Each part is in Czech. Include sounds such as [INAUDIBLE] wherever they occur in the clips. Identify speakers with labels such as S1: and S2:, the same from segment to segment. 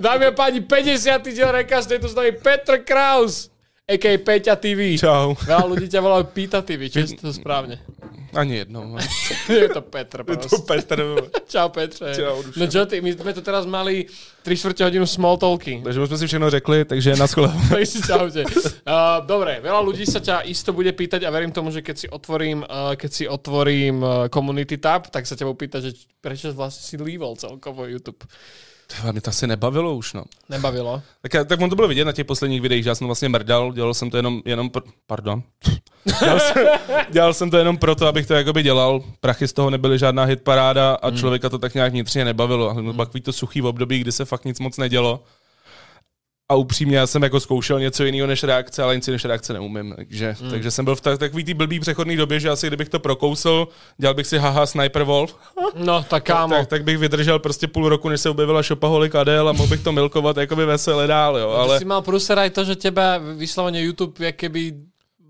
S1: Dámy a páni, 50. diel Recastu, je tu s nami Petr Kraus, a.k.a. Peťa TV.
S2: Čau.
S1: Veľa ľudí ťa volá Pýta TV, či je to správne. [LAUGHS]
S2: Ani jednou. ale
S1: Je to Petr
S2: Je [LAUGHS] to
S1: proste.
S2: Petr. vole.
S1: Čau Petře.
S2: Čau, Dušan.
S1: no čo ty, my sme tu teraz mali 3 čtvrte hodinu small talky. [LAUGHS]
S2: Takže už jsme si všechno řekli, takže je na schole.
S1: Takže čaute. Uh, dobre, veľa ľudí sa ťa isto bude pýtať a verím tomu, že keď si otvorím, uh, keď si otvorím uh, community tab, tak sa ťa budú pýtať, že č- prečo vlastne si líval celkovo YouTube.
S2: Tyhle, Mě to asi nebavilo už, no.
S1: Nebavilo.
S2: Tak, já- tak on to bylo vidět na těch posledních videích, že já jsem to vlastně mrdal, dělal jsem to jenom, jenom pr- pardon. [LAUGHS] dělal, jsem, dělal jsem to jenom proto, abych to jakoby dělal. Prachy z toho nebyly žádná hitparáda a člověka to tak nějak vnitřně nebavilo. A to pak ví to suchý období, kdy se fakt nic moc nedělo. A upřímně, já jsem jako zkoušel něco jiného než reakce, ale nic než reakce neumím. Takže, mm. takže jsem byl v ta- takový tý blbý přechodný době, že asi kdybych to prokousl, dělal bych si haha Sniper Wolf,
S1: No, tak kámo.
S2: tak, tak, bych vydržel prostě půl roku, než se objevila Shopaholic Adele a mohl bych to milkovat jakoby veselé dál, jo.
S1: Ale...
S2: Ale...
S1: Ty si mal prúser aj to, že teba vyslovene YouTube jak keby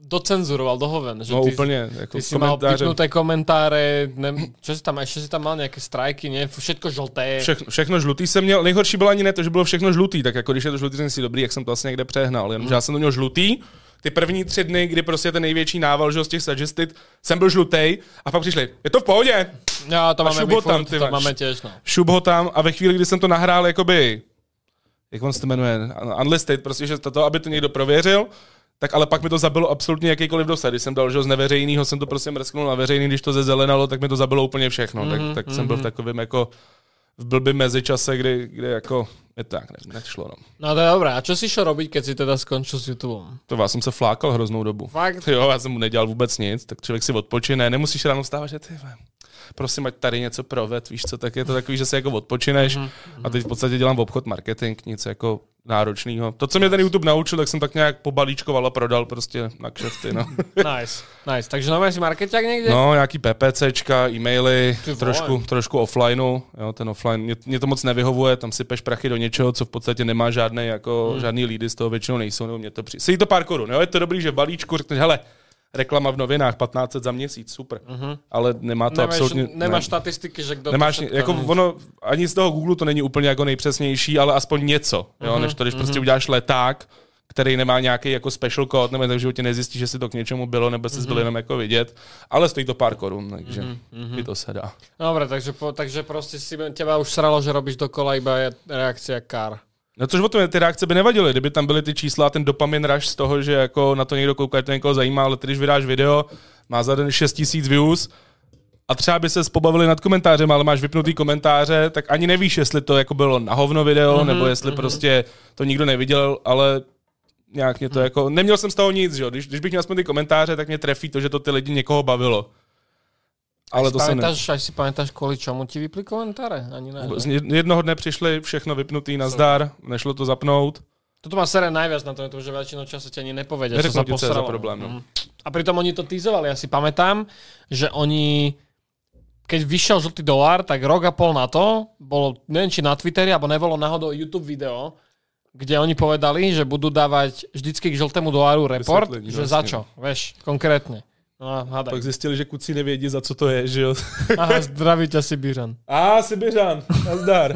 S1: docenzuroval, dohoven. Že
S2: No
S1: ty,
S2: úplně, jako
S1: Ty si mal
S2: komentáře.
S1: pipnuté komentáre, ne, čo si tam, ešte si tam mal nejaké strajky, ne? Všetko žlté. Vše...
S2: Všechno, všechno žlutý jsem měl, nejhorší bylo ani ne to, že bylo všechno žlutý, tak jako když je to žlutý, jsem si dobrý, jak jsem to asi někde přehnal, jenomže já jsem to měl žlutý, ty první tři dny, kdy prostě ten největší nával, že jo, z těch suggested, jsem byl žlutý a pak přišli, je to v pohodě,
S1: Ja, to
S2: A
S1: máme my
S2: šubotan,
S1: furt,
S2: ty
S1: to
S2: máš.
S1: máme tiež, no.
S2: šup ho tam a ve chvíli, kdy jsem to nahrál, jakoby, jak on se to jmenuje, unlisted, prostě, že to, aby to někdo prověřil, tak ale pak mi to zabilo absolutně jakýkoliv dosah. Když jsem dal, že jo, z neveřejného jsem to prostě mrsknul na veřejný, když to zezelenalo, tak mi to zabilo úplně všechno. Mm-hmm, tak, tak mm-hmm. jsem byl v takovém jako v blbým mezičase, kdy, kdy jako je to tak, ne, nešlo. No.
S1: No to je dobré. A čo si šiel robiť, keď si teda skončil s YouTube?
S2: To já jsem se flákal hroznou dobu.
S1: Fakt?
S2: Jo, já jsem mu nedělal vůbec nic, tak člověk si odpočine, nemusíš ráno vstávat, že ty vole, prosím, ať tady něco proved, víš co, tak je to takový, že se jako odpočineš a teď v podstatě dělám v obchod marketing, nic jako náročného. To, co mě ten YouTube naučil, tak jsem tak nějak pobalíčkoval a prodal prostě na kšefty, no.
S1: Nice, nice. Takže nové si markeťák někde?
S2: No, nějaký PPCčka, e-maily,
S1: Ty vole.
S2: trošku, trošku offlineu, jo, ten offline, mě, mě, to moc nevyhovuje, tam sypeš prachy do něčeho, co v podstatě nemá žádné, jako, hmm. žádný lídy z toho většinou nejsou, nebo mě to přijde. Sejí to pár korun, jo, je to dobrý, že v balíčku řekneš, hele, reklama v novinách, 1500 za měsíc, super, uh-huh. ale nemá
S1: Mhm.
S2: to
S1: nemáš,
S2: absolutně...
S1: nemáš statistiky, že kdo to
S2: Nemáš,
S1: všetko-
S2: jako ono, ani z toho Google to není úplně jako nejpřesnější, ale aspoň něco, jo,
S1: Mhm,
S2: než to, když prostě uděláš leták, který nemá nějaký jako special kód, nebo tak v životě nezjistíš, že si to k něčemu bylo, nebo
S1: Mhm.
S2: si byl jenom jako vidět, ale stojí to pár korun, takže
S1: mhm.
S2: mm-hmm. i to se dá.
S1: Dobre, takže, po, takže proste si teba už sralo, že robíš dokola iba reakcia kar.
S2: No což o tom, ty reakce by nevadily, kdyby tam byly ty čísla a ten dopamin rush z toho, že jako na to někdo kouká, že to někoho zajímá, ale ty, když vydáš video, má za den 6 tisíc views, a třeba by se pobavili nad komentářem, ale máš vypnutý komentáře, tak ani nevíš, jestli to jako bylo na hovno video, mm-hmm, nebo jestli mm-hmm. prostě to nikdo neviděl, ale nějak mě to jako, neměl jsem z toho nic, že jo, když, když bych měl aspoň ty komentáře, tak mě trefí to, že to ty lidi někoho bavilo. Ale to jsem ne...
S1: pamätáš, aj si pamätáš, kvôli čomu ti vypli komentáre? Ani ne,
S2: Z
S1: ne.
S2: jed- Jednoho dne přišli, všechno vypnutý, nazdar, nešlo to zapnout.
S1: Toto má sere najviac na tom, je to, že väčšinou času ti ani nepovedia, čo
S2: Neřeknu
S1: sa
S2: ti, co je za
S1: posralo. Mm.
S2: problém. No.
S1: A pritom oni to týzovali, ja si pamätám, že oni keď vyšiel žltý dolár, tak rok a pol na to bolo, neviem či na Twitteri, alebo nebolo náhodou YouTube video, kde oni povedali, že budú dávať vždycky k žltému doláru report,
S2: Vysvetlení, no,
S1: že
S2: jasne.
S1: za čo, vieš, konkrétne. No,
S2: [LAUGHS]
S1: hádaj.
S2: Pak zjistili, že kuci nevědí, za co to je, že jo. [LAUGHS]
S1: Aha, zdraví ťa Sibíran.
S2: A, Sibiřan,
S1: [LAUGHS]
S2: nazdar.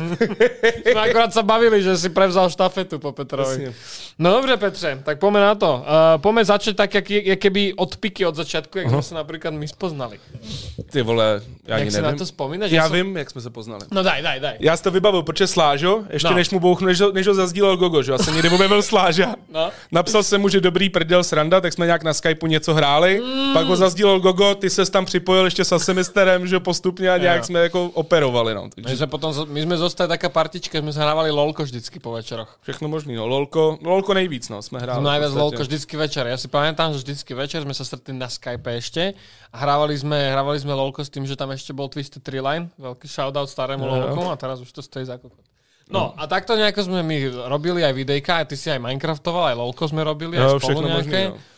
S1: Sme akorát sa bavili, že si prevzal štafetu po Petrovi.
S2: Jasne.
S1: No dobre, Petře, tak poďme na to. Uh, poďme začať tak, jak, je- jak keby od piky od začiatku, jak sme sa napríklad my spoznali.
S2: Ty vole, já
S1: Jak
S2: ani
S1: si na
S2: nevím.
S1: to spomínaš?
S2: Já
S1: som-
S2: vím, jak jsme se poznali.
S1: No daj, daj, daj.
S2: Já si to vybavil, protože Slážo, ještě
S1: No.
S2: no. než mu bouchnu, než, ho- než ho zazdílel Gogo, že já jsem někdy objevil Sláža.
S1: No.
S2: Napsal jsem mu, že dobrý prdel sranda, tak jsme nějak na Skypeu něco hráli, mm. pak ho zazdílel Gogo, ty ses tam připojil ještě s Asimisterem, že postupně a nějak
S1: Jo.
S2: jsme jako operovali, no.
S1: My
S2: Takže
S1: sme, potom, zo- my sme zostali taká partička, sme sa hrávali lolko vždycky po večeroch.
S2: všechno možný, no. Lolko, lolko nejvíc, no, jsme hráli.
S1: Som najviac
S2: v podstatě.
S1: lolko vždycky večer. Ja si pamätám, že vždycky večer sme sa stretli na Skype ešte a hrávali sme, hrávali sme lolko s tým, že tam ešte bol Twisted Tree Line, veľký shoutout starému
S2: Jo, jo.
S1: lolku a teraz už to stojí za kokot. No a takto nejako sme my robili aj videjka, aj ty si aj Minecraftoval, aj lolko sme robili, aj
S2: Jo,
S1: spolu
S2: všechno
S1: nejaké.
S2: možný, no.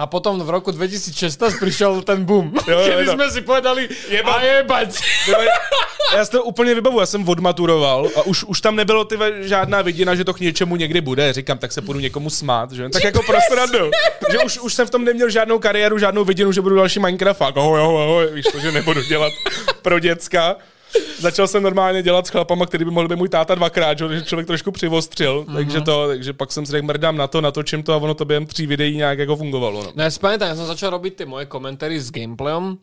S1: A potom v roku 2016 prišiel ten boom, jo,
S2: Jo, jo,
S1: kedy
S2: jo.
S1: sme si povedali jebať. a jebať.
S2: Tyhle, já si to úplně vybavu, já jsem odmaturoval a už, už tam nebylo ty ve- žádná vidina, že to k něčemu někdy bude. Říkám, tak se půjdu někomu smát, že? Tak jako pro srandu. Že už, už jsem v tom neměl žádnou kariéru, žádnou vidinu, že budu další Minecraft. Ahoj, ahoj, ahoj, víš to, že nebudu dělat pro děcka. Začal jsem normálně dělat s chlapama, který by mohl být můj táta dvakrát, že jo, takže člověk trošku přivostřil, takže to, takže pak jsem si řekl, mrdám na to, natočím to a ono to během tří videí nějak jako fungovalo. No.
S1: No ja si pamätám, ja som začal robiť tie moje komentáry s gameplayom.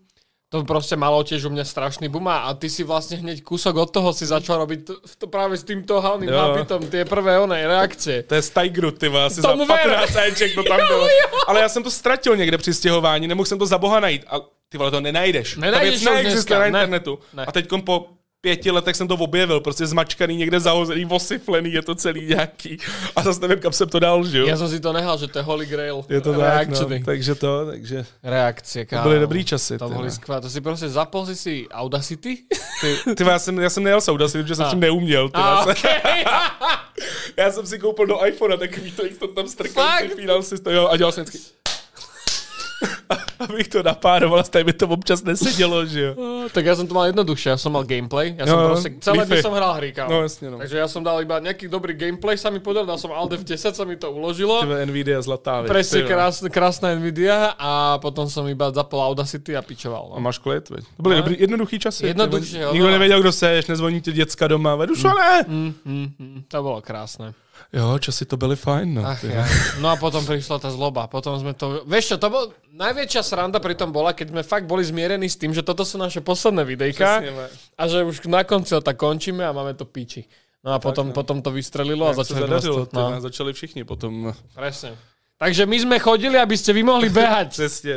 S1: To proste malo tiež u mňa strašný boom a ty si vlastne hneď kúsok od toho si začal robiť t- to práve s týmto halným
S2: Jo.
S1: nápitom tie prvé onej reakcie.
S2: To je z Tigru, ty vole, asi
S1: Tomu
S2: za
S1: ver.
S2: 15 Eček to tam bylo. Ale já jsem to ztratil někde při stěhování, nemohl jsem to za boha najít. A ty vole, to nenajdeš. Ta
S1: Nenajdeš
S2: věc
S1: to už
S2: neexistuje
S1: dneska,
S2: na
S1: ne.
S2: internetu.
S1: Ne.
S2: A teď po pěti letech jsem to objevil, prostě zmačkaný, někde zahozený, osiflený, je to celý nějaký. A zase nevím, kam jsem to dal, že jo?
S1: Ja som si to nehal, že to je Holy Grail
S2: Je to tak, no.
S1: reakčný.
S2: takže to, takže
S1: Reakcie, kámo.
S2: byly dobrý časy.
S1: To
S2: ty
S1: boli
S2: vole.
S1: skvělé. To si prostě zapozí si Audacity. [LAUGHS]
S2: Ty, ty, vole, já, jsem, já jsem nejel souda, že jsem s tím neuměl. Ty,
S1: A
S2: já, jsem,
S1: okay.
S2: já, jsem, si koupil do iPhone, tak to, jak to tam strkal,
S1: Fakt?
S2: připínal si to jo, a dělal jsem vždycky. [LAUGHS] Abych to napároval, stejně by to občas nesedělo, že jo.
S1: [LAUGHS] tak ja som to mal jednoduchšie, ja som mal gameplay. Ja som
S2: Jo, jo,
S1: proste, celé dny
S2: Wi-Fi.
S1: som hral hry, kámo.
S2: No jasně, no.
S1: Takže ja som dal iba nejaký dobrý gameplay, sa mi podaril, dal som Alde v 10, sa mi to uložilo.
S2: Ty vole, Nvidia zlatá věc.
S1: Presne
S2: ty vole.
S1: krásna, krásna Nvidia a potom som iba zapol Audacity a pičoval.
S2: A
S1: No.
S2: máš klid, veď. To byly
S1: No.
S2: dobrý, jednoduchý časy. ty vole.
S1: Jednoduše, jo,
S2: Nikdo
S1: no.
S2: nevěděl, kdo seš, nezvoní ti děcka doma, vedu šole.
S1: Mm, mm, mm, to bolo krásne.
S2: Jo, časy to byly fajn, no.
S1: Ach,
S2: ty
S1: ja. No a potom prišla tá zloba. Potom sme to... Vieš čo, to bol... Najväčšia sranda pri tom bola, keď sme fakt boli zmierení s tým, že toto sú naše posledné videjka
S2: Přesně, ne.
S1: a že už na konci leta končíme a máme to piči. No a potom, potom to vystrelilo a
S2: Jak se
S1: začali
S2: zadařilo, ty,
S1: no,
S2: no. začali všichni potom.
S1: presne. Takže my sme chodili, aby ste vy mohli
S2: [LAUGHS]
S1: behať.
S2: Přesně.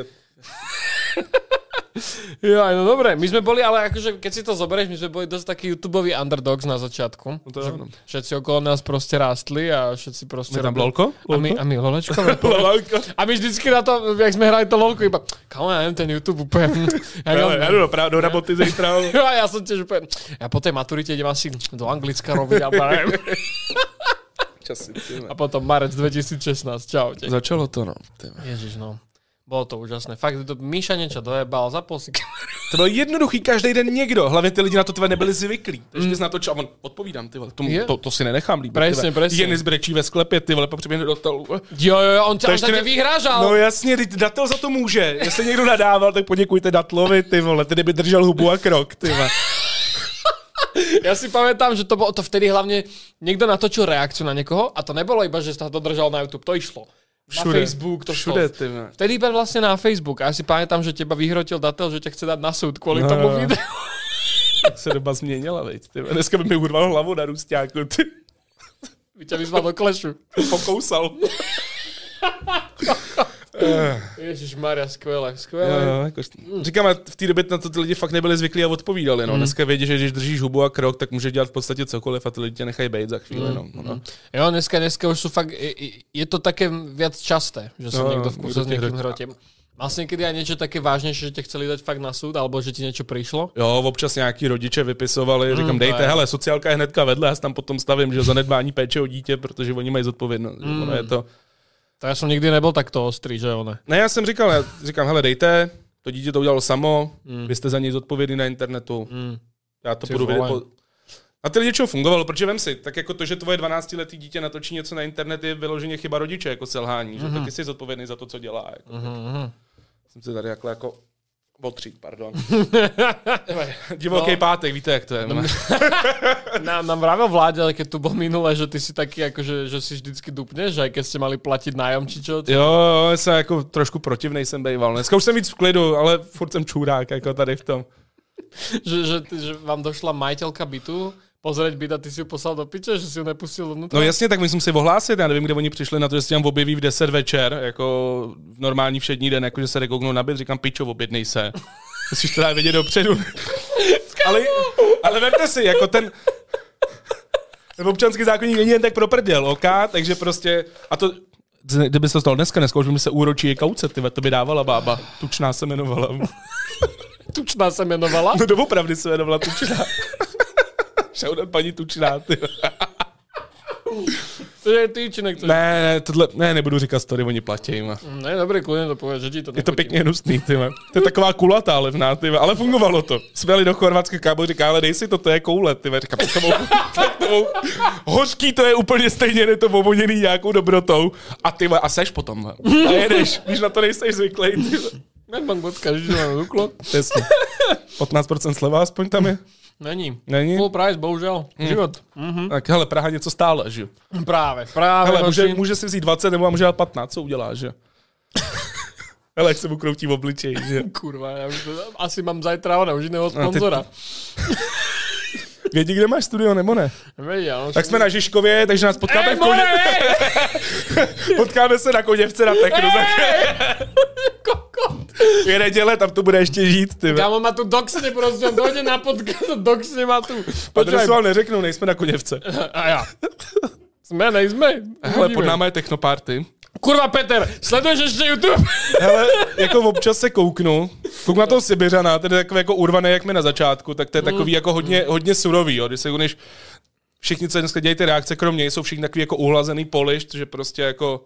S1: Jo, no dobre, my sme boli, ale akože keď si to zoberieš, my sme boli dosť takí YouTubeoví underdogs na začiatku.
S2: No to je ono.
S1: Všetci okolo nás proste rástli a všetci proste...
S2: Je tam
S1: robili-
S2: lolko?
S1: A my, a my lolečko.
S2: [LAUGHS] Lolko.
S1: A my vždycky na to, jak jsme hráli to lolku, iba, kamo, já nevím, ten YouTube úplně.
S2: [LAUGHS]
S1: hm, Já,
S2: Ale
S1: já, [LAUGHS]
S2: já jdu do, prá- do roboty zítra. ale-
S1: já, já jsem těž úplně, já po té maturitě jdem asi do Anglicka
S2: [LAUGHS]
S1: robit a barem.
S2: Časy, ty, ne.
S1: A potom marec 2016, čau tě.
S2: Začalo to, no. Ty ne.
S1: Ježiš, no. Bylo to úžasné. Fakt, to Míša něco dojebal, zapol si.
S2: To byl jednoduchý, každý den někdo. Hlavně ty lidi na to tvé nebyli zvyklí. Takže ty jsi na to čo, a on odpovídám, ty vole, tomu,
S1: Mm. Je.
S2: to, to, si nenechám líbit.
S1: Presně,
S2: ty vole.
S1: presně.
S2: Jenis brečí ve sklepě, ty vole, potřebujeme do toho.
S1: Jo, jo, jo, on, tě, on za
S2: ještě
S1: tě
S2: ne-
S1: vyhrážal.
S2: No jasně, teď datel za to může. Jestli někdo nadával, tak poděkujte datlovi, ty vole, tedy by držel hubu a krok, ty vole.
S1: Já si pamätám, že to bylo to vtedy hlavně někdo natočil reakci na někoho a to nebylo iba, že se to držal na YouTube, to išlo. Na
S2: Všude.
S1: Facebook to
S2: Všude,
S1: šlo.
S2: ty vole.
S1: Vtedy iba vlastně na Facebook a já si pamätám, že těba vyhrotil datel, že tě chce dát na soud kvůli
S2: No,
S1: no, tomu
S2: jo.
S1: videu. [LAUGHS]
S2: Tak se doba změnila, veď, ty vole. Dneska by mi urval hlavu na růstáku, ty.
S1: By tě vyzval do klešu.
S2: Pokousal.
S1: Ježíš Maria, skvěle,
S2: Jo,
S1: skvěle.
S2: jo, jako, říkám, ale v té době na to ty lidi fakt nebyli zvyklí a odpovídali. No. Dneska vědí, že když držíš hubu a krok, tak může dělat v podstatě cokoliv a ty lidi tě nechají být za chvíli. No. No.
S1: Jo, dneska, dneska už jsou fakt, i- i- je to také viac časté, že se
S2: Jo,
S1: no,
S2: jo,
S1: někdo v kuse
S2: někdo
S1: s
S2: ti
S1: někým
S2: hrotí.
S1: hrotím. Máš někdy aj něco také vážnější, že tě chceli dať fakt na soud, alebo že ti něco přišlo?
S2: Jo, občas nějaký rodiče vypisovali, říkám, dejte,
S1: ne.
S2: hele, sociálka Mhm, je hnedka vedle, já se tam potom stavím, že zanedbání péče o dítě, protože oni mají zodpovědnost. Mm. Ono je to.
S1: To já jsem nikdy nebyl takto ostrý, že jo, ne?
S2: Ne, já jsem říkal, já říkám, hele, dejte, to dítě to udělalo samo, vy jste za něj zodpovědný na internetu,
S1: Mm.
S2: já to
S1: Ty
S2: budu vědět.
S1: vole.
S2: Po... A ty lidi čeho fungovalo, protože vem si, tak jako to, že tvoje 12-letý dítě natočí něco na internet, je vyloženě chyba rodiče, jako selhání, že taky jsi zodpovědný za to, co dělá. Jako.
S1: Mm-hmm.
S2: Jsem se tady jako, jako otřít, pardon. Divoký
S1: No.
S2: no. pátek, víte, jak to je. no.
S1: Nám, nám vravil vládě, ale keď tu byl minule, že ty si taky jako, že, že si vždycky dupneš, aj keď ste mali platit nájom či čo.
S2: [LAUGHS] Jo, jo, já jsem jako trošku protivnej jsem bejval. Dneska už jsem víc v klidu, ale furt jsem čurák, jako tady v tom.
S1: Že, že, že, vám došla majitelka bytu, pozrieť byt a ty si ju poslal do piče, že si ju nepustil dovnitř.
S2: No jasně, tak musím si ohlásit, já nevím, kde oni přišli na to, že se tam objeví v 10 večer, jako v normální všední den, jako že se rekouknou na byt, říkám, pičo, objednej se. [LAUGHS] Musíš to dát vědět dopředu. [LAUGHS] ale, ale vemte si, jako ten, ten občanský zákonník není jen tak pro prděl, ok? Takže prostě, a to, kdyby se to stalo dneska, dneska už by mi se úročí je kauce, ty vole, to by dávala bába. Tučná se jmenovala. [LAUGHS]
S1: Tučná se jmenovala.
S2: No doopravdy se jmenovala Tučná. [LAUGHS] Shoutout paní Tučná, ty. vole.
S1: To je týčinek. To... Ne.
S2: Ne, ne, tohle, ne, nebudu říkat story, oni platí. no. Ma.
S1: ne, dobrý, klidně to pověď, že ti to
S2: Je to pěkně hnusný, ty vole. To je taková kulatá levná, ty vole, ale fungovalo to. Jsme jeli do Chorvatska, kámo říká, ale dej si to, to je koule, ty vole. Říkám, "Tak to mou- [LAUGHS] tak to mou- hořký to je úplně stejně, je to ovoněný nějakou dobrotou. A ty vole, a seš potom, vole. a jedeš, když na to nejseš zvyklý, ty vole.
S1: Ne, pan Botka, že ti to mám duklo.
S2: Přesně. 15% sleva aspoň tam je.
S1: Není.
S2: Není? Hmm.
S1: Full price, bohužel. Mm. Život. Mm, Mm-hmm.
S2: Tak hele, Praha něco stála, že? jo?
S1: Právě, právě.
S2: Hele, může,
S1: hoši.
S2: může si vzít 20 nebo může dát 15, co udělá, že? [LAUGHS] hele, jak se mu kroutí v obličeji, že?
S1: Kurva, já už to, asi mám zajtra ona, už jiného
S2: teď-
S1: sponzora.
S2: Vědí, kde máš studio, nebo ne?
S1: Věděl, no,
S2: Tak jsme na Žižkově, takže nás potkáme
S1: Ej,
S2: v koně...
S1: more, ej,
S2: Potkáme se na koněvce na Teknu. Tak
S1: kokot.
S2: je neděle, tam to bude ještě žít, ty. ve.
S1: Kámo, má tu doxny, prostě, dojde na podcast a doxny má tu. Počkej,
S2: Adresu vám neřeknu, nejsme na koněvce.
S1: a já. Jsme, nejsme.
S2: Hele, pod
S1: Uvidíme.
S2: náma je technoparty.
S1: Kurva, Peter, sleduješ ještě YouTube?
S2: Hele, jako občas se kouknu. Kouk na toho Sibiřana, ten je takový jako urvaný, jak mi na začátku, tak to je takový jako hodně, hodně surový, jo. Když se když všichni, co dneska dělají ty reakce, kromě něj, jsou všichni takový jako uhlazený polišt, že prostě jako,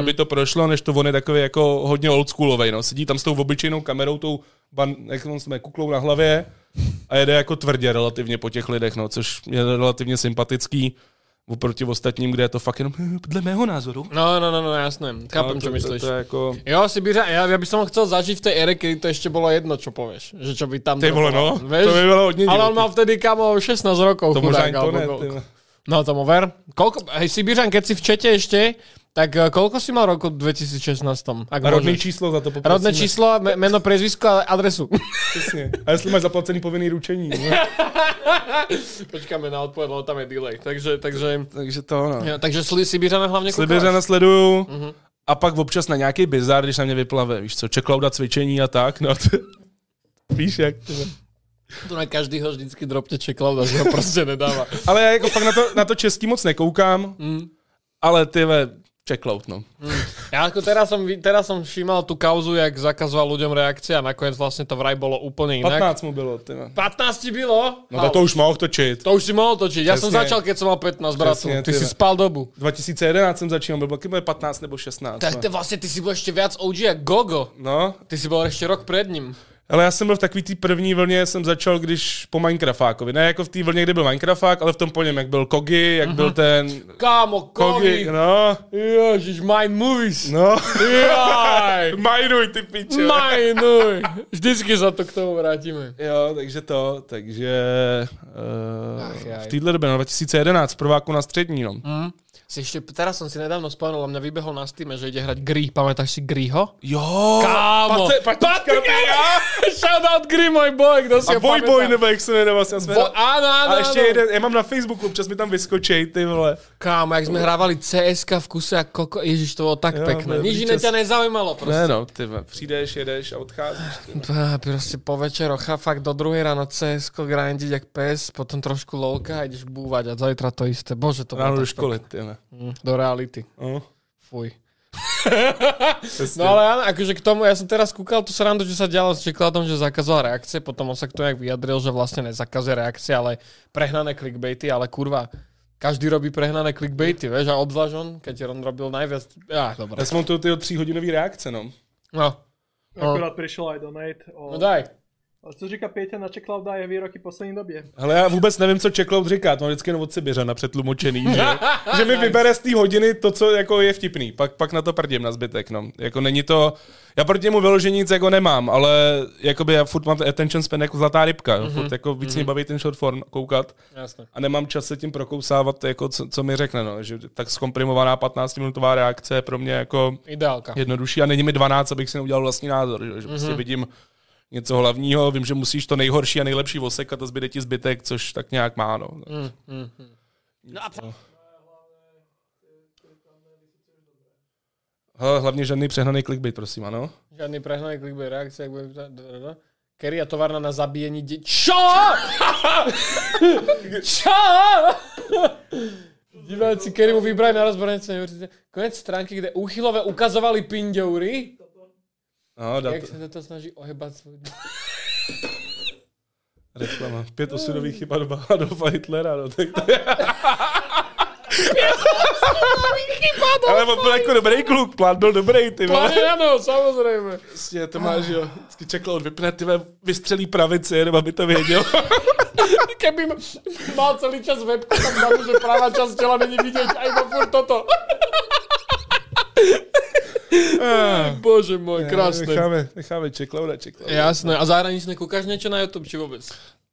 S2: aby to prošlo, než to on je takový jako hodně oldschoolovej, no. Sedí tam s tou obyčejnou kamerou, tou ban, jak on jsme, kuklou na hlavě a jede jako tvrdě relativně po těch lidech, no, což je relativně sympatický oproti ostatním, kde je to fakt jenom dle mého názoru.
S1: No, no, no, no, jasné.
S2: No,
S1: Chápem,
S2: to-
S1: čo
S2: to-
S1: myslíš.
S2: to je jako...
S1: Jo, Sibíře, já, já bych som chcel zažít v té ére, kdy to ještě bylo jedno, čo pověš. Že čo by tam...
S2: Ty vole, no,
S1: Víš?
S2: to by bylo hodně
S1: Ale on
S2: divoký.
S1: mal vtedy, kámo, 16 rokov.
S2: To možná ani to
S1: alebo
S2: ne,
S1: koľko.
S2: ty vole.
S1: No, tomu ver. Koľko, hej, Sibířan, keď si v čete ještě, tak eh, koľko si mal roku v 2016? Ak
S2: Rodné
S1: můžeš?
S2: číslo za to poprosíme.
S1: Rodné číslo, me- meno, priezvisko a adresu.
S2: Přesně. A jestli máš zaplacený povinný ručení. Ne?
S1: Počkáme na odpověď, lebo tam je delay. Takže, takže...
S2: [LAUGHS] Takže to ono.
S1: Jo, takže sli, Sibířana hlavně
S2: Slibiře
S1: koukáš.
S2: nasleduju. A pak občas na nějaký bizar, když na mě vyplave, víš co, čeklauda cvičení a tak, no to, [LAUGHS] víš jak. ty vole.
S1: Tu na každýho vždycky dropne čeklauda, že ho prostě [LAUGHS] nedává.
S2: Ale já jako fakt na to, na to český moc nekoukám, ale ty ve, čeklaut, Mm. no.
S1: Ja ako jako teraz som, vi- teraz som všímal tú kauzu, jak zakazoval ľuďom reakcie a nakoniec vlastne to vraj bolo úplne inak.
S2: 15 mu bylo, ty ve.
S1: 15 ti bylo?
S2: No tak to už mohl točit.
S1: to už si mohol točiť. Ja som
S2: Přesně.
S1: začal, keď som mal 15, bratu.
S2: Přesně,
S1: Ty
S2: ty
S1: si
S2: ve.
S1: spal dobu.
S2: 2011 jsem začínal, byl taky moje 15 nebo 16.
S1: Tak
S2: no.
S1: to vlastne ty si bol ešte viac OG ako Gogo.
S2: No,
S1: Ty si bol ešte rok pred ním.
S2: Ale já jsem byl v takový té první vlně, jsem začal, když po Minecraftákovi. Ne jako v té vlně, kde byl Minecrafták, ale v tom po něm, jak byl Mhm. Kogi, jak byl ten...
S1: Kámo,
S2: Kogi,
S1: Kogi.
S2: no,
S1: Ježiš, Mind Movies.
S2: [LAUGHS] no. [LAUGHS]
S1: Jaj.
S2: Majnuj, ty piče.
S1: Minuj. Vždycky sa to k tomu vrátime.
S2: Jo, takže to, takže uh,
S1: Ach, jaj.
S2: v téhle době, no 2011, v prváku na střední, no.
S1: Si ešte, Hm? teraz som si nedávno spomenul, a mňa vybehol na Steam, že ide hrať Gry. Pamätáš si Gryho?
S2: Jo,
S1: Kámo.
S2: Pate, pate, pate,
S1: [LAUGHS] Shout out Gry, můj boj, kdo si
S2: a
S1: ho
S2: Vojboj,
S1: pamatá.
S2: nebo jak se jmenoval, já jsem
S1: Vo- Áno, áno,
S2: a ještě
S1: áno.
S2: jeden, já mám na Facebooku, občas mi tam vyskočej, ty vole.
S1: Kámo, jak jsme hrávali CSK v kuse a koko, ježiš, to bylo tak
S2: No. Jo,
S1: pekné.
S2: dobrý
S1: Nič jiné
S2: čas.
S1: tě nezajímalo prostě.
S2: Ne no, ty vole, přijdeš, jedeš a odcházíš. ty vole.
S1: Pá, prostě po večeroch a fakt do druhé ráno CSK grindit jak pes, potom trošku lolka a jdeš bůvat a zajtra to jisté. Bože, to
S2: Ráno
S1: bylo
S2: do
S1: tak
S2: školy, ty vole.
S1: pekné. do reality.
S2: No.
S1: Fuj.
S2: Přesně.
S1: No ale áno, akože k tomu, ja som teraz kúkal tú srandu, čo sa dialo s Čekladom, že zakazoval reakcie, potom on sa k tomu jak vyjadril, že vlastne nezakazuje reakcie, ale prehnané clickbaity, ale kurva, každý robí prehnané clickbaity, vieš, a obzvlášť on, keď on robil najviac, á, ah,
S2: Já
S1: dobre.
S2: jsem tu ty tříhodinový reakce, no.
S1: No,
S3: Akorát prišiel aj donate. O...
S1: no daj.
S3: A co říká Pěťa na Čeklauda je výroky poslední době?
S1: No
S2: Hele, já vůbec nevím, co Čeklout říká, to mám vždycky jenom od Sibiřana přetlumočený, že? jo? že mi vybere z té hodiny to, co jako je vtipný, pak, pak na to prdím na zbytek, no. Jako není to, já proti němu vyloženě nic jako nemám, ale jakoby já furt mám ten attention span jako zlatá rybka, mm-hmm. furt jako víc mm-hmm. mě baví ten short form koukat
S1: Jasné.
S2: a nemám čas se tím prokousávat, jako co, co mi řekne, no. Že tak zkomprimovaná 15-minutová reakce je pro mě jako
S1: Ideálka.
S2: jednodušší a není mi 12, abych si neudělal vlastní názor, že, že prostě
S1: Mhm.
S2: vidím něco hlavního, vím, že musíš to nejhorší a nejlepší osekat a zbyde ti zbytek, což tak nějak má, no.
S1: Mm, mm, mm.
S2: Hele, hlavně žádný přehnaný clickbait, prosím, ano?
S1: Žádný prehnaný clickbait reakce, jak bude... Kerry a továrna na zabíjení dě... ČO? ČO? Diváci Kerry mu vybrali na rozbornice neuvěřitelně. Konec stránky, kde úchylové ukazovali pindoury.
S2: No, dá
S1: Jak
S2: to,
S1: se to snaží ohebat svůj...
S2: reklama. Pět osudových chyb Adolfa- Adolfa Hitlera, no, tak to je. Ale on byl jako dobrý kluk, plán byl dobrý, ty vole.
S1: Pane, ano, samozřejmě.
S2: Prostě to máš, jo. Vždycky čekal, on vypne, ty vole, vystřelí pravici, jenom aby to [LAUGHS] věděl.
S1: Keby m- mal celý čas webku, tak dám, že pravá část těla není vidět a iba furt toto. Bože můj, krásné.
S2: Necháme, necháme Eh, čeklauda, čeklauda.
S1: Jasné, a zahraničné koukáš něco na YouTube, či vůbec?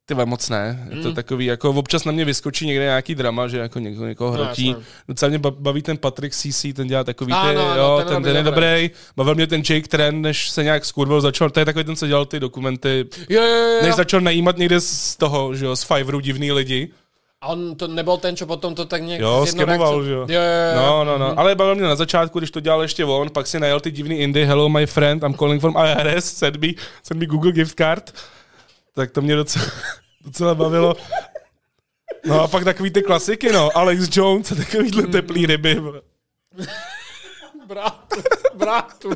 S2: Ty vole, moc ne.
S1: Mm.
S2: Je to takový, jako občas na mě vyskočí někde nějaký drama, že jako někdo někoho
S1: No,
S2: hrotí.
S1: jasně.
S2: Docela mě ba- baví ten Patrick CC, ten dělá takový,
S1: Ano,
S2: ty,
S1: ano,
S2: jo,
S1: ten je
S2: ten, ten,
S1: dobrý,
S2: je
S1: dobrý.
S2: dobrý. Bavil mě ten Jake Tren, než se nějak skurvil, začal, to je takový ten, co dělal ty dokumenty,
S1: Jo, jo, jo,
S2: než
S1: jo.
S2: začal najímat někde z toho, že jo, z Fiverru divný lidi.
S1: A on to nebyl ten, co potom to tak nějak
S2: Jo,
S1: s jednou
S2: skemoval,
S1: reakcí-
S2: že jo.
S1: Jo, jo, jo.
S2: No, no, no. Ale bavil mě na začátku, když to dělal ještě on, pak si najel ty divný indie, hello my friend, I'm calling from IRS, send me, send me Google gift card. Tak to mě docela, [LAUGHS] docela bavilo. No a pak takový ty klasiky, no, Alex Jones a takovýhle teplý ryby. vole.
S1: Brátu, brátu.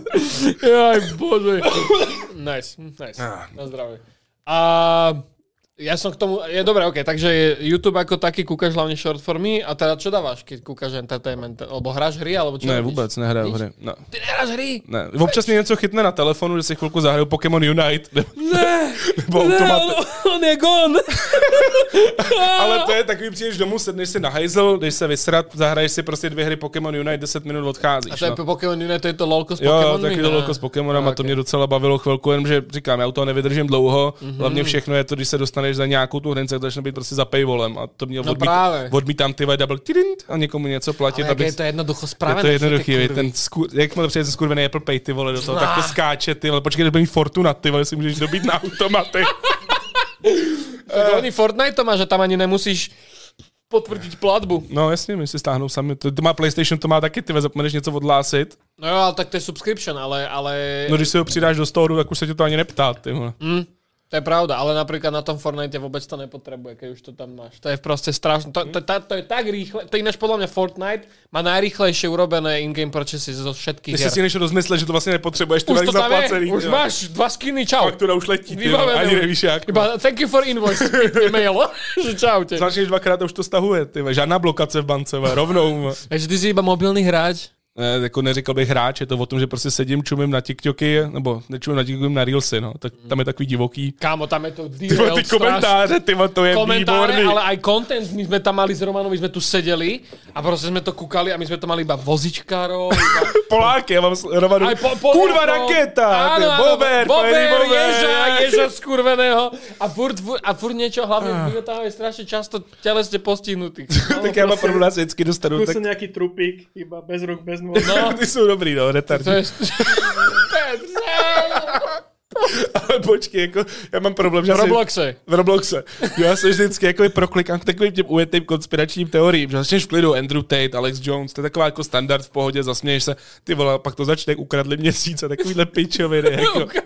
S1: Jaj, bože. Nice, nice.
S2: Ah.
S1: Na zdraví. A ja som k tomu... Je dobré, OK, takže je YouTube jako ako taký kúkaš hlavne short formy a teda čo dávaš, keď kúkaš entertainment? Alebo hráš hry, alebo čo
S2: Ne,
S1: robíš?
S2: vůbec, nehraju hry. No.
S1: Ty nehráš hry?
S2: Ne. Občas mě něco chytne na telefonu, že si chvilku zahraju Pokémon Unite.
S1: Ne,
S2: [LAUGHS] Nebo automaty.
S1: on je gone.
S2: Ale to je takový, přijdeš domů, sedneš si na hajzel, jdeš se vysrat, zahraješ si prostě dvě hry Pokémon Unite, 10 minut odcházíš.
S1: A to je
S2: no.
S1: Pokémon Unite, to je to lolko s
S2: Jo,
S1: Pokémonmi?
S2: taky to loko s Pokémonama,
S1: Ah, Ok.
S2: to mě docela bavilo chvilku, jenomže říkám, já u toho nevydržím dlouho,
S1: Mhm.
S2: mm-hmm. hlavně všechno je to, když se dostaneš za nějakou tu hranici, tak začne být prostě za paywallem a to mě odmít,
S1: No právě.
S2: odmítám ty vole double tidint a někomu něco platit,
S1: Ale jak je to jednoducho
S2: je
S1: spravené.
S2: to
S1: že ty
S2: jednoduchý, vej,
S1: kurvy.
S2: ten sku... jakmile přijde ten skurvený Apple Pay, ty vole, do toho, tak to
S1: Ah.
S2: skáče, ty vole, počkej, když bude mít Fortuna, ty vole, si můžeš dobít na
S1: [LAUGHS]
S2: automaty.
S1: Tak oni Fortnite to má, že tam ani nemusíš potvrdiť platbu.
S2: No jasně, my si stáhnou sami, to, to má PlayStation, to má taky, ty vole, zapomeneš něco odhlásit,
S1: No jo, ale tak to je subscription, ale, ale
S2: no když si ho přidáš do storu, tak už se tě to ani neptá, ty vole.
S1: Mm, to je pravda, ale napríklad na tom Fortnite vôbec to nepotrebuje, keď už to tam máš. To je proste strašné, to, to, to, to je tak rýchle, to ináč podľa mňa Fortnite má najrýchlejšie urobené in-game purchases zo všetkých
S2: Když si
S1: her.
S2: si než rozmyslet, že to vlastně nepotřebuješ,
S1: Už
S2: ty vole,
S1: to tam
S2: zaplacený.
S1: je, už
S2: ty vole.
S1: máš dva skiny, čau.
S2: faktura už letí, ty,
S1: Vybavené
S2: vole, ani
S1: už.
S2: nevíš jak.
S1: Iba thank you for
S2: [LAUGHS]
S1: invoice, pěkně mail, [LAUGHS] že čaute.
S2: Zvlášť, když dvakrát už to stahuje, ty vole, žádná blokace v bance, vole, rovnou.
S1: Takže ty si iba mobilný hráč.
S2: Ne, jako neříkal bych hráč, je to o tom, že prostě sedím, čumím na TikToky, nebo nečumím na TikToky, na Reelsy, no, tak tam je takový divoký.
S1: Kámo, tam je to
S2: Ty vole,
S1: derailed
S2: ty
S1: strašně.
S2: komentáře, ty vole, to je
S1: komentáre,
S2: výborný.
S1: ale aj content. My sme tam mali s Romanom, my sme tu sedeli a proste sme to kúkali a my sme to mali iba vozičkárov.
S2: [LAUGHS]
S1: Iba...
S2: Poláky, já mám s- Romanu.
S1: Aj po, po,
S2: Kurva
S1: po-
S2: raketa, ty,
S1: áno, áno,
S2: bober,
S1: bober,
S2: pojedný bober.
S1: ježa, ježa skurveného. A furt, furt, a furt niečo,
S2: Ah.
S1: hlavne vyhotávajú strašne často tělesne postihnutých.
S2: Tak já mám
S1: Prostě-
S2: první nás vždycky dostanu, tak
S3: Plus nějaký trupík, iba bez ruk, bez nohou.
S1: No,
S2: [LAUGHS] ty jsou dobrý, no, retardní.
S1: to
S2: [LAUGHS]
S1: je... to je-
S2: Ale počkej, jako, já mám problém, že já si-
S1: Robloxe.
S2: V Robloxe. Já se vždycky jako proklikám k takovým těm ujetým konspiračním teoriím, že začneš v klidu Andrew Tate, Alex Jones, to je taková jako standard v pohodě, zasměješ se, ty vole, pak to začne, ukradli měsíce,
S1: [LAUGHS]
S2: takovýhle pičoviny, jako.
S1: [LAUGHS]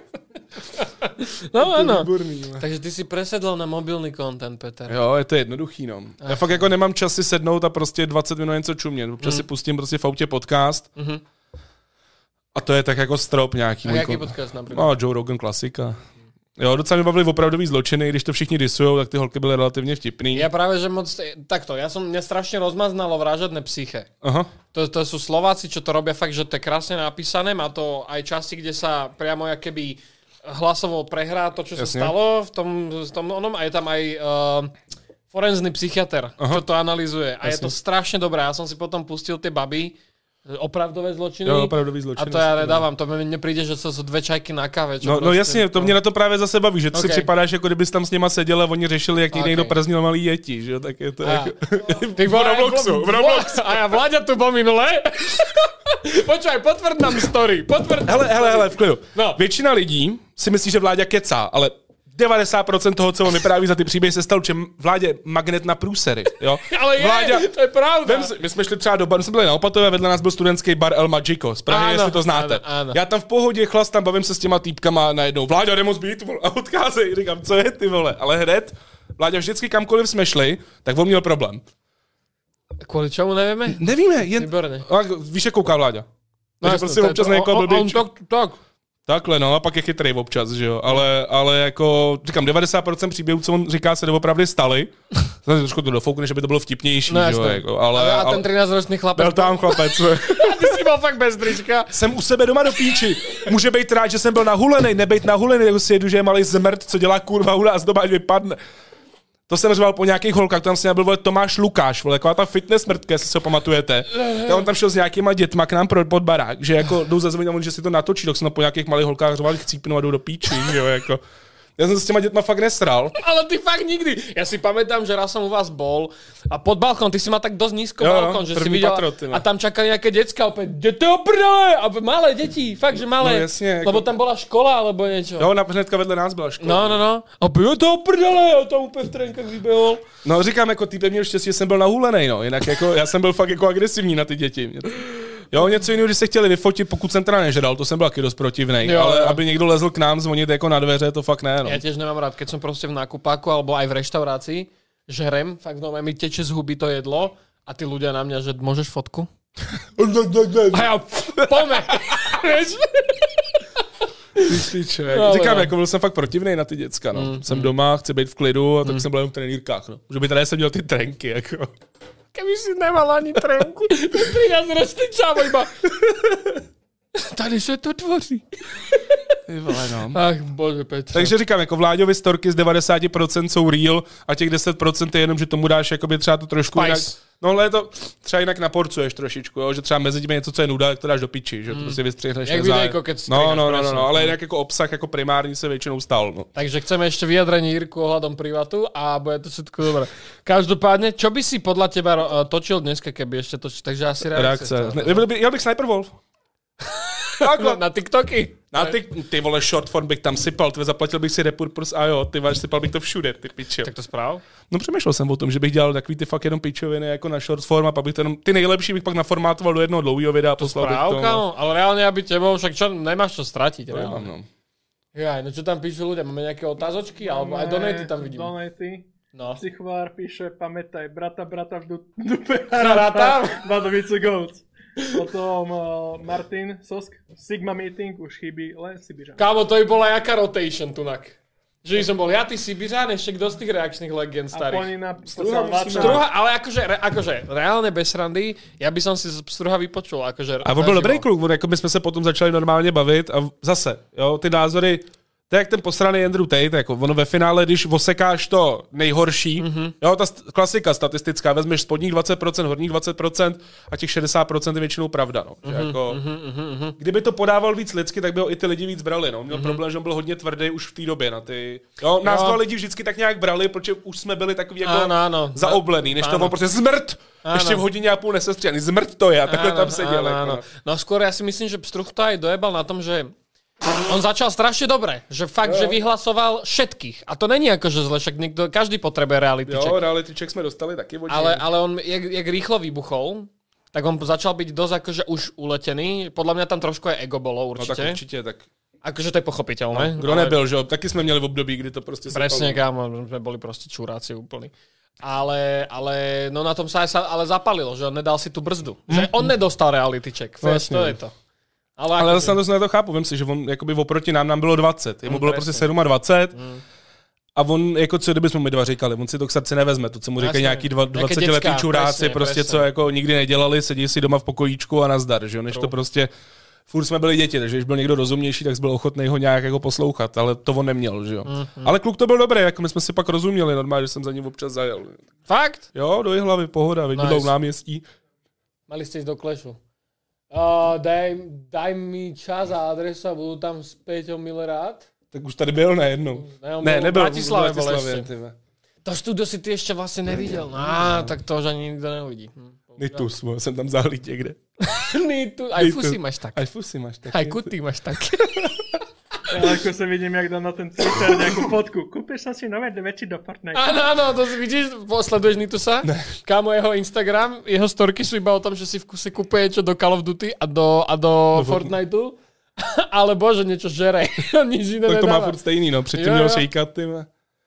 S1: No, ano.
S2: Výborný, vole.
S1: Takže ty si presedlal na mobilný content, Peter.
S2: Jo, je to jednoduchý, no. Já fakt jako nemám čas si sednout a prostě 20 minut něco čumět. Občas
S1: Mhm.
S2: si pustím prostě v autě podcast. A to je tak jako strop nějaký.
S1: A
S2: můj
S1: jaký
S2: kon-
S1: podcast napríklad?
S2: No, Joe Rogan klasika. Jo, docela mě bavili opravdový zločiny, když to všichni disujou, tak ty holky byly relativně vtipný.
S1: Ja práve, že moc... Takto, ja som... Mňa strašne rozmaznalo vražedné psyche.
S2: Aha.
S1: To, to sú Slováci, čo to robia fakt, že to je krásne napísané. Má to aj časti, kde sa priamo keby hlasovo prehrá to, čo Jasne. sa
S2: Jasne.
S1: stalo v tom, v tom onom. A je tam aj uh, forenzný psychiatr, Aha. čo to analizuje. A Jasne. je to strašne dobré. Ja som si potom pustil tie baby, eh, opravdové zločiny.
S2: Jo, opravdový
S1: a
S2: zločiny.
S1: to ja nedávam. To mi nepríde, že to sú dve čajky na káve. Čo
S2: No, no
S1: proste-
S2: jasně, to mě na to právě zase baví, že ty si
S1: vlastně Ok.
S2: připadáš, jako kdybys tam s nima seděl a oni řešili, jak někde
S1: Ok. Ah.
S2: někdo prznil malý děti, že jo, tak je to
S1: A.
S2: jako... [LAUGHS]
S1: No. Ty vole,
S2: v Robloxu, v Robloxu.
S1: A ja Vláďa tu bol [LAUGHS] minule. Počkaj, potvrd nám story. Potvrd nám
S2: Hele, hele, hele, v klidu.
S1: No.
S2: No. Většina lidí si myslí, že vládě kecá, ale 90% toho, co on vypráví za ty příběhy, se stalo, že vládě magnet na průsery, jo?
S1: [LAUGHS] Ale je,
S2: Vláďa-
S1: to je pravda.
S2: Vem si, my jsme šli třeba do baru, my jsme byli na Opatově, vedle nás byl studentský bar El Magico, z Prahy,
S1: Ano,
S2: jestli to znáte.
S1: ano, ano.
S2: Já tam v pohodě chlastám, bavím se s těma týpkama a najednou, Vláďa nemoc být, vole, a odcházej, říkám, co je ty vole, ale hned, Vláďa vždycky kamkoliv jsme šli, tak on měl problém.
S1: Kvôli čomu nevieme?
S2: Nevíme, jen...
S1: Výborně.
S2: A víš, jak kouká Vláďa. Takže
S1: jasné,
S2: prostě
S1: to je
S2: občas
S1: to-
S2: na někoho
S1: on- on-
S2: blbě
S1: on tak, tak.
S2: Takhle, no, a pak je chytrý občas, že jo. Ale, ale jako, říkám, 90% příběhů, co on říká, se doopravdy staly. [LAUGHS] Zase trošku to dofoukne, že by to bylo vtipnější,
S1: No
S2: no, že jo,
S1: jasné.
S2: jako, ale,
S1: a ten
S2: ale
S1: 13-ročný chlapec.
S2: byl tam chlapec. vole.
S1: [LAUGHS] Ty si mal fakt bez trička.
S2: [LAUGHS] jsem u sebe doma do píči. Může být rád, že jsem byl nahulený, nebejt nahulený, jako si jedu, že je malý zmrt, co dělá kurva u nás doma, až vypadne. To jsem řval po nějakých holkách, tam se byl vole, Tomáš Lukáš, vole, taková ta fitness smrtka, jestli se ho pamatujete. A on tam šel s nějakýma dětma k nám pro, pod barák, že jako jdou zazvonit a on, že si to natočí, tak jsem tam po nějakých malých holkách řval, chcípnu a jdu do píči, že jo, jako. Já jsem se s těma dětma fakt nesral.
S1: Ale ty fakt nikdy. Já si pamätám, že raz som u vás bol a pod balkón, ty si mal tak dosť nízko
S2: Jo, jo,
S1: balkón, že si
S2: první
S1: videl
S2: patro, ty ne.
S1: a tam čakali nejaké decka opäť, kde to prdele, a malé deti, fakt, že malé,
S2: No jasně, jako-
S1: lebo tam bola škola alebo niečo.
S2: Jo, na hnedka vedle nás byla škola.
S1: No, no, no. A byl to prdele, já tam úplně v trenkách vyběhl.
S2: No říkám, jako týpek měl štěstí, že jsem byl nahulenej, no. Jinak jako, já jsem byl fakt jako agresivní na ty děti. Mě to- Jo, něco jiného, když se chtěli vyfotit, pokud jsem teda nežral, to jsem byl taky dost protivnej.
S1: Jo,
S2: Jo, ale
S1: jo.
S2: jo. aby někdo lezl k nám zvonit jako na dveře, to fakt ne, no.
S1: Já těž nemám rád, keď jsem prostě v nákupáku alebo aj v reštaurácii, žerem, fakt no, mi teče z huby to jedlo a ty ľudia na mě, že můžeš fotku?
S2: [LAUGHS]
S1: A já, pome.
S2: Já Říkám, jako byl jsem fakt protivnej na ty děcka, no. Mm, jsem doma, chci být v klidu, a tak jsem byl jenom v trenýrkách, no. Že by tady jsem měl ty trenky, jako.
S1: Keby si nemal ani trenku, to 13 ročný čávo iba. Tady se to tvoří.
S2: Ty vole, no.
S1: Ach, bože, Petře.
S2: Takže říkám, jako Vláďovi storky z 90% jsou real a těch 10% je jenom, že tomu dáš jakoby třeba to trošku
S1: Spice.
S2: jinak. No ale je to třeba jinak naporcuješ trošičku, jo? že třeba mezi tím je něco, co je nuda, tak to dáš do piči, že to prostě vystřihneš.
S1: Hmm. Jak
S2: na zájem.
S1: videjko, keď
S2: no,
S1: stříháš
S2: no, no, no,
S1: prasno.
S2: no, ale jinak jako obsah jako primární se většinou stál. No.
S1: Takže chceme ešte vyjadrenie Jirku ohľadom privatu a bude to všetko dobré. Každopádne, čo by si podľa teba ro- eh, točil dneska, keby ešte točil? Takže asi reakce.
S2: Reakce. Ne, jako- byl by, jel bych Sniper
S1: [LAUGHS]
S2: Wolf.
S1: Na,
S2: Takhle.
S1: na TikToky.
S2: Na ty, ty vole, short form bych tam sypal, ty zaplatil bych si repurpurs a jo, ty váš sypal bych to všude, ty piče.
S1: Tak to správ.
S2: No přemýšlel jsem o tom, že bych dělal takový ty fakt jenom pičoviny jako na short form a pak bych to jenom, ty nejlepší bych pak naformátoval do jednoho dlouhého videa a poslal bych
S1: Práv,
S2: to. no.
S1: kámo, ale reálne, aby tebou, však čo, nemáš čo stratiť.
S2: To
S1: reálne.
S2: nemám, no.
S1: Jaj, no čo tam píšu ľudia? Máme nejaké otázočky? Alebo aj donaty tam vidím.
S3: Donaty.
S1: No.
S3: Psychovar píše, pamätaj, brata, brata v du-
S1: [LAUGHS]
S3: dupe.
S1: Rátam.
S3: Badovice Goats. Potom uh, Martin Sosk, Sigma Meeting, už chybí len Sibiřan.
S1: Kámo, to by bola jaká rotation tunak. Že by som bol ja, ty Sibiřán, ešte kto z tých reakčných legend
S3: A
S1: starých.
S3: Ponina
S2: Struha
S3: poslal
S2: musíme-
S3: Václav.
S1: Struha, ale akože, re, akože, reálne bez srandy, ja by som si z Struha vypočul, akože...
S2: A on byl dobrý kluk, on, jako my jsme se potom začali normálně bavit a zase, jo, ty názory, to je jak ten posraný Andrew Tate, jako ono ve finále, když osekáš to nejhorší,
S1: Mhm.
S2: mm-hmm. jo, ta st- klasika statistická, vezmeš spodních 20%, horních 20% a těch 60% je většinou pravda, no,
S1: Mhm,
S2: že mm-hmm. jako, mm-hmm. kdyby to podával víc lidsky, tak by ho i ty lidi víc brali, no, měl mm-hmm. problém, že on byl hodně tvrdý už v té době na ty, jo, nás
S1: Mhm. Jo.
S2: dva lidi vždycky tak nějak brali, protože už jsme byli takový jako
S1: Áno, áno.
S2: zaoblený, než to
S1: Ano.
S2: bylo prostě zmrt,
S1: Ano.
S2: ještě v hodině a půl nesestřený, zmrt to je a takhle tam seděl, jako, no.
S1: No skôr ja si myslím, že Pstruch to aj dojebal na tom, že on začal strašne dobre, že fakt, že vyhlasoval všetkých. A to není akože zle, však niekto, každý potrebuje reality check.
S2: Jo, reality check jsme dostali taky od něj.
S1: Ale, ale on, jak, jak rýchlo vybuchol, tak on začal byť dosť akože už uletený. Podľa mňa tam trošku aj ego bolo
S2: No tak
S1: určite.
S2: určitě, tak
S1: Akože to je pochopiteľné.
S2: kdo
S1: Hmm. ale-
S2: nebyl, že jo? Taky jsme měli v období, kdy to prostě No, se
S1: Presne,
S2: palo.
S1: kámo, sme boli proste čuráci úplní. Ale, ale, no na tom sa aj sa, ale zapalilo, že on nedal si tú brzdu. Že on nedostal reality check. Fest,
S2: Jasne.
S1: to je to. Ale,
S2: No, Ale
S1: akože-
S2: zase na to, na to chápu, vím si, že on jakoby oproti nám, nám bylo 20, jemu bylo
S1: presně.
S2: prostě 27
S1: Mm.
S2: a on, jako co kdybychom my dva říkali, on si to k srdci nevezme, to, co mu říkají
S1: No, Jasně.
S2: nějaký dva-
S1: Nějaké
S2: 20 letý
S1: děcka,
S2: čuráci,
S1: presně,
S2: prostě
S1: presně.
S2: co jako nikdy nedělali, sedí si doma v pokojíčku a nazdar, že jo, než to prostě, furt jsme byli děti, takže když byl někdo rozumnější, tak byl ochotný ho nějak jako poslouchat, ale to on neměl, že jo.
S1: Mhm.
S2: Ale kluk to byl dobrý, jako my jsme si pak rozuměli, normálně, že jsem za ním občas zajel.
S1: Fakt?
S2: Jo, do hlavy, pohoda, vidíte nice.
S1: Nice.
S2: náměstí.
S1: Mali ste ísť do klešu. Uh, daj, daj mi čas a adresu a budú tam s Peťom Millerát.
S2: Tak už tady byl najednou.
S1: Mm, Ne, on
S2: Ne,
S1: bol
S2: nebyl.
S1: v Bratislave,
S2: v
S1: bol
S2: Bratislavě,
S1: ešte.
S2: ty ve.
S1: To štúdio si ty ešte vlastne nevidel. Á, tak to už ani nikto neuvidí. Hm.
S2: Nitus, vole, jsem tam zahlí někde.
S1: [LAUGHS] Ni tu, aj
S2: Ni tu.
S1: fusy máš tak.
S2: Aj fusy máš taky.
S1: Aj kuty máš tak.
S3: Ja ako sa Jako vidím, jak dá na ten Twitter nejakú fotku. Kúpiš som si nové veci do Fortnite.
S1: Áno, áno, to si vidíš, sleduješ Nitusa? Ne. Kámo, jeho Instagram, jeho storky sú iba o tom, že si v kuse kúpe niečo do Call of Duty a do, a do Fortniteu. Alebo, že niečo žere. Nič iné
S2: Tak to má
S1: nedáva.
S2: furt stejný, no, předtím
S1: Jo,
S2: měl
S1: jo.
S2: šejkat, ty ve.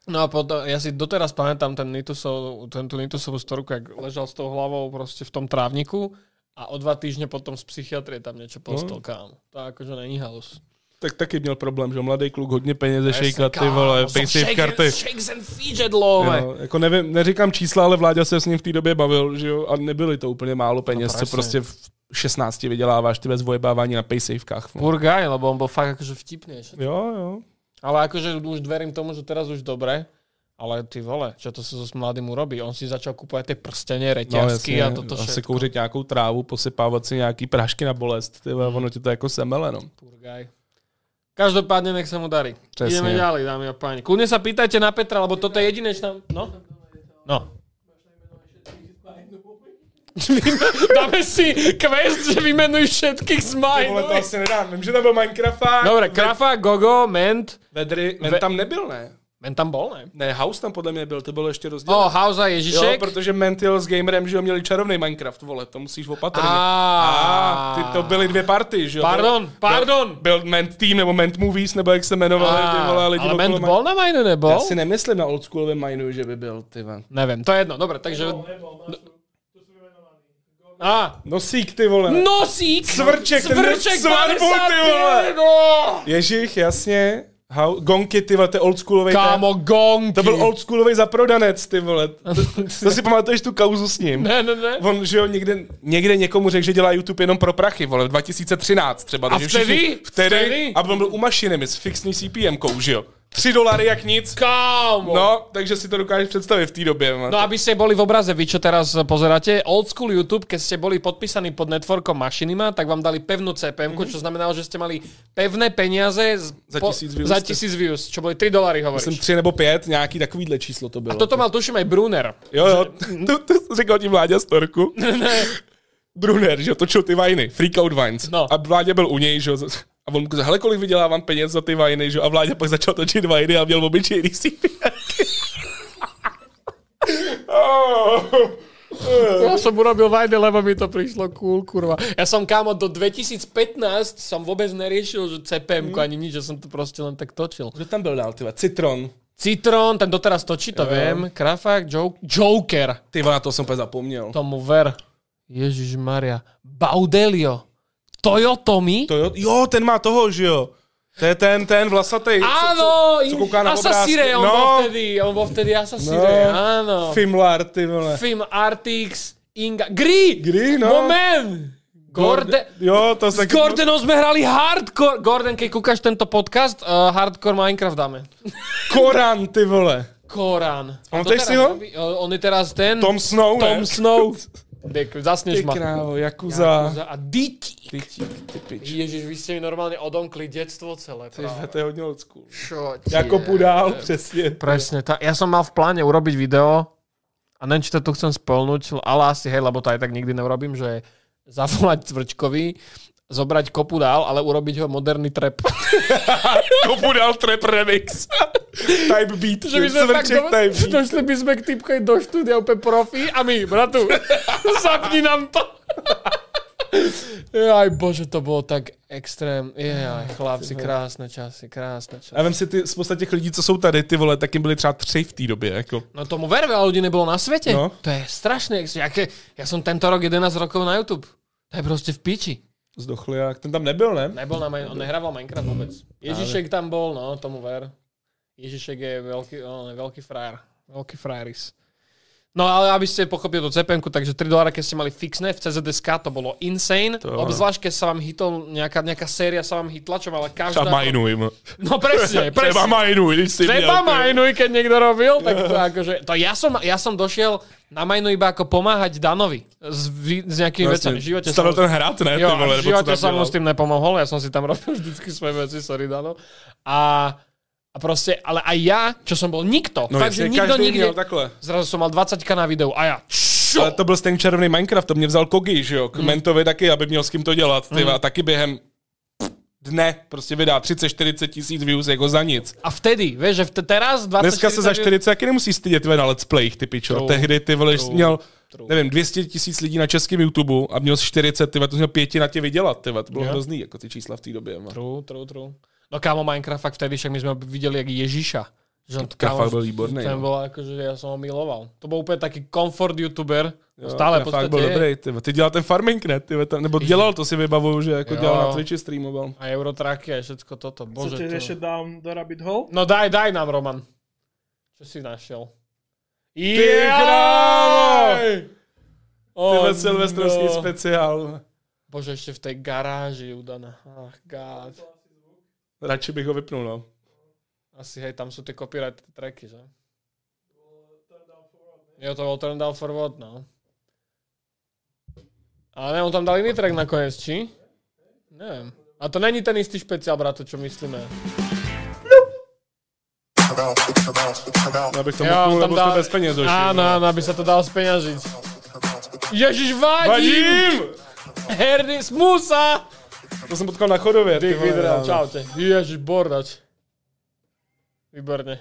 S1: No a potom, ja si doteraz pamätám ten Nitusov, ten, tú Nitusovú storku, jak ležal s tou hlavou proste v tom trávniku a o dva týždne potom z psychiatrie tam niečo postol, no. kámo. To akože není halus.
S2: Tak taky měl problém, že mladý kluk hodně peněz ze šejkat, ty
S1: Kámo,
S2: vole,
S1: som
S2: pej si v
S1: shake-
S2: karty.
S1: Shakes and fidget, love.
S2: Jo, jako nevím, neříkám čísla, ale Vláďa se s ním v té době bavil, že jo, a nebyly to úplně málo peněz, co
S1: presně.
S2: prostě v 16 vyděláváš, ty bez vojebávání na paysafekách. vole.
S1: Burgaj, lebo on bol fakt akože vtipný. Že?
S2: Jo, jo.
S1: Ale akože už verím tomu, že teraz už dobre. Ale ty vole, čo to sa so s mladým urobí? On si začal kúpovať tie prstenie, reťazky no, a toto
S2: asi
S1: všetko.
S2: kouřit nějakou trávu, posypávat si nějaký prášky na bolest, ty vole, ono ti to jako semele, no.
S1: Burgaj. Každopádne nech sa mu darí.
S2: Přesně.
S1: Ideme ďalej, dámy a páni. Kľudne sa pýtajte na Petra, lebo toto je jedinečná... No? No. Dáme si quest, že vymenuj všetkých z
S2: Vole, to
S1: Mindu.
S2: asi nedám. Vím, že tam byl Minecrafták.
S1: Dobre, Krafa, Gogo, Ment.
S2: Vedry, men
S1: Ve-
S2: tam nebyl, ne?
S1: Ment tam bol, ne?
S2: Ne, House tam podle mě byl, to bylo ještě rozdíl.
S1: O, Hauza
S2: jo,
S1: Ježišek.
S2: protože Mentil s Gamerem, že jo, měli čarovný Minecraft, vole, to musíš opatrně.
S1: Á.
S2: A ty to byly dvě party, že jo?
S1: Pardon, pardon.
S2: Byl, byl Ment Team nebo Ment Movies, nebo jak se jmenovali, ty vole,
S1: Á,
S2: lidi
S1: Ale
S2: okolo
S1: Ment
S2: Min-
S1: bol na Mindu, nebol?
S2: Já si nemyslím na oldschoolovém Mineu, že by byl, ty van.
S1: Neviem, to je jedno. Dobre, takže... Á,
S2: Nosík, ty vole.
S1: Hmm. Nosík!
S2: Svrček, ten měl
S1: Svrček
S2: svatbu, ty
S1: 50,
S2: vole.
S1: no!
S2: Ježich, jasně. How, gonky, ty vole, to je oldschoolový.
S1: Kámo, gong!
S2: To byl oldschoolový zaprodanec, ty vole.
S1: [LAUGHS]
S2: To, to si pamatuješ tu kauzu s ním?
S1: Ne, ne, ne.
S2: [LAUGHS] On, že jo, někde, někde někomu řekl, že dělá YouTube jenom pro prachy, vole, v 2013 třeba. takže
S1: vtedy?
S2: vtedy,
S1: Vtedy?
S2: vtedy? A on byl u mašiny s fixní CPM-kou, že jo. Tři dolary jak nic.
S1: Kámo!
S2: No, takže si to dokážeš představit v té době.
S1: No aby ste boli v obraze, vy čo teraz pozeráte, old school YouTube, keď ste boli podpísaní pod networkom Machinima, tak vám dali pevnú CPM, mm-hmm. čo znamenalo, že ste mali pevné peniaze z,
S2: Mhm. Za tisíc views
S1: za
S2: ste-
S1: tisíc views, čo boli 3 dolary, hovoríš.
S2: Jsem tři nebo pět, nějaký takovýhle číslo to bylo.
S1: Toto mal tuším aj Brunner.
S2: Jo, jo, [LAUGHS] to, to říkal ti Vláďa Storku. Brunner, že jo, točil ty vajny, Free Cloud Vines.
S1: No.
S2: A Vláďa byl u něj, že jo, a on mu řekl, hele, kolik vydělávám peněz za ty vajny, že jo, a Vláďa pak začal točit vajny a měl
S1: [LAUGHS]
S2: obyčejný CPR. oh.
S1: Ja som urobil vajne, lebo mi to prišlo cool, kurva. Ja som, kámo, do 2015 som vôbec neriešil že CPM ani nič, že som to proste len tak točil.
S2: Kdo tam byl dál, ty vole? Citron.
S1: Citron, ten doteraz točí, to jo. viem. Krafák, jo- Joker,
S2: Ty vole, na to jsem úplně zapomněl. To,
S1: tomu ver. Ježiš Maria. Baudelio. Toyotomi?
S2: to jo, jo, ten má toho, že jo. To je ten, ten vlasatý.
S1: Áno,
S2: co kouká na
S1: Asasire, on
S2: obrázky. No.
S1: bol vtedy, on bol vtedy Asasire, áno.
S2: Fimlar, ty vole.
S1: Film Artix, Inga, Gri!
S2: Gry, no.
S1: Moment! Gorde...
S2: Jo, to se...
S1: S Gordonom sme hrali hardcore. Gordon, keď kúkaš tento podcast, uh, hardcore Minecraft dáme.
S2: Koran, ty vole.
S1: Korán.
S2: Pamätáš si ho?
S1: eh, On je teraz ten...
S2: Tom Snow, ne?
S1: Tom Snow. Dek, zasneš
S2: Ty
S1: ma.
S2: krávo, Jakuza.
S1: A diti.
S2: Tyčík, ty pič.
S1: Ježiš, vy ste mi normálne odomkli detstvo celé.
S2: Tyhle, to je hodně old school.
S1: Čo
S2: Já kopu dál, přesně.
S1: Presne, tá, ja som mal v pláne urobiť video a neviem, či to tu chcem spolnúť, ale asi hej, lebo to aj tak nikdy neurobím, že zavolať Cvrčkovi, zobrať kopu dál, ale urobiť ho moderný trap.
S2: Kopu dál trap remix. [LAUGHS] type beat,
S1: [LAUGHS] že by sme tak
S2: svrček
S1: do... [LAUGHS]
S2: type beat.
S1: došli by sme k typkej do štúdia úplne profi a my, bratu, [LAUGHS] zapni nám to. [LAUGHS] Aj bože, to bolo tak extrém. Jaj, chlapci, krásne časy, krásne časy.
S2: A vem si ty, spousta těch lidí, co jsou tady, ty vole, tak jim byly třeba tři v té době, jako.
S1: No tomu ver, veľa ľudí nebolo na svete.
S2: No.
S1: To je strašné. jak- Jaké, ja som tento rok 11 rokov na YouTube. To je proste v piči.
S2: Zdochli, jak ten tam nebyl, ne?
S1: Nebol na Mine, on nehrával Minecraft vôbec. Ježišek tam bol, no, tomu ver. Ježišek je veľký, on je veľký frajer. Veľký frajeris. No ale aby ste pochopili to cpm takže 3 dolára, keď ste mali fixné v CZSK, to bolo insane. To,
S2: jo.
S1: Obzvlášť, keď sa vám hitol, nejaká, nejaká séria sa vám hitla, čo mala každá...
S2: Třeba majnu jim.
S1: No presne, presne.
S2: [LAUGHS] Třeba majnu, když jsi
S1: Treba
S2: měl, ty-
S1: majnuj, keď niekto robil, tak to akože, to ja som, ja som došiel na majnu iba ako pomáhať Danovi s, vy- s nejakými
S2: Vlastně,
S1: vecami. V živote som,
S2: Stavil ten hrát, ne?
S1: jo,
S2: ty vole,
S1: a v
S2: nebo co
S1: živote
S2: tam
S1: som mu
S2: dělal.
S1: s tým nepomohol, ja som si tam robil [LAUGHS] vždycky svoje veci, sorry Dano. A, a proste, ale aj ja, čo som bol nikto,
S2: No,
S1: fakt, že
S2: jasně,
S1: nikto
S2: každý
S1: nikde,
S2: měl takhle.
S1: zrazu som mal 20k na videu a ja, čo?
S2: Ale to byl ten červený Minecraft, to mě vzal Kogi, že jo,
S1: Mhm.
S2: k mentovi taky, aby měl s kým to dělat, ty a taky během dne prostě vydá 30-40 tisíc views jako za nic.
S1: A vtedy, vieš, že vte, teraz 20
S2: Dneska se za 40 taky nemusí stydět tvé na let's playích, ty pičo.
S1: True.
S2: Tehdy ty vole,
S1: True.
S2: měl,
S1: True.
S2: nevím, 200 tisíc lidí na českém YouTube a měl jsi 40, ty vole, to jsi měl pěti na tě vydělat, ty vole, to bylo
S1: Jo.
S2: hrozný, jako ty čísla v té době. vole.
S1: True, true, true. No kámo, Minecraft fakt vtedy, však my sme videli jak Ježiša. Že on,
S2: fakt byl výborný,
S1: Ten
S2: no.
S1: bol akože, ja som ho miloval. To bol úplne taký comfort youtuber. Jo,
S2: Jo,
S1: No, stále v
S2: ten fakt
S1: podstate
S2: byl
S1: je.
S2: dobrý, ty, vole. ty dělal ten farming, ne? Ty, vole, tam, nebo dělal, to si vybavuju, že jako
S1: Jo.
S2: dělal na Twitchi streamoval.
S1: A Eurotracky a všetko toto. Bože,
S3: Chcete ešte
S1: to...
S3: down do rabbit hole?
S1: No daj, daj nám, Roman. Čo si našiel?
S2: krávo! Ty
S1: Oh,
S2: vole, silvestrovský speciál.
S1: Bože, ešte v tej garáži u Dana. Ach, God.
S2: Radši bych ho vypnul, no.
S1: Asi hej, tam sú tie copyright tracky, že? Jo, to bol Turn Down for What, no. Ale ne, on tam dal iný track nakoniec, či? Neviem. A to není ten istý špeciál, brate, čo myslíme.
S2: Já bych to
S1: Jo,
S2: mohl,
S1: on
S2: lebo
S1: tam
S2: dal...
S1: dal...
S2: bez peněz no. došel.
S1: Áno, áno, aby sa to dalo speňažiť. Ježiš, vadím!
S2: Vadím!
S1: Herdy, smusa!
S2: To jsem potkal na chodově.
S1: Ty
S2: ty vole,
S1: vydral,
S2: ráno.
S1: čaute. Ježiš, bordač. Výborne.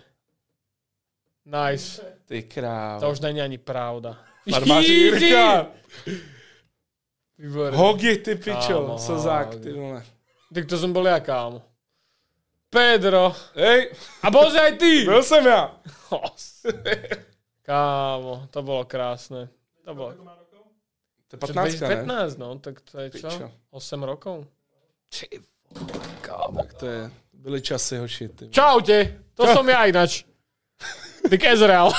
S1: Nice.
S2: Ty
S1: To
S2: krávo.
S1: už není ani pravda.
S2: Farmář
S1: Jídi!
S2: Jirka.
S1: Výborne.
S2: Hogi, ty pičo,
S1: Kámo,
S2: co zák,
S1: hogi.
S2: ty vole.
S1: Tak to jsem byl já, kámo. Pedro.
S2: Hej,
S1: A bože, aj ty!
S2: byl jsem já.
S1: Os. Kámo, to bylo krásné. To bylo...
S2: To je 15, ne?
S1: 15, no, tak to je čo?
S2: Pičo.
S1: 8 rokov.
S2: Tak to je, byly časy, hoši, ty. vole.
S1: Čaute, to Čau. som ja
S2: [LAUGHS]
S1: ináč. Dick Ezreal.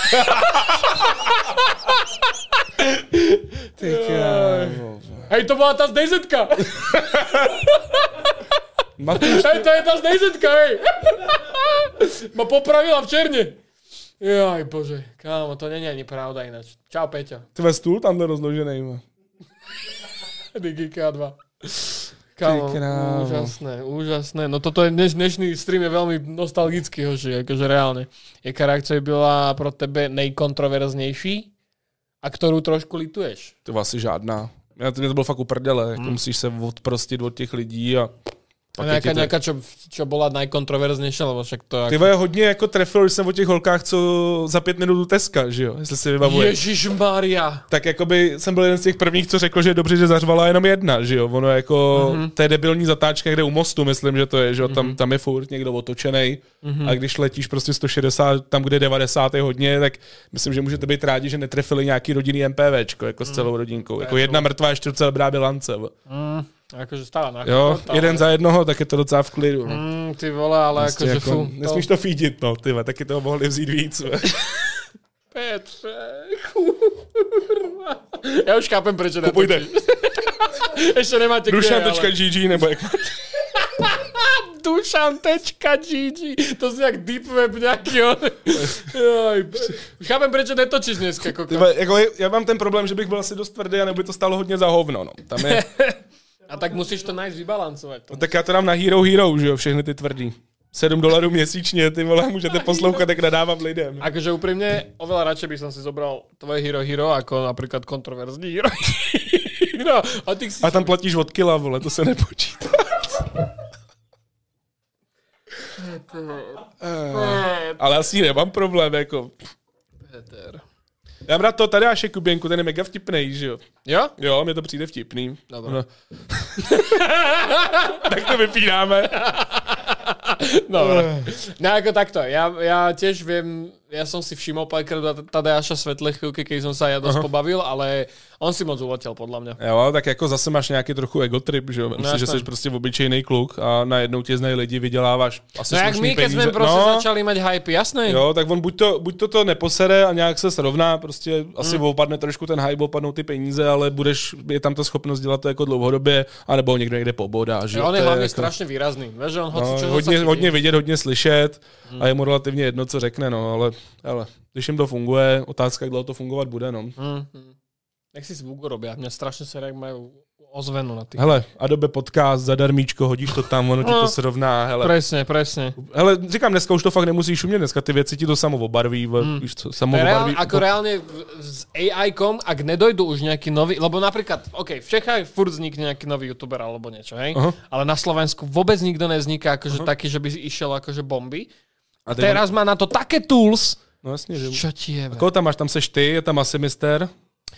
S2: Ty krávo. vole.
S1: Hej, to byla ta z DZ.
S2: Matouš,
S1: Hej, to je ta z DZ, hej. [LAUGHS] Ma popravila v černě. Jaj, bože, kámo, to není ani pravda ináč. Čau, Peťo.
S2: tvé stůl tamhle rozložený. vole.
S1: Digi K2. Kámo,
S2: Ty krávo.
S1: úžasné, úžasné. No toto je, dneš, dnešný stream je velmi nostalgický, hoši, jakože reálne. Jaká reakce by byla pro tebe nejkontroverznější a kterou trošku lituješ?
S2: To vlastně žádná. Já to, mě to bylo fakt uprdele,
S1: Hmm.
S2: jako musíš se odprostit od těch lidí a...
S1: A
S2: pak je ti
S1: nějaká,
S2: to-
S1: nějaká, čo, čo byla nejkontroverznější, lebo však to...
S2: Ty
S1: Jako...
S2: vole, hodně jako trefil jsem o těch holkách, co za pět minut u Teska, že jo, jestli si vybavuješ.
S1: Ježíš Maria.
S2: tak jakoby jsem byl jeden z těch prvních, co řekl, že je dobře, že zařvala jenom jedna, že jo, ono jako, mm-hmm. to je debilní zatáčka, kde u mostu, myslím, že to je, že jo, tam, tam je furt někdo otočený mm-hmm. a když letíš prostě 160, tam, kde 90 je hodně, tak myslím, že můžete být rádi, že netrefili nějaký rodinný MPVčko, jako s celou rodinkou, jako jedna mrtvá čtvrtce dobrá bilance, jo,
S1: Mm, jakože stála na
S2: jo
S1: chrbát,
S2: jeden
S1: ale-
S2: za jednoho, tak je to docela v klidu, no.
S1: Mm, ty vole, ale
S2: Prostě
S1: jakože
S2: jako,
S1: fú.
S2: nesmíš to fídit, no, ty vole, taky toho mohli vzít víc. ve.
S1: Petře, kurva. Já už chápem, proč to
S2: Kupujte.
S1: [LAUGHS] Ještě nemáte kde, ale-
S2: Dušan.gg nebo jak
S1: Dušan.gg To zní jak deep web nějaký on. Jaj, be- Už chápem, proč netočíš dneska,
S2: Ty,
S1: koko.
S2: vole, jako, je- já mám ten problém, že bych byl asi dost tvrdý a nebo by to stálo hodně za hovno. No. Tam [LAUGHS] je,
S1: A tak musíš to najít vybalancovat. To.
S2: no, tak já to dám na Hero Hero, že jo, všechny ty tvrdý. 7 dolarů měsíčně, ty vole, můžete poslouchat, jak nadávám lidem.
S1: Akože úprimne, oveľa radšej by som si zobral tvoje Hero Hero ako napríklad kontroverzný Hero Hero. [LAUGHS] No, A ty si...
S2: A tam platíš od kila, vole, to se nepočítá. Eh, Ale asi nemám problém, jako.
S1: Peter.
S2: Já mám rád to tady až Kuběnku, ten je mega vtipný, že jo.
S1: Jo?
S2: Jo, mně to přijde vtipný.
S1: Dobrá.
S2: No. [LAUGHS] tak to vypínáme.
S1: Dobre. No ako takto, ja, ja tiež viem, ja som si všimol párkrát Tad- Tadeáša Svetle chvíľke, keď som sa ja dosť pobavil, ale on si moc uletel, podľa mňa.
S2: Jo, tak jako zase máš nějaký trochu egotrip, že jo? Myslím,
S1: No,
S2: no, že
S1: jasně.
S2: jsi prostě obyčejný kluk a najednou tě znají lidi, vyděláváš asi
S1: No jak
S2: slušný
S1: my, keď
S2: peníze.
S1: sme proste no. začali mať hype, jasné?
S2: Jo, tak on buď to, buď to, to neposere a nějak se srovná, prostě asi
S1: Hmm.
S2: mm. opadne trošku ten hype, opadnou ty peníze, ale budeš, je tam ta schopnost dělat to jako dlouhodobě, anebo ho někdo někde pobodá, že
S1: Že
S2: jo?
S1: on
S2: To
S1: je hlavne
S2: jako-
S1: strašne výrazný. Vieš, že on hoci čo
S2: No,
S1: no,
S2: hodně, hodně vidět, hodně slyšet a
S1: Hmm.
S2: je mu relativně jedno, co řekne, no, ale, ale když jim to funguje, otázka, jak dlouho to fungovat bude, no.
S1: Nech Mhm. si zvuku robia. Mňa strašne se jak majú ozvenu na tých.
S2: Hele, Adobe podcast, zadarmíčko, hodíš to tam, ono ti
S1: No.
S2: to srovná, hele.
S1: Presne, presne.
S2: Hele, říkám, dneska už to fakt nemusíš umět, dneska ty věci ti to samo obarví, mm. víš co, samo
S1: Hmm. Reál,
S2: obarví.
S1: ako reálne v- s AI-kom, ak nedojdu už nejaký nový, lebo napríklad, OK, v Čechách furt vznikne nejaký nový youtuber alebo niečo, hej?
S2: Aha.
S1: Ale na Slovensku vôbec nikto nevzniká akože taký, že by išiel akože bomby.
S2: A teď-
S1: Teraz má na to také tools,
S2: No jasně, že...
S1: čo ti je,
S2: Koho tam máš, tam seš ty, je tam asi mister.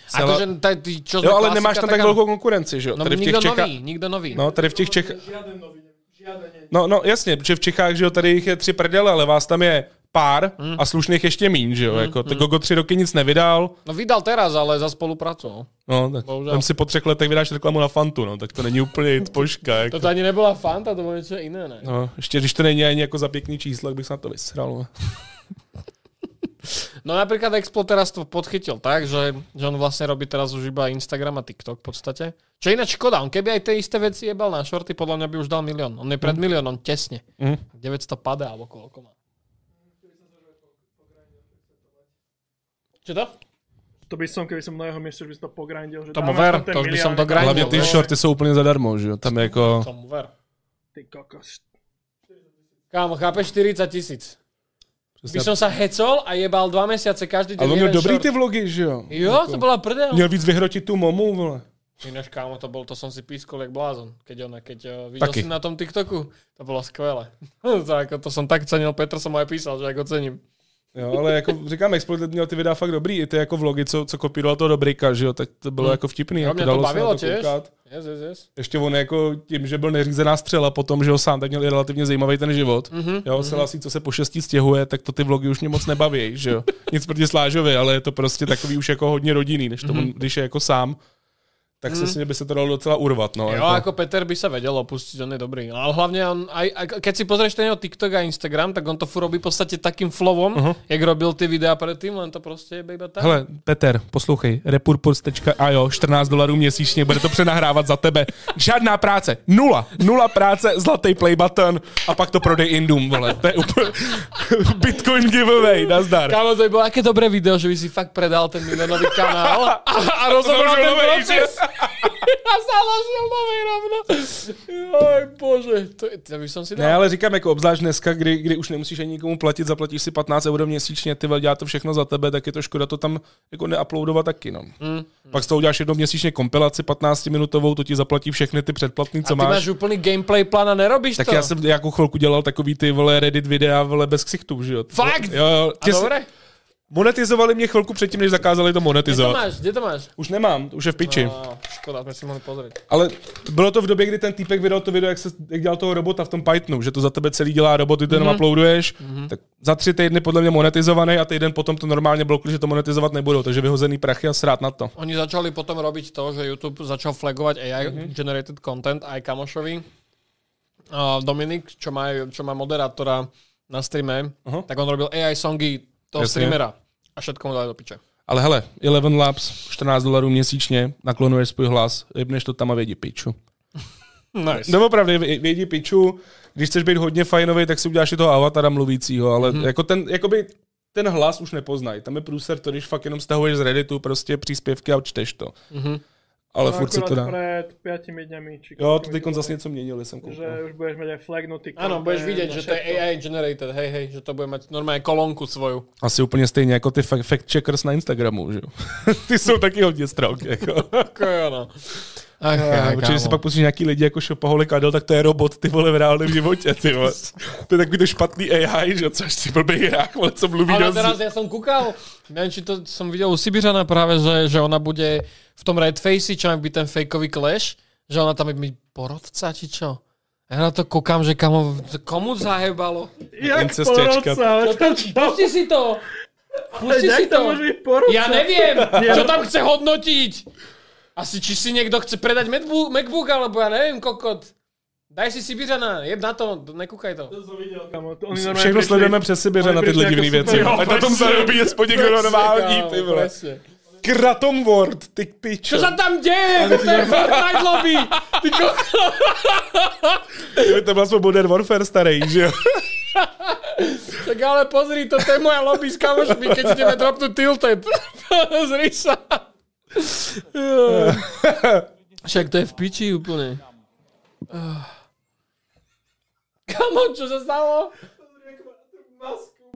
S2: Sela-
S1: Akože, taj, ty, čo
S2: jo,
S1: sme
S2: ale
S1: klasika,
S2: nemáš tam tak
S1: áno.
S2: velkou konkurenci, že jo?
S1: No
S2: tady v těch
S1: nikto
S2: Čechách.
S1: nový, nikto nový.
S2: No, tady v těch Čechách.
S3: Žiaden nový, žiaden nie.
S2: No, no, jasně, protože v Čechách, že jo, tady jich je tři prdele, ale vás tam je pár
S1: Hmm.
S2: a slušných ještě míň, že jo? Jako, tak Gogo tři roky nic nevydal,
S1: No vydal teraz, ale za spoluprácu.
S2: no, tak
S1: Bohužel.
S2: tam si po třech letech vydáš reklamu na Fantu, no, tak to není úplně
S1: [LAUGHS]
S2: poška, jako.
S1: Toto ani nebyla fanta, to bylo něco jiné, ne?
S2: No, ještě když to není ani jako za pěkný číslo, tak bych se na to vysral. no.
S1: No napríklad Explo teraz to podchytil tak, že, že on vlastne robí teraz už iba Instagram a TikTok v podstate. Čo je ináč škoda, on keby aj tie isté veci jebal na shorty, podľa mňa by už dal milión. On je
S2: Mhm.
S1: pred miliónom, tesne.
S2: Mm.
S1: 900 padá, alebo koľko má. Čo to?
S3: To by som, keby som na jeho mieste, že by som to pogrindil. Že
S1: Tomu
S3: dáme
S1: ver,
S3: aspoň ten
S1: to už by
S3: milión,
S1: som to grindil,
S2: Hlavně ty
S1: jo.
S2: shorty jsou úplně zadarmo, že jo? Tam je jako...
S1: Tomu ver.
S3: Ty kokos.
S1: Kámo, chápeš 40 tisíc.
S2: Přesně.
S1: By som sa hecol a jebal dva mesiace každý den
S2: Ale on měl
S1: jeden
S2: dobrý
S1: short.
S2: ty vlogy, že jo?
S1: Jo, to byla prdel.
S2: Měl víc vyhrotit tu momu, vole.
S1: Ináč, kámo, to bol, to som si pískol jak blázon, keď ona, keď uh, videl
S2: Taky.
S1: si na tom TikToku. To bolo skvelé. [LAUGHS] to, ako, to som tak cenil, Petr som mu aj písal, že ako cením.
S2: Jo, ale jako říkám, Exploited měl ty videa fakt dobrý, i ty jako vlogy, co, co kopíroval toho Dobrika, že jo, tak to bylo
S1: Hmm.
S2: jako vtipný.
S1: Jo,
S2: jako
S1: mě to
S2: dalo se na
S1: bavilo těž.
S2: koukat.
S1: Yes, yes, yes.
S2: Ještě on jako tím, že byl neřízená střela potom, že jo, sám tak měl i relativně zajímavý ten život.
S1: Mhm,
S2: Jo, se lasí, co se po šestí stěhuje, tak to ty vlogy už mě moc nebaví, že
S1: [LAUGHS]
S2: jo. Nic proti Slážovi, ale je to prostě takový už jako hodně rodinný, než
S1: Mhm.
S2: tomu, když je jako sám, tak se si mě by se to dalo docela urvat, no.
S1: Jo, ako Peter by sa vedel opustiť, on je dobrý. No, Ale hlavne on, aj, aj, keď si pozrieš ten jeho TikTok a Instagram, tak on to furt robí v podstate takým flowom, uh-huh. jak robil ty videá predtým, len to proste je iba tak.
S2: Hele, Peter, poslouchej, repurpurs.io, 14 dolarů měsíčně, bude to přenahrávat za tebe. Žádná práce, nula, nula práce, zlatý play button a pak to prodej Indum, vole, to je úplně [LAUGHS] Bitcoin giveaway, nazdar.
S1: Kámo, to by bolo aké dobré video, že by si fakt predal ten milionový kanál a, a rozobral
S2: založil
S1: ten
S2: novej,
S1: proces. [LAUGHS] a založil novej rovno. Joj, bože, to, je- to by som si dal.
S2: Ne, ale říkám, jako obzvlášť dneska, kdy, kdy už nemusíš ani nikomu platit, zaplatíš si 15 euro měsíčně, ty vole, dělá to všechno za tebe, tak je to škoda to tam jako neuploadovat taky, no. Mm. Pak z toho uděláš jednou měsíčně kompilaci 15-minutovou, to ti zaplatí všechny ty předplatný, co
S1: Ty máš
S2: máš.
S1: úplný gameplay plán a nerobíš
S2: Tak
S1: to.
S2: já jsem nějakou chvilku dělal takový ty vole Reddit videa vole bez ksichtů, že jo?
S1: Fakt?
S2: Jo, jo.
S1: A
S2: Tě
S1: dobre?
S2: monetizovali mě chvilku předtím, než zakázali to
S1: Kde to
S2: monetizovat.
S1: máš? Kde to máš?
S2: už nemám, už je v piči. No.
S1: No, škoda, sme si mohli pozrieť.
S2: Ale bylo to v době, kdy ten týpek vydal to video, jak, se, jak dělal toho robota v tom Pythonu, že to za tebe celý dělá robot, ty to
S1: Mhm.
S2: jenom uploaduješ. Tak za tři týdny podle mě monetizovaný a týden potom to normálně blokli, že to monetizovat nebudou, takže vyhozený prachy a srát na to.
S1: Oni začali potom robiť to, že YouTube začal flagovať AI mm-hmm. generated content aj kamošovi. Uh, Dominik, čo má, čo má moderátora na streame,
S2: Aha.
S1: uh-huh. tak on robil AI songy toho
S2: Jasne.
S1: Jasne. streamera. A všetko mu dali do piče.
S2: Ale hele, Eleven Labs, 14 dolarů měsíčně, naklonuješ svůj hlas, jebneš to tam a vědi piču.
S1: Nice. No.
S2: Doopravdy vě- vědi piču, když chceš být hodně fajnový, tak si uděláš i toho avatara mluvícího, ale hmm. jako ten, jakoby ten hlas už nepoznají. Tam je průser to, když fakt jenom stahuješ z Redditu prostě příspěvky a čteš to. Hmm. Ale no, furt si
S3: akurát
S2: to dá.
S3: pred 5 dňami. Či
S2: Jo, to
S3: koľkými
S2: teď
S3: bolo,
S2: zase něco měnili, jsem koukal.
S3: Že už budeš mať aj no flagnutý
S1: Áno,
S3: content
S1: budeš vidieť,
S3: na
S1: že to je
S3: všetko.
S1: AI generated, hej, hej, že to bude mať normálne kolónku svoju.
S2: Asi úplně stejně jako ty fa- fact checkers na Instagramu, že jo. [LAUGHS] ty jsou taky hodně strok, jako.
S1: Ako je ono. Ach,
S2: Já, protože když si pak pustíš nějaký lidi jako Šopaholik Adel, tak to je robot, ty vole, v reálném životě, ty vole. To je takový to špatný AI, že jo, což ty blbý hrách, vole, co mluví
S1: Ale
S2: do
S1: teraz ja som kúkal, neviem, či to som videl u Sibiřana práve, že, že ona bude v tom Red Face, čo má byť ten fejkový clash, že ona tam je byť porodca, či čo? Ja na to kúkam, že kamo, komu zahebalo?
S3: Jak
S2: Incestečka.
S3: porodca, No to čo?
S1: Pusti si to! Pusti
S3: Jak
S1: si
S3: to
S1: to!
S3: môže byť no. porodca?
S1: Ja neviem,
S3: Ja-
S1: čo tam chce hodnotiť! Asi či si niekto chce predať Macbook, MacBook alebo ja neviem, kokot. Daj si Sibiřana, jeb na to, nekúkaj to.
S3: Kámo, to oni normálně
S2: Všechno
S3: prišli-
S2: sledujeme přes sebe, že
S3: Oni
S2: na tyhle
S3: přišli
S2: divné
S3: jako
S2: věci.
S3: super-
S2: Ať na tom zarobí aspoň někdo normální,
S1: Kámo,
S2: ty vole.
S1: presne.
S2: Kratom Word, ty pičo.
S1: Co se tam děje? To je Fortnite lobby. Ty ko...
S2: Kdyby to byl aspoň Modern Warfare starý, že jo.
S1: Tak ale pozri, to je moja lobby s kamošmi, keď ideme dropnúť [LAUGHS] tilted. Z rysa. [LAUGHS] Však to je v piči [SIGHS] úplne. Kamo, čo sa stalo?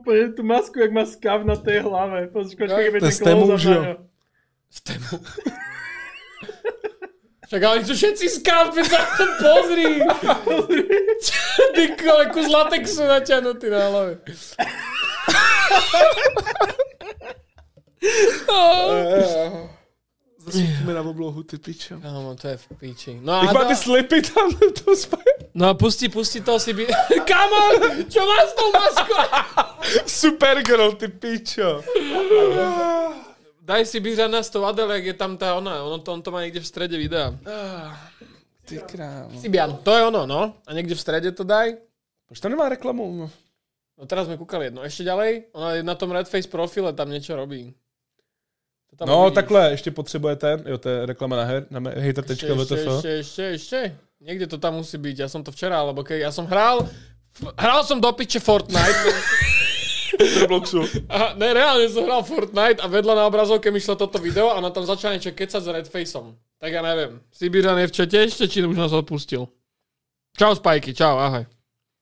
S3: Úplne tú masku, jak má skav na tej hlave. Pozri,
S1: No,
S3: počkaj, keď
S2: To je
S3: ten
S2: s témou,
S3: close-up
S2: že jo?
S3: na ňo.
S1: S témou. Však ale oni sú všetci skápe, sa to pozri. Ty kole, kus latexu naťahnutý na [LAUGHS] hlave.
S2: Zasvítíme na oblohu, ty pičo.
S1: Kámo, to je v piči. No
S2: Jak
S1: a,
S2: má
S1: no,
S2: ty slipy tam, [LAUGHS] to spají.
S1: no a pusti, pusti to si by... [LAUGHS] Kámo, čo máš s tou maskou?
S2: Supergirl, ty pičo.
S1: Daj si Biřana s tou Adele, jak je tam ta ona. Ono to, on to má někde v strede videa.
S2: Ty krámo.
S1: Sibian, to je ono, no. A někde v strede to daj.
S2: Proč tam nemá reklamu? no?
S1: No teraz sme kúkali jedno. Ešte ďalej, ona je na tom Redface profile, tam niečo robí. To tam
S2: No,
S1: uvidíš.
S2: takhle, ještě potřebujete, jo, to je reklama na her, na
S1: Ešte, ešte,
S2: hater.vtf.
S1: ešte, ešte, ešte. Niekde to tam musí byť. Ja som to včera, alebo keď ja som hral, f- hral som do piče Fortnite.
S2: Robloxu.
S1: a, ne, reálne som hral Fortnite a vedľa na obrazovke mi šlo toto video a na tom začal niečo kecať s Redfaceom. Tak ja neviem. Sibirian je v čete ešte, či už nás odpustil? Čau, Spajky, čau, ahoj.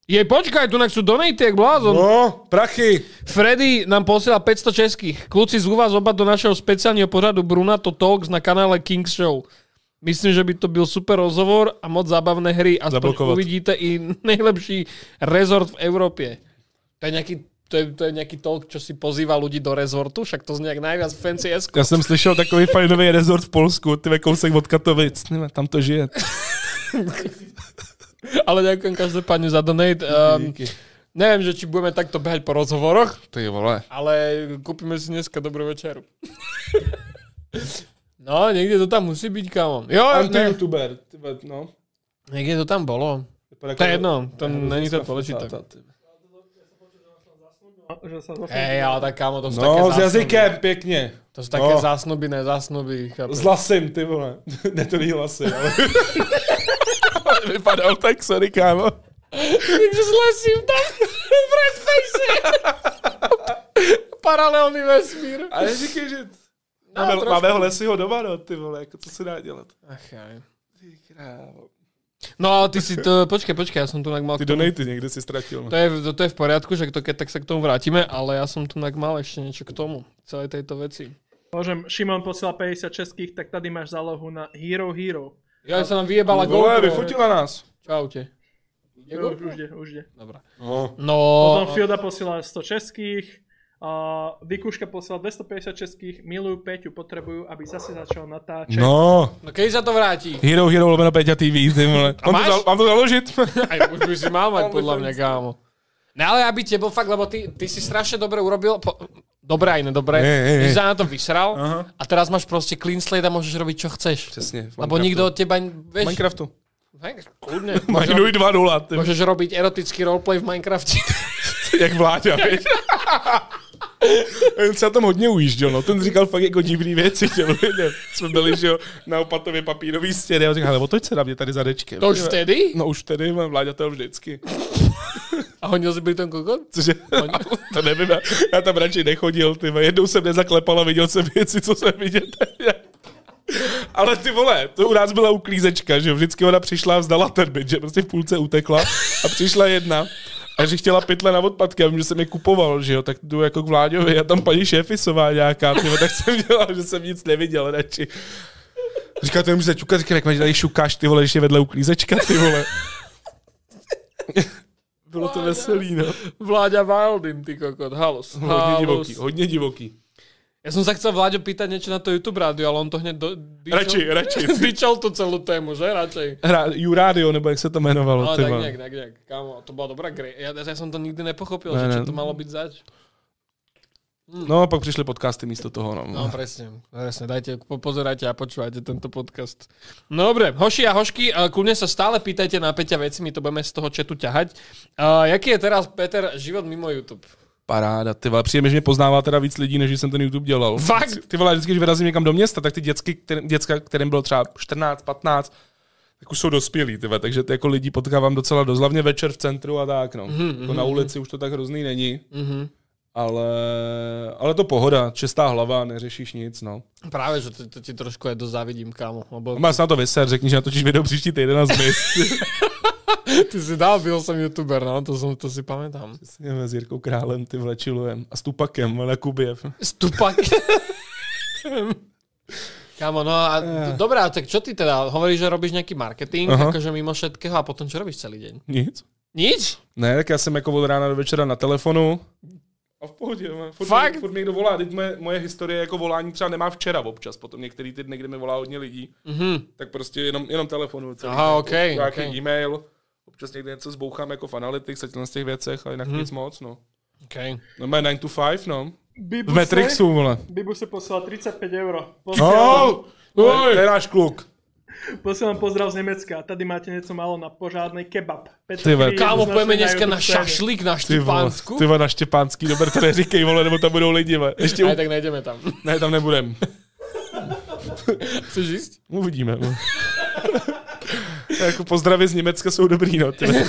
S1: Jej, počkaj, tu sú donate, jak blázon.
S2: No, prachy.
S1: Freddy nám posiela 500 českých. Kluci z vás oba do našeho speciálneho pořadu Brunato Talks na kanále Kings Show. Myslím, že by to byl super rozhovor a moc zábavné hry. A
S2: Zablokovat.
S1: uvidíte i nejlepší rezort v Európe. To je nějaký to je, to je nějaký talk, čo si pozýva lidi do rezortu, však to zní jak najviac fancy esko.
S2: [LAUGHS] Já jsem slyšel takový fajnový rezort v Polsku, ty ve kousek od Katovic, Nema, tam to žije.
S1: Ale ďakujem každopádne za donate. Um, neviem, že či budeme takto behať po rozhovoroch,
S2: Ty vole.
S1: ale kúpime si dneska dobrú večeru. [LAUGHS] no, niekde to tam musí byť, kámo. Jo, ne,
S2: Anti-youtuber, ty vole, no. jako
S1: niekde to tam bolo. To je jedno, to není to dôležité.
S3: A, No, že sa
S1: Hej, ale tak kámo, to sú také
S2: No, s
S1: zásnuby.
S2: jazykem, pěkně.
S1: To sú také
S2: No.
S1: zásnuby, ne zásnuby, chápeš?
S2: S
S1: [LAUGHS]
S2: lasem, ty vole. [LAUGHS] ne, to není lasy, ale... [LAUGHS] Vypadal tak, sorry, kámo.
S1: Takže zlesím tam [LAUGHS] v red face. Paralelný vesmír.
S2: Ale říkej, že...
S1: No,
S2: Máme,
S1: trošku.
S2: máme ho lesyho doma, no, ty vole, jako co se dá dělat.
S1: Ach, jaj.
S2: Ty krávo.
S1: No ale ty si to, počkej, počkej, ja som tu tak mal...
S2: Ty
S1: k tomu-
S2: donaty někde si ztratil. no.
S1: To je, to, to je v poriadku, že to, keď tak sa k tomu vrátime, ale ja som tu tak mal ešte niečo k tomu, celej tejto veci.
S3: Môžem, Šimon posiela 50 českých, tak tady máš zálohu na Hero Hero.
S1: Ja sa nám vyjebala
S2: Vole,
S1: GoPro.
S2: vyfotila nás.
S1: Čaute. Je
S3: Jo,
S1: GoPro?
S3: už ide, už ide.
S1: Dobrá.
S2: No.
S1: No,
S3: Potom Filda posiela 100 českých, a Vikuška posiela 250 českých, milujú Peťu, potrebujú, aby zase začal natáčať.
S2: no.
S1: no keď sa to vráti?
S2: Hero Hero lomeno Peťa TV, ty vole.
S1: A
S2: Mám
S1: máš?
S2: to, zal- mám to založit?
S1: Aj už by si mal mať podľa mňa, kámo. No ale aby te bol fakt, lebo ty, ty si strašne dobre urobil, po, dobre aj nedobre,
S2: Nie, nie,
S1: ty
S2: nie.
S1: si sa na to vysral
S2: Aha.
S1: a teraz máš proste clean slate a môžeš robiť čo chceš.
S2: Přesně. v
S1: Lebo
S2: Minecraftu.
S1: nikto od teba, vieš,
S2: Minecraftu.
S1: hej, kľudne, môžeš,
S2: Minecraftu. 2.0, ty.
S1: môžeš robiť erotický roleplay v Minecrafte.
S2: jak vláďa, víš? Ten se na tom hodně ujížděl, no. Ten říkal fakt jako divný věci těm lidem. Jsme byli, že jo, na opatově papírový stěny. Já říkal, ale otoč se na mě tady
S1: [LAUGHS]
S2: zadečkem.
S1: To už vtedy?
S2: No už tedy, mám vláďa to vždycky.
S1: A honil si byl ten kokot?
S2: Cože, to nevím, já, já tam radši nechodil, ty vole. jednou jsem nezaklepal a viděl jsem věci, co jsem vidět. neměl. Ale ty vole, to u nás byla uklízečka, že jo, vždycky ona přišla a vzdala ten byt, že prostě v půlce utekla a přišla jedna a že chtěla pytle na odpadky, já vím, že jsem je kupoval, že jo, tak jdu jako k Vláďovi a tam paní šéfisová nějaká, ty vole, tak jsem dělal, že jsem nic neviděl radši. Říká, to nemůžu zaťukat, říká, jak máš tady šukáš, ty vole, ještě vedle uklízečka, ty vole. Bylo to veselý, no.
S1: Vláďa Wildin, ty kokot, halus.
S2: Hodně
S1: halus.
S2: divoký, hodně divoký.
S1: Ja som sa chcel Vláďo pýtať niečo na to YouTube rádio, ale on to hneď do... Dičol,
S2: Radši, radši.
S1: [LAUGHS] dičol tú celú tému, že? Radšej.
S2: Hra, Jurádio, nebo jak se to jmenovalo,
S1: Ale
S2: No, ty
S1: No, tak
S2: vole.
S1: nejak, nejak, nejak. Kámo, to bola dobrá gre. Ja, ja som to nikdy nepochopil, že
S2: Ne,
S1: čo
S2: ne.
S1: to malo byť zač.
S2: No a pak přišly podcasty místo toho, no.
S1: No presne, presne, dajte, po- pozerajte a počúvajte tento podcast. No dobre, hoši a hošky, eh, kľudne sa stále pýtajte na Peťa veci, my to budeme z toho četu ťahať. Uh, jaký je teraz, Peter, život mimo YouTube?
S2: Paráda, ty vole, přijde mi, že mě poznává teda víc lidí, než když jsem ten YouTube dělal.
S1: Fakt?
S2: Ty vole, vždycky, když vyrazím někam do města, tak ty dětsky, který, děcka, kterým bylo třeba 14, 15, tak už jsou dospělí, ty vole, takže ty jako lidi potkávám docela dost, hlavně večer v centru a tak, no. Mm-hmm, jako na ulici už to tak hrozný není,
S1: Mhm.
S2: ale, ale to pohoda, čistá hlava, neřešíš nic, no.
S1: Práve, že to, to ti trošku aj dozávidím, kámo. Lebo
S2: Máš na to vyser, řekni, že natočíš video příští týden a zmiz.
S1: ty si dal, byl som youtuber, no, to, som, to si pamätám.
S2: Jasně, s Jirkou Králem, ty vole, chillujem. A s Tupakem, ale Kubiev.
S1: Stupak. [LAUGHS] kámo, no
S2: Eh.
S1: a d- dobrá, tak čo ty teda? Hovoríš, že robíš nejaký marketing,
S2: Aha.
S1: akože mimo všetkého, a potom čo robíš celý deň?
S2: Nic.
S1: Nič?
S2: Ne, tak já jsem jako od rána do večera na telefonu. A v pohodě, ne? Furt,
S1: Fakt?
S2: Furt mě někdo volá, teď moje, moje historie jako volání třeba nemá včera občas, potom některý týdny, kde mi volá hodně lidí,
S1: Mhm.
S2: tak prostě jenom, jenom telefonu. Celý
S1: Aha,
S2: den.
S1: ok,
S2: Nějaký
S1: ok.
S2: e-mail, občas někde něco zbouchám jako v Analytics, a z těch věcech, ale jinak
S1: Mhm.
S2: nic moc, no.
S1: Okay.
S2: No, má 9 to 5, no. V
S3: Bibuse,
S2: Matrixu, vole.
S3: Bibuse posiela 35 eur.
S2: No!
S1: Oj!
S2: To je náš kluk.
S3: Posielam pozdrav z Nemecka. Tady máte něco málo na pořádnej kebab. Petr
S2: Ty vole.
S3: Krý
S1: Kámo,
S3: jednoznačne
S1: pojeme dneska
S3: YouTube
S1: na
S3: scéne.
S1: šašlík na
S2: Ty vole,
S1: Štipánsku.
S2: ty vole, na Štěpánský, dobré, to neříkej, vole, nebo tam budou lidi, vole. Ještě u...
S1: Aj tak nejdeme tam. [LAUGHS]
S2: Ne, tam nebudem.
S1: Chceš ísť?
S2: Uvidíme. No. jako pozdravy z Německa jsou dobrý, no. Ty.
S1: Ej,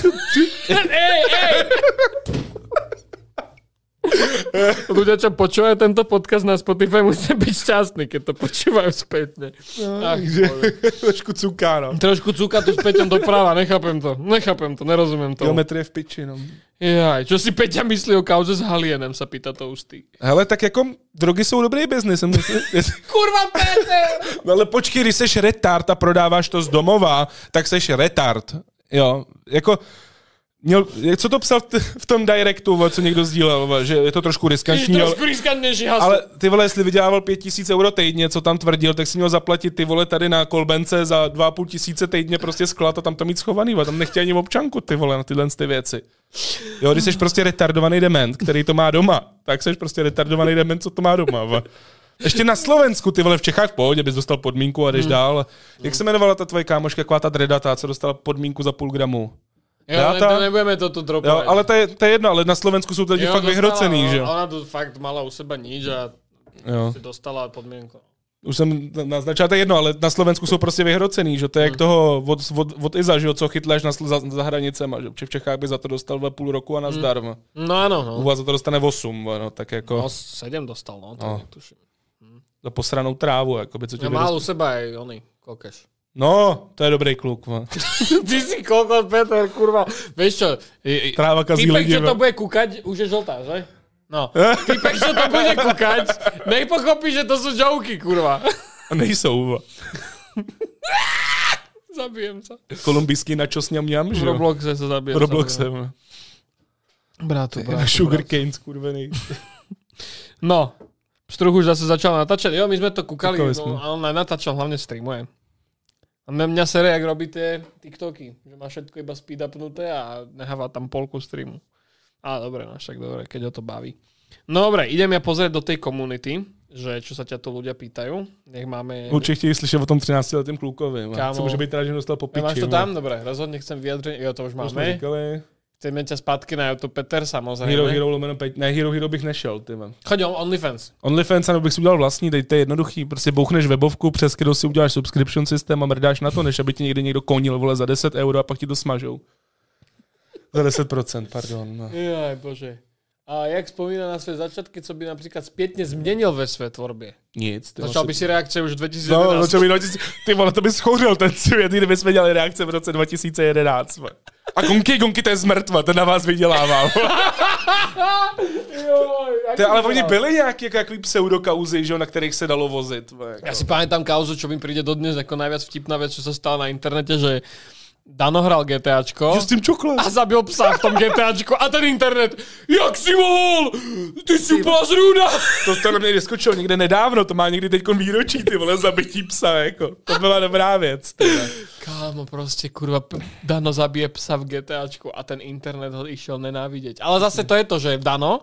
S1: ej! ľudia, čo počúvajú tento podcast na Spotify, musia byť šťastní, keď to počúvajú spätne. Ach,
S2: Takže
S1: vole.
S2: trošku cuká, no.
S1: Trošku cúka tu s Peťom doprava, nechápem to, nechápem to, nerozumiem to.
S2: Kilometry je v piči, no.
S1: Jaj, čo si Peťa myslí o kauze s Halienem, sa pýta to ústy.
S2: Hele, tak jako drogy jsou dobrý biznis. jsem-
S1: Kurva Peter!
S2: no [LAUGHS] ale počkej, když seš retard a prodáváš to z domova, tak seš retard. Jo, jako... Měl, co to psal v t- v tom directu, vole, co někdo sdílel, vole, že je to trošku
S1: Ty
S2: riskantní, ale,
S1: trošku riskantnejší haslo.
S2: ale ty vole, jestli vydělával pět tisíc euro týdně, co tam tvrdil, tak si měl zaplatit ty vole tady na kolbence za dva a půl tisíce týdně prostě sklad a tam to mít schovaný, vole, tam nechtěl ani občanku ty vole na tyhle ty věci. Jo, když jsi prostě retardovaný dement, který to má doma, tak jsi prostě retardovaný dement, co to má doma. Va. Ještě na Slovensku, ty vole, v Čechách v pohodě, bys dostal podmínku a jdeš hmm. dál. Jak se jmenovala ta tvoje kámoška, taková ta dredatá, co dostala podmínku za půl gramu?
S1: jo,
S2: dáta-
S1: ne, to nebudeme toto dropovať.
S2: Jo, ale to je, no. to je jedno, ale na Slovensku jsou ty lidi fakt
S1: dostala-
S2: vyhrocený, že jo? No.
S1: Ona to fakt mala u seba nič a
S2: jo?
S1: si dostala podmienku.
S2: Už jsem naznačil, to je jedno, ale na Slovensku jsou prostě vyhrocený, že to je
S1: Hmm.
S2: jak toho od, od, od Iza, že jo, co chytláš na, sl- za, za hranicema, že protože v Čechách by za to dostal ve půl roku a nazdar. Mm.
S1: No áno, no.
S2: U vás za to dostane 8, no, tak jako
S1: No, sedem dostal, no, to
S2: No.
S1: netuším.
S2: za posranou trávu, jako by co ti
S1: Ja
S2: ja
S1: mal u seba aj oný kokeš.
S2: [LAUGHS] No, to je dobrý kluk, no.
S1: Ty si kokos, Peter, kurva. Vieš čo? i- i-
S2: Tráva kazí
S1: Typek,
S2: lidi,
S1: čo to
S2: no.
S1: bude kúkať, už je žltá, že?
S2: [LAUGHS]
S1: No. Typek, čo to bude kúkať, nech pochopí, že to sú joky, kurva. [LAUGHS]
S2: A nejsou, no.
S1: Zabijem sa.
S2: Kolumbijský načos ňam ňam,
S1: V
S2: že jo.
S1: Robloxe sa zabijem.
S2: Robloxem, no.
S1: Bratu,
S2: [LAUGHS] Sugar cane, skurvený.
S1: No. Pstruh už zase začal natáčať. Jo, my sme to kúkali,
S2: Kúkali
S1: no,
S2: sme.
S1: a on aj natáčal, hlavne streamuje. A mňa, mňa sere, jak robí tie TikToky, že má všetko iba speed upnuté a necháva tam polku streamu. A dobre, no však dobre, keď ho to baví. No dobre, idem ja pozrieť do tej komunity, že čo sa ťa tu ľudia pýtajú. Nech máme...
S2: Určitě chtějí slyšet o tom 13-letém klukovi, no.
S1: Kámo.
S2: Co může být rád, že dostal po piči,
S1: Nemáš to
S2: no.
S1: tam? Dobre, rozhodne chcem vyjadrenie. Jo, to už
S2: To jsme
S1: máme.
S2: říkali.
S1: Chceme ťa zpátky na YouTube, Peter, samozrejme.
S2: Hero Hero lomeno 5. Ne, Hero Hero bych nešel, ty man.
S1: Choď on, OnlyFans.
S2: OnlyFans, ano, bych si udělal vlastní, teď to je jednoduchý, prostě bouchneš webovku, přes kterou si uděláš subscription systém a mrdáš na to, než aby ti někdy někdo konil, vole, za 10 euro a pak ti to smažou. Za 10%, pardon. No.
S1: Jaj, bože. A jak spomína na svoje začiatky, co by napríklad spätne zmenil ve své tvorbě?
S2: Nic. Ty
S1: Začal
S2: vole,
S1: by si reakce už v 2011.
S2: No, začal by 2000... Ty vole, to by schořil ten svět, kdyby jsme dělali reakce v roce 2011. vole. A Gonky, Gonky, to je zmrtva, ten na vás vydělává. vole.
S1: Joj,
S2: Ty,
S1: aký
S2: ale oni
S1: král.
S2: byli nějaký jako, takový pseudokauzy, že jo, na kterých se dalo vozit. vole, jako.
S1: Ja si pamätám kauzu, čo mi príde dodnes ako najviac vtipná vec, čo sa stala na internete, že Dano hral GTAčko.
S2: Co s tím čokoládem.
S1: a zabil psa v tom GTAčku a ten internet, jak si mohol, ty jsi úplná zrůda.
S2: To, to na mě vyskočilo někde nedávno, to má někdy teď výročí, ty vole, zabití psa, jako. To byla dobrá věc. ty vole.
S1: Kámo, prostě kurva, p- Dano zabije psa v GTAčku a ten internet ho išiel nenávidieť. Ale zase to je to, že Dano,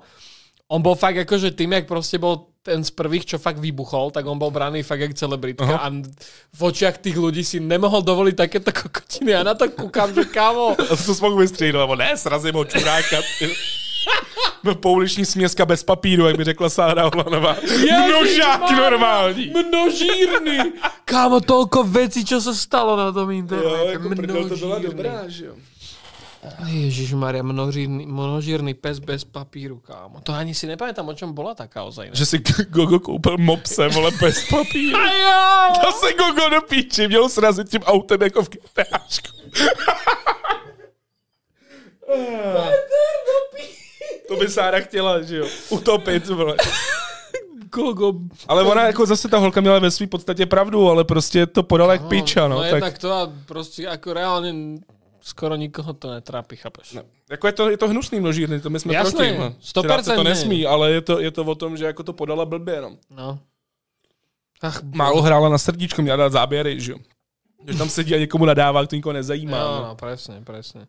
S1: on bol fakt akože tým, jak prostě bol ten z prvých, čo fakt vybuchol, tak on bol braný fakt jak celebritka Aha. a v očiach tých ľudí si nemohol dovoliť takéto kokotiny. Ja na to kúkam, že kámo,
S2: A to jsem mohl vystřídnout, nebo ne, srazím ho čuráka. ty vole. Byl pouliční směska bez papíru, jak by řekla Sára Olanová. Množák
S1: Ježišmarja,
S2: normální.
S1: Množírny. Kámo, toľko vecí, čo sa stalo na tom internete.
S2: jako že jo.
S1: Ježišmaria, množírny, množírny pes bez papíru, kámo. To ani si nepamätám, o čom bola tá kauza. inak.
S2: Že si Gogo koupil mopse, vole, bez papíru.
S1: A jo!
S2: To se Gogo do píči, měl srazit tím autem jako v GTAčku. To by Sára chtěla, že jo. Utopit, vole.
S1: Gogo.
S2: Ale ona jako zase ta holka měla ve své podstatě pravdu, ale prostě to podala jak piča, no.
S1: no
S2: tak,
S1: jednak to a proste ako reálne skoro nikoho to netrápi, chápeš?
S2: Jako je to, je to hnusný množírny, to my jsme
S1: Jasné,
S2: proti. no.
S1: 100%
S2: Přidát se to
S1: ne.
S2: nesmí, ale je to, je to o tom, že jako to podala blbě, no.
S1: No. Ach,
S2: Málo hrála na srdíčko, měla dát záběry, že jo. Když tam sedí a někomu nadává, to nikoho nezajímá.
S1: jo,
S2: No.
S1: no, presne, presne.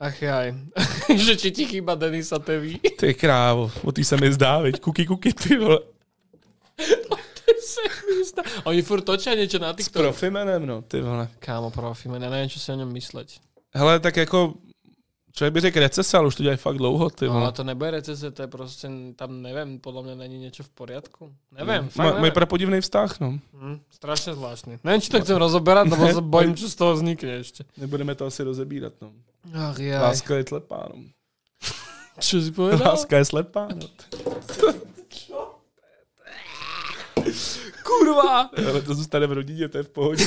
S1: Ach jaj. [LAUGHS] že či ti chýba Denisa Teví?
S2: Ty krávo, o tý se mi zdá, veď, kuky, kuky, ty vole.
S1: Sexista. Oni furt točia niečo na
S2: S
S1: TikTok.
S2: profimenem, no, ty vole.
S1: Kámo, profi, man, ja neviem, čo si o ňom mysleť.
S2: Hele, tak jako, člověk by řekl recese, ale už to dělají fakt dlouho, ty
S1: No, ale
S2: vole.
S1: to nebude recese, to je proste, tam neviem, podľa mňa není niečo v poriadku. Neviem, mm. fakt
S2: Má, mají
S1: neviem.
S2: prapodivný vztah, no.
S1: Hm, strašne zvláštny. Neviem, či to chcem rozoberať, lebo
S2: [LAUGHS] Ne.
S1: sa bojím, čo z toho vznikne ešte.
S2: Nebudeme to asi rozebírat, no.
S1: Ach jaj.
S2: Láska je tlepá, no.
S1: Čo si povedal?
S2: [LAUGHS] Láska je slepá. no.
S1: Kurva!
S2: [LAUGHS] Ale to zůstane v rodině, to je v [LAUGHS] pohodě.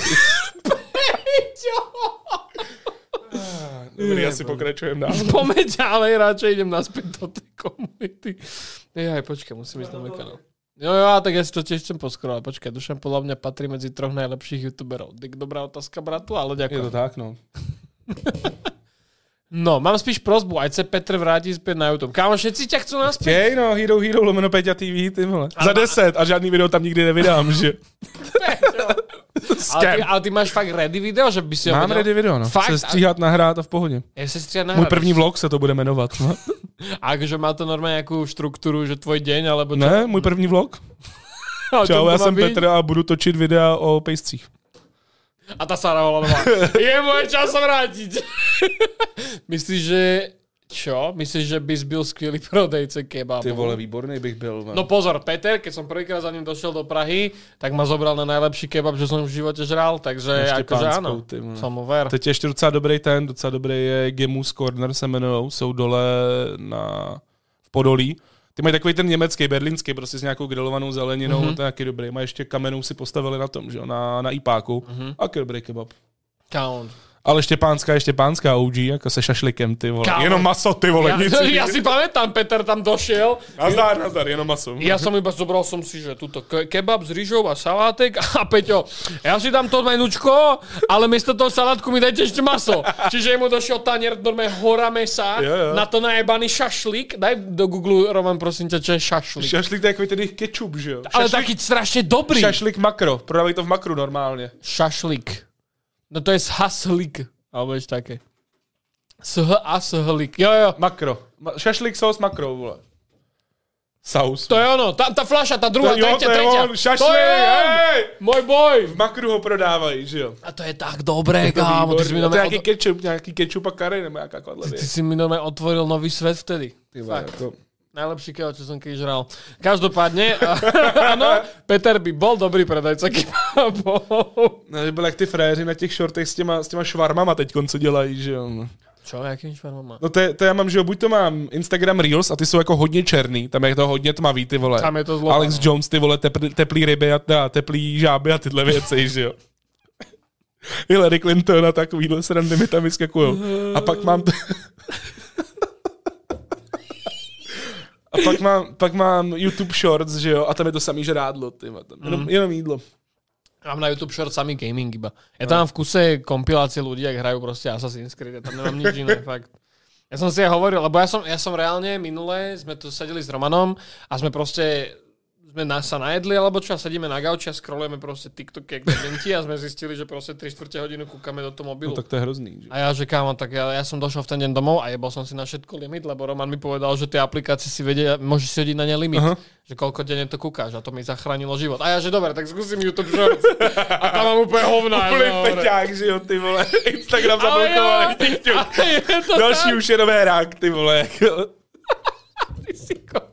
S2: Dobrý,
S1: Je,
S2: já si pokračujem dál.
S1: Pomeď ďalej, radšej idem naspäť do tej komunity. Jaj, počkaj, musím ísť na môj kanál. Jo, jo, a tak ja si to tiež chcem poskrovať. Počkaj, Dušan podľa mňa patrí medzi troch najlepších youtuberov. Tak dobrá otázka, bratu, ale
S2: [LAUGHS] Je
S1: ďakujem.
S2: to tak, no.
S1: No, mám spíš prozbu, ať sa Petr vráti späť na YouTube. Kámo, všetci ťa chcú naspäť.
S2: Jej, no, Hero Hero lomeno Peťa TV, ty vole. Za 10 a žádný video tam nikdy nevydám, že?
S1: Ale ty, ale ty máš fakt ready video, že by si ho
S2: Mám
S1: vedel?
S2: ready video, no.
S1: Fakt?
S2: Se stříhat, nahrát a v pohodě.
S1: Ja sa stříham
S2: Můj
S1: nahrávať.
S2: první vlog se to bude jmenovat. No.
S1: A akože má to normálne nejakú štruktúru, že tvoj deň, alebo čo?
S2: Ne, můj první vlog.
S1: O čom
S2: Čau,
S1: to má
S2: já jsem
S1: byť?
S2: Petr a budu točit videa o pejscích.
S1: A tá Sara Holanová.
S2: [LAUGHS]
S1: Je môj čas sa vrátiť. [LAUGHS] Myslíš, že... Čo? Myslíš, že bys byl skvělý prodejce kebabu?
S2: výborný bych byl.
S1: No pozor, Peter, keď som prvýkrát za ním došiel do Prahy, tak ma zobral na najlepší kebab, že som v živote žral, takže jako,
S2: Ešte
S1: akože
S2: pánskou,
S1: áno,
S2: ty vole.
S1: som over.
S2: Teď je ještě docela dobrý ten, docela dobrý je Gemus Corner se jmenujou, jsou dole na, v Podolí. Ty mají takový ten německý, berlínský, prostě s nějakou grilovanou zeleninou,
S1: Mhm.
S2: mm-hmm. to je taky dobrý. Mají ještě kamenou si postavili na tom, že jo, na, na IPáku.
S1: Mhm.
S2: Mm-hmm. A dobrý kebab.
S1: Count.
S2: Ale štěpánská je štěpánská OG, jako se šašlikem, ty vole.
S1: Kámo.
S2: Jenom maso, ty vole.
S1: Ja, [LAUGHS]
S2: nic
S1: ja si pamätám, Peter tam došiel,
S2: Nazdar, nazdar, jenom maso.
S1: Ja som iba zobral som si, že túto ke- kebab s rýžou a salátek [LAUGHS] a Peťo, ja si dám to menučko, ale miesto toho salátku mi dajte ešte maso. Čiže mu došiel tanier normálne hora mesa,
S2: Jo, jo.
S1: na to najebaný šašlík. Daj do Google, Roman, prosím ťa, čo je šašlík.
S2: Šašlik to je takový ten kečup, že jo?
S1: ale taký strašně dobrý.
S2: Šašlik makro, prodávají to v makru normálně.
S1: šašlík. No to je shaslík. Alebo ešte také. Sh a shlík. Jo, jo.
S2: Makro. Ma- šašlik sos makro, vole. Saus.
S1: To je ono. Tá, tá fľaša, tá druhá,
S2: jo,
S1: tretia,
S2: to je
S1: tretia.
S2: on, šašlík,
S1: To je on.
S2: hej!
S1: Môj boj.
S2: V makru ho prodávají, že jo? Jako
S1: A to je tak dobré, kámo. Ty si mi
S2: to je
S1: normálne
S2: nějaký kečup, nějaký kečup a kary, nebo nějaká kladla
S1: Ty si mi normálne otvoril nový svet vtedy. Fakt. Najlepší keľ, čo som kedy žral. Každopádně, [LAUGHS] áno, Peter by bol dobrý predajca [LAUGHS] kebabov.
S2: No, že byl jak ty frajeři na těch shortech s těma, s těma švarmama teď, co dělají, že jo? No.
S1: Čo, jaký švarma má?
S2: No to, je- to já mám, že jo, buď to mám Instagram Reels a ty jsou jako hodně černý, tam je to hodně tmavý, ty vole.
S1: Tam je to zlo,
S2: Alex
S1: ano.
S2: Jones, ty vole, tepl, teplý ryby a teda, teplý žáby a tyhle věci, [LAUGHS] že jo. Hillary Clinton a takovýhle srandy mi tam vyskakujou. A pak mám... T- [LAUGHS] a pak mám, pak mám YouTube Shorts, že jo, a tam je to samý žrádlo, ty vole, tam
S1: Mhm.
S2: jenom, jenom jídlo.
S1: Mám na YouTube short samý gaming iba. Ja tam mám v kuse kompilácie ľudí, ak hrajú proste Assassin's Creed. Ja tam nemám nič iné, [LAUGHS] fakt. Ja som si aj hovoril, lebo ja som, ja som reálne minule, sme tu sedeli s Romanom a sme proste sme na, sa najedli alebo čo a sedíme na gauči a scrollujeme proste TikTok jak dementi a sme zistili, že proste 3 čtvrte hodinu kúkame do toho mobilu.
S2: No tak to je hrozný, že jo.
S1: A ja, že kámo, tak ja, ja som došiel v ten deň domov a jebol som si na všetko limit, lebo Roman mi povedal, že tie aplikácie si vedia, môžeš si hodiť na ne limit.
S2: Aha.
S1: Že koľko denne to kúkáš a to mi zachránilo život. A ja, že dobre, tak skúsim YouTube Shorts. A tam mám úplne
S2: [LAUGHS]
S1: hovná.
S2: Úplný
S1: že dobre.
S2: feťák, že jo, ty vole. [LAUGHS] Instagram
S1: Ale jo,
S2: [LAUGHS] zablokovaný, TikTok.
S1: ale je to
S2: Další
S1: tak,
S2: už je nové rák, ty vole. jako.
S1: ty si koko.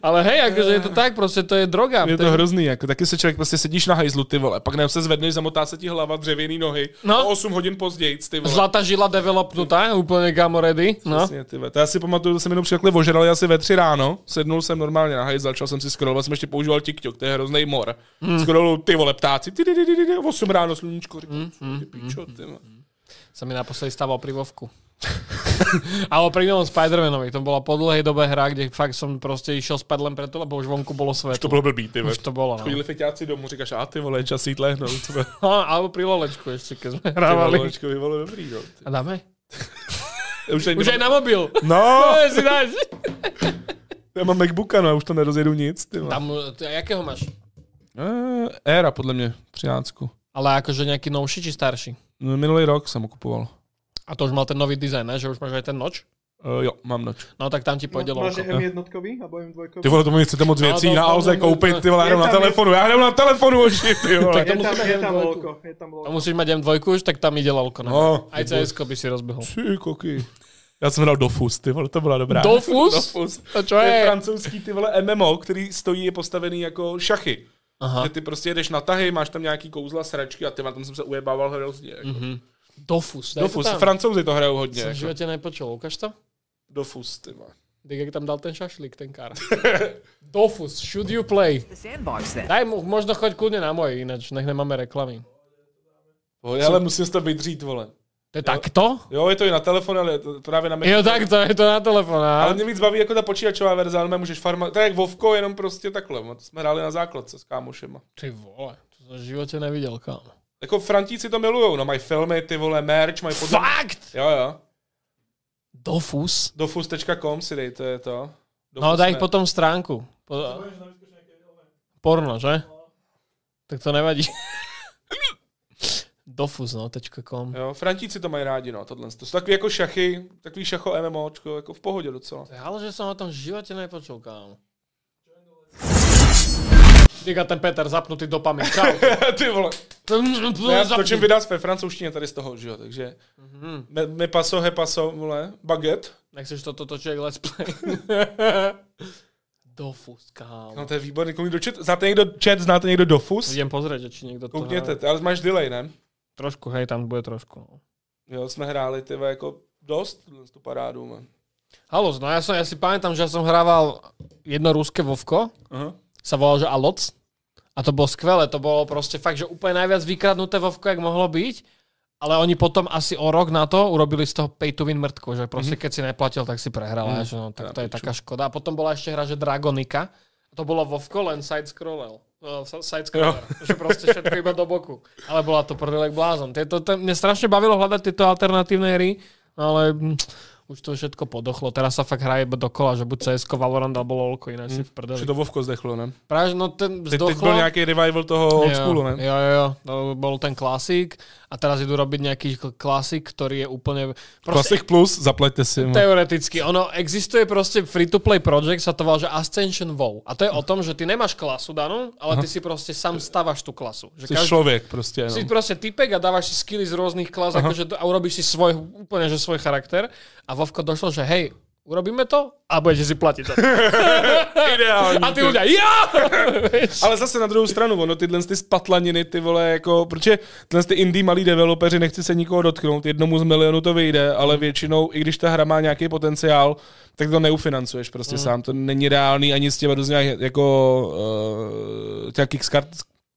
S1: Ale hej, akože je to tak, proste to je droga.
S2: Je to hrozný, jako taky se člověk prostě sedíš na hajzlu, ty vole, pak nám se zvedneš, zamotá se ti hlava, dřevěný nohy,
S1: No.
S2: no. 8 hodin později, ty vole.
S1: Zlatá žila developnutá, úplne gamo ready. No.
S2: Přesně, ty vole. To já si pamatuju, to jsem jenom takhle ožral asi ve tři ráno, sednul jsem normálně na hajzl, začal jsem si scrollovat, jsem ještě používal TikTok, to je hrozný mor. Hmm. Scrollu, ty vole, ptáci, ty, ty, ty, ty, ty, ty, 8 ráno, sluníčko, říkám, co ty píčo, ty vole.
S1: sa mi naposledy stával pri Vovku. [LAUGHS] Ale pri novom Spider-Manovi, to bola po dlhej dobe hra, kde fakt som proste išiel spať len preto, lebo už vonku bolo
S2: To
S1: svetlo.
S2: bylo blbý, ty vole.
S1: Už to bolo, no.
S2: Chodili feťáci domů, říkáš, a ty vole, čas jít lehnout. ty vole. Ty
S1: no alebo pri Lolečku ešte, keď sme
S2: vole,
S1: hrávali.
S2: Lolečko, ty vole, dobrý, jo.
S1: A dáme?
S2: Už, ani
S1: Už aj
S2: nemám-
S1: na [LAUGHS] mobil.
S2: No,
S1: To je si dáš.
S2: já mám MacBooka, no, já už to nerozjedu nic, ty vole.
S1: Tam, ty, a jakého máš?
S2: Eh, Éra, podle mě, 13.
S1: Ale akože nejaký novší či starší?
S2: No, Minulý rok jsem ho kupoval.
S1: A to už mal ten nový dizajn, ne? že už máš aj ten noč?
S2: Uh, jo, mám noč.
S1: No tak tam ti pôjde
S3: Máš
S1: no,
S3: M1 alebo M2?
S2: Ty vole, tomu chcete moc věcí
S1: to-
S2: no, naozaj
S1: to- to-
S2: koupit, ty vole, já
S3: Je
S2: jdem na
S3: tam-
S2: telefonu, já jdem na telefonu,
S1: [LAUGHS]
S2: oši, ty vole.
S3: Je
S1: to
S3: tam,
S1: musíš mať
S3: je tam
S1: M2.
S3: lolko, je tam
S1: A
S3: lolko.
S1: musíš mať M2 už, tak tam ide lolko. No.
S2: No,
S1: Aj cs by si rozbehol.
S2: ty koky. Já jsem hrál Dofus, ty vole, to byla dobrá.
S1: Dofus?
S2: Dofus.
S1: To čo
S2: To je
S1: je?
S2: francouzský ty vole MMO, který stojí, je postavený jako šachy.
S1: Aha.
S2: Že ty prostě jdeš na tahy, máš tam nějaký kouzla, sračky a ty vole, tam jsem se ujebával hrozně. Jako.
S1: Dofus. daj Mhm. to
S2: Dofus,
S1: tam.
S2: francouzi to hrajou hodně.
S1: Som v
S2: Jako.
S1: živote nepočul. Ukáž to?
S2: Dofus, ty vole.
S1: Tak jak tam dal ten šašlík, ten kár. [LAUGHS] Dofus, should you play?
S4: The sandbox then.
S1: Daj mu, možno choď kudne na moje, ináč nech nemáme reklamy.
S2: Pohodě, ale musím si to vydřít, vole.
S1: To je takto?
S2: Jo, je to i na telefon, ale je to právě na Macu.
S1: Jo, tak to je to na telefon, a?
S2: Ale mě víc baví jako ta počítačová verze, ale můžeš farma, to je jak Vovko, jenom prostě takhle. To jsme hráli na základce s kámošema.
S1: Ty vole, to jsem v životě neviděl, kámo.
S2: Jako Frantíci to milujou, no mají filmy, ty vole, merch, mají podle...
S1: Fakt!
S2: Jo, jo.
S1: Dofus?
S2: Dofus.com si dej, to je to. Dofus
S1: No, daj
S2: ne.
S1: potom stránku. Po... Porno, že? Tak to nevadí. [LAUGHS] Dofus, no, tečka .com.
S2: Jo, Frantíci to mají rádi, no, tohle. To jsou takový jako šachy, takový šacho MMOčko, jako v pohodě docela. [LAUGHS]
S1: Ale že jsem o tom v životě nepočul, kámo. Díka ten Peter, zapnutý dopamin, čau.
S2: ty vole. No, [LAUGHS] já Mhm. točím videa ve francouzštině tady z toho, že jo, takže... Me, me paso, he paso, vole, baget.
S1: Mhm. Nechceš toto točit jak let's play. [LAUGHS] Dofus, kámo.
S2: No to je výborný, komu do chat, znáte někdo chat, znáte někdo dofus?
S1: Idem pozrieť, že či niekto to...
S2: Koukněte, ty, ale máš delay, ne?
S1: Trošku, hej, tam bude trošku. No.
S2: Jo, jsme hráli, ty vole, jako dost, tuhle tu parádu, man.
S1: Halo, no ja, som, ja si pamätám, že ja som hrával jedno ruské vovko,
S2: Aha.
S1: sa volalo, že Aloc. A to bolo skvelé, to bolo proste fakt, že úplne najviac vykradnuté vovko, jak mohlo byť. Ale oni potom asi o rok na to urobili z toho pay to win mrtku, že proste
S2: Mhm.
S1: mm-hmm. keď si neplatil, tak si prehral. Mm-hmm. Že no, tak to je taká škoda. A potom bola ešte hra, že Dragonika. To bolo vovko, len side scroller. No, side scroller. Že proste všetko iba do boku. Ale bola to prdelek blázon. Tieto, to, mne strašne bavilo hľadať tieto alternatívne hry, ale mm, už to všetko podochlo. Teraz sa fakt hraje iba dokola, že buď CS, Valorant alebo LoLko, ináč si v prdeli.
S2: Že to Vovko zdechlo, ne?
S1: Práve, že no ten
S2: Teď, teď
S1: zdochlo.
S2: byl nějaký revival toho old schoolu, ne?
S1: Jo, jo, jo. To bol ten klasik a teraz idú robiť nejaký kl- klasik, ktorý je úplne... Proste
S2: Classic Plus, zaplaťte si. man.
S1: teoreticky. Ono existuje proste free-to-play project, sa to volá, že Ascension WoW. A to je o tom, že ty nemáš klasu danú, ale ty si proste sám stavaš tú klasu. Že
S2: Jsi
S1: každý-
S2: člověk prostě
S1: si
S2: jenom.
S1: proste typek a dávaš si skilly z rôznych klas akože, to- a urobíš si svoj, úplne že svoj charakter. A Vovko došlo, že hej, urobíme to a budete si platiť
S2: [LAUGHS]
S1: za to.
S2: Ideální.
S1: [LAUGHS] A ty ľudia, ja!
S2: Ale zase na druhou stranu, ono tyhle ty spatlaniny, ty vole, jako, protože tyhle ty indie malí developeři, nechci se nikoho dotknout, jednomu z milionu to vyjde, ale
S1: Hmm.
S2: většinou, i když ta hra má nějaký potenciál, tak to neufinancuješ prostě
S1: Hmm.
S2: mm. sám, to není reálný ani s těma různě jako uh, těch kickstart,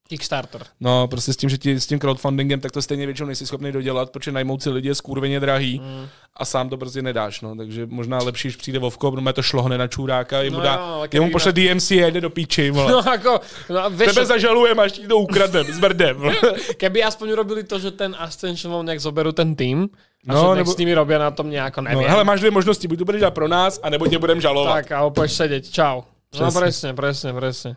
S1: Kickstarter.
S2: no prostě s tím, že ti, s tím crowdfundingem, tak to stejně většinou nejsi schopný dodělat, protože najmout si lidi je skurveně drahý
S1: Hmm.
S2: mm. a sám to prostě nedáš, no, takže možná lepší, když přijde Vovko, protože to šlohne na čůráka, jemu,
S1: No
S2: dá,
S1: jo, ale
S2: jemu
S1: keby
S2: pošle DMC a jde do
S1: [LAUGHS]
S2: píči, vole.
S1: No ako, no, a vieš,
S2: Tebe zažalujeme, až ti to ukradem s [LAUGHS] mrdem.
S1: Keby aspoň urobili to, že ten Ascension vám nejak zoberú ten tým, a
S2: No,
S1: no, že nebo...
S2: nebo-
S1: s nimi robia na tom nejako,
S2: No,
S1: neviem. No,
S2: hele, máš dvě možnosti, buď to budeš dělat pro nás, anebo tě budem žalovat.
S1: tak a opäť sedieť, čau. Presne. No
S2: Presne.
S1: presne, presne, presne.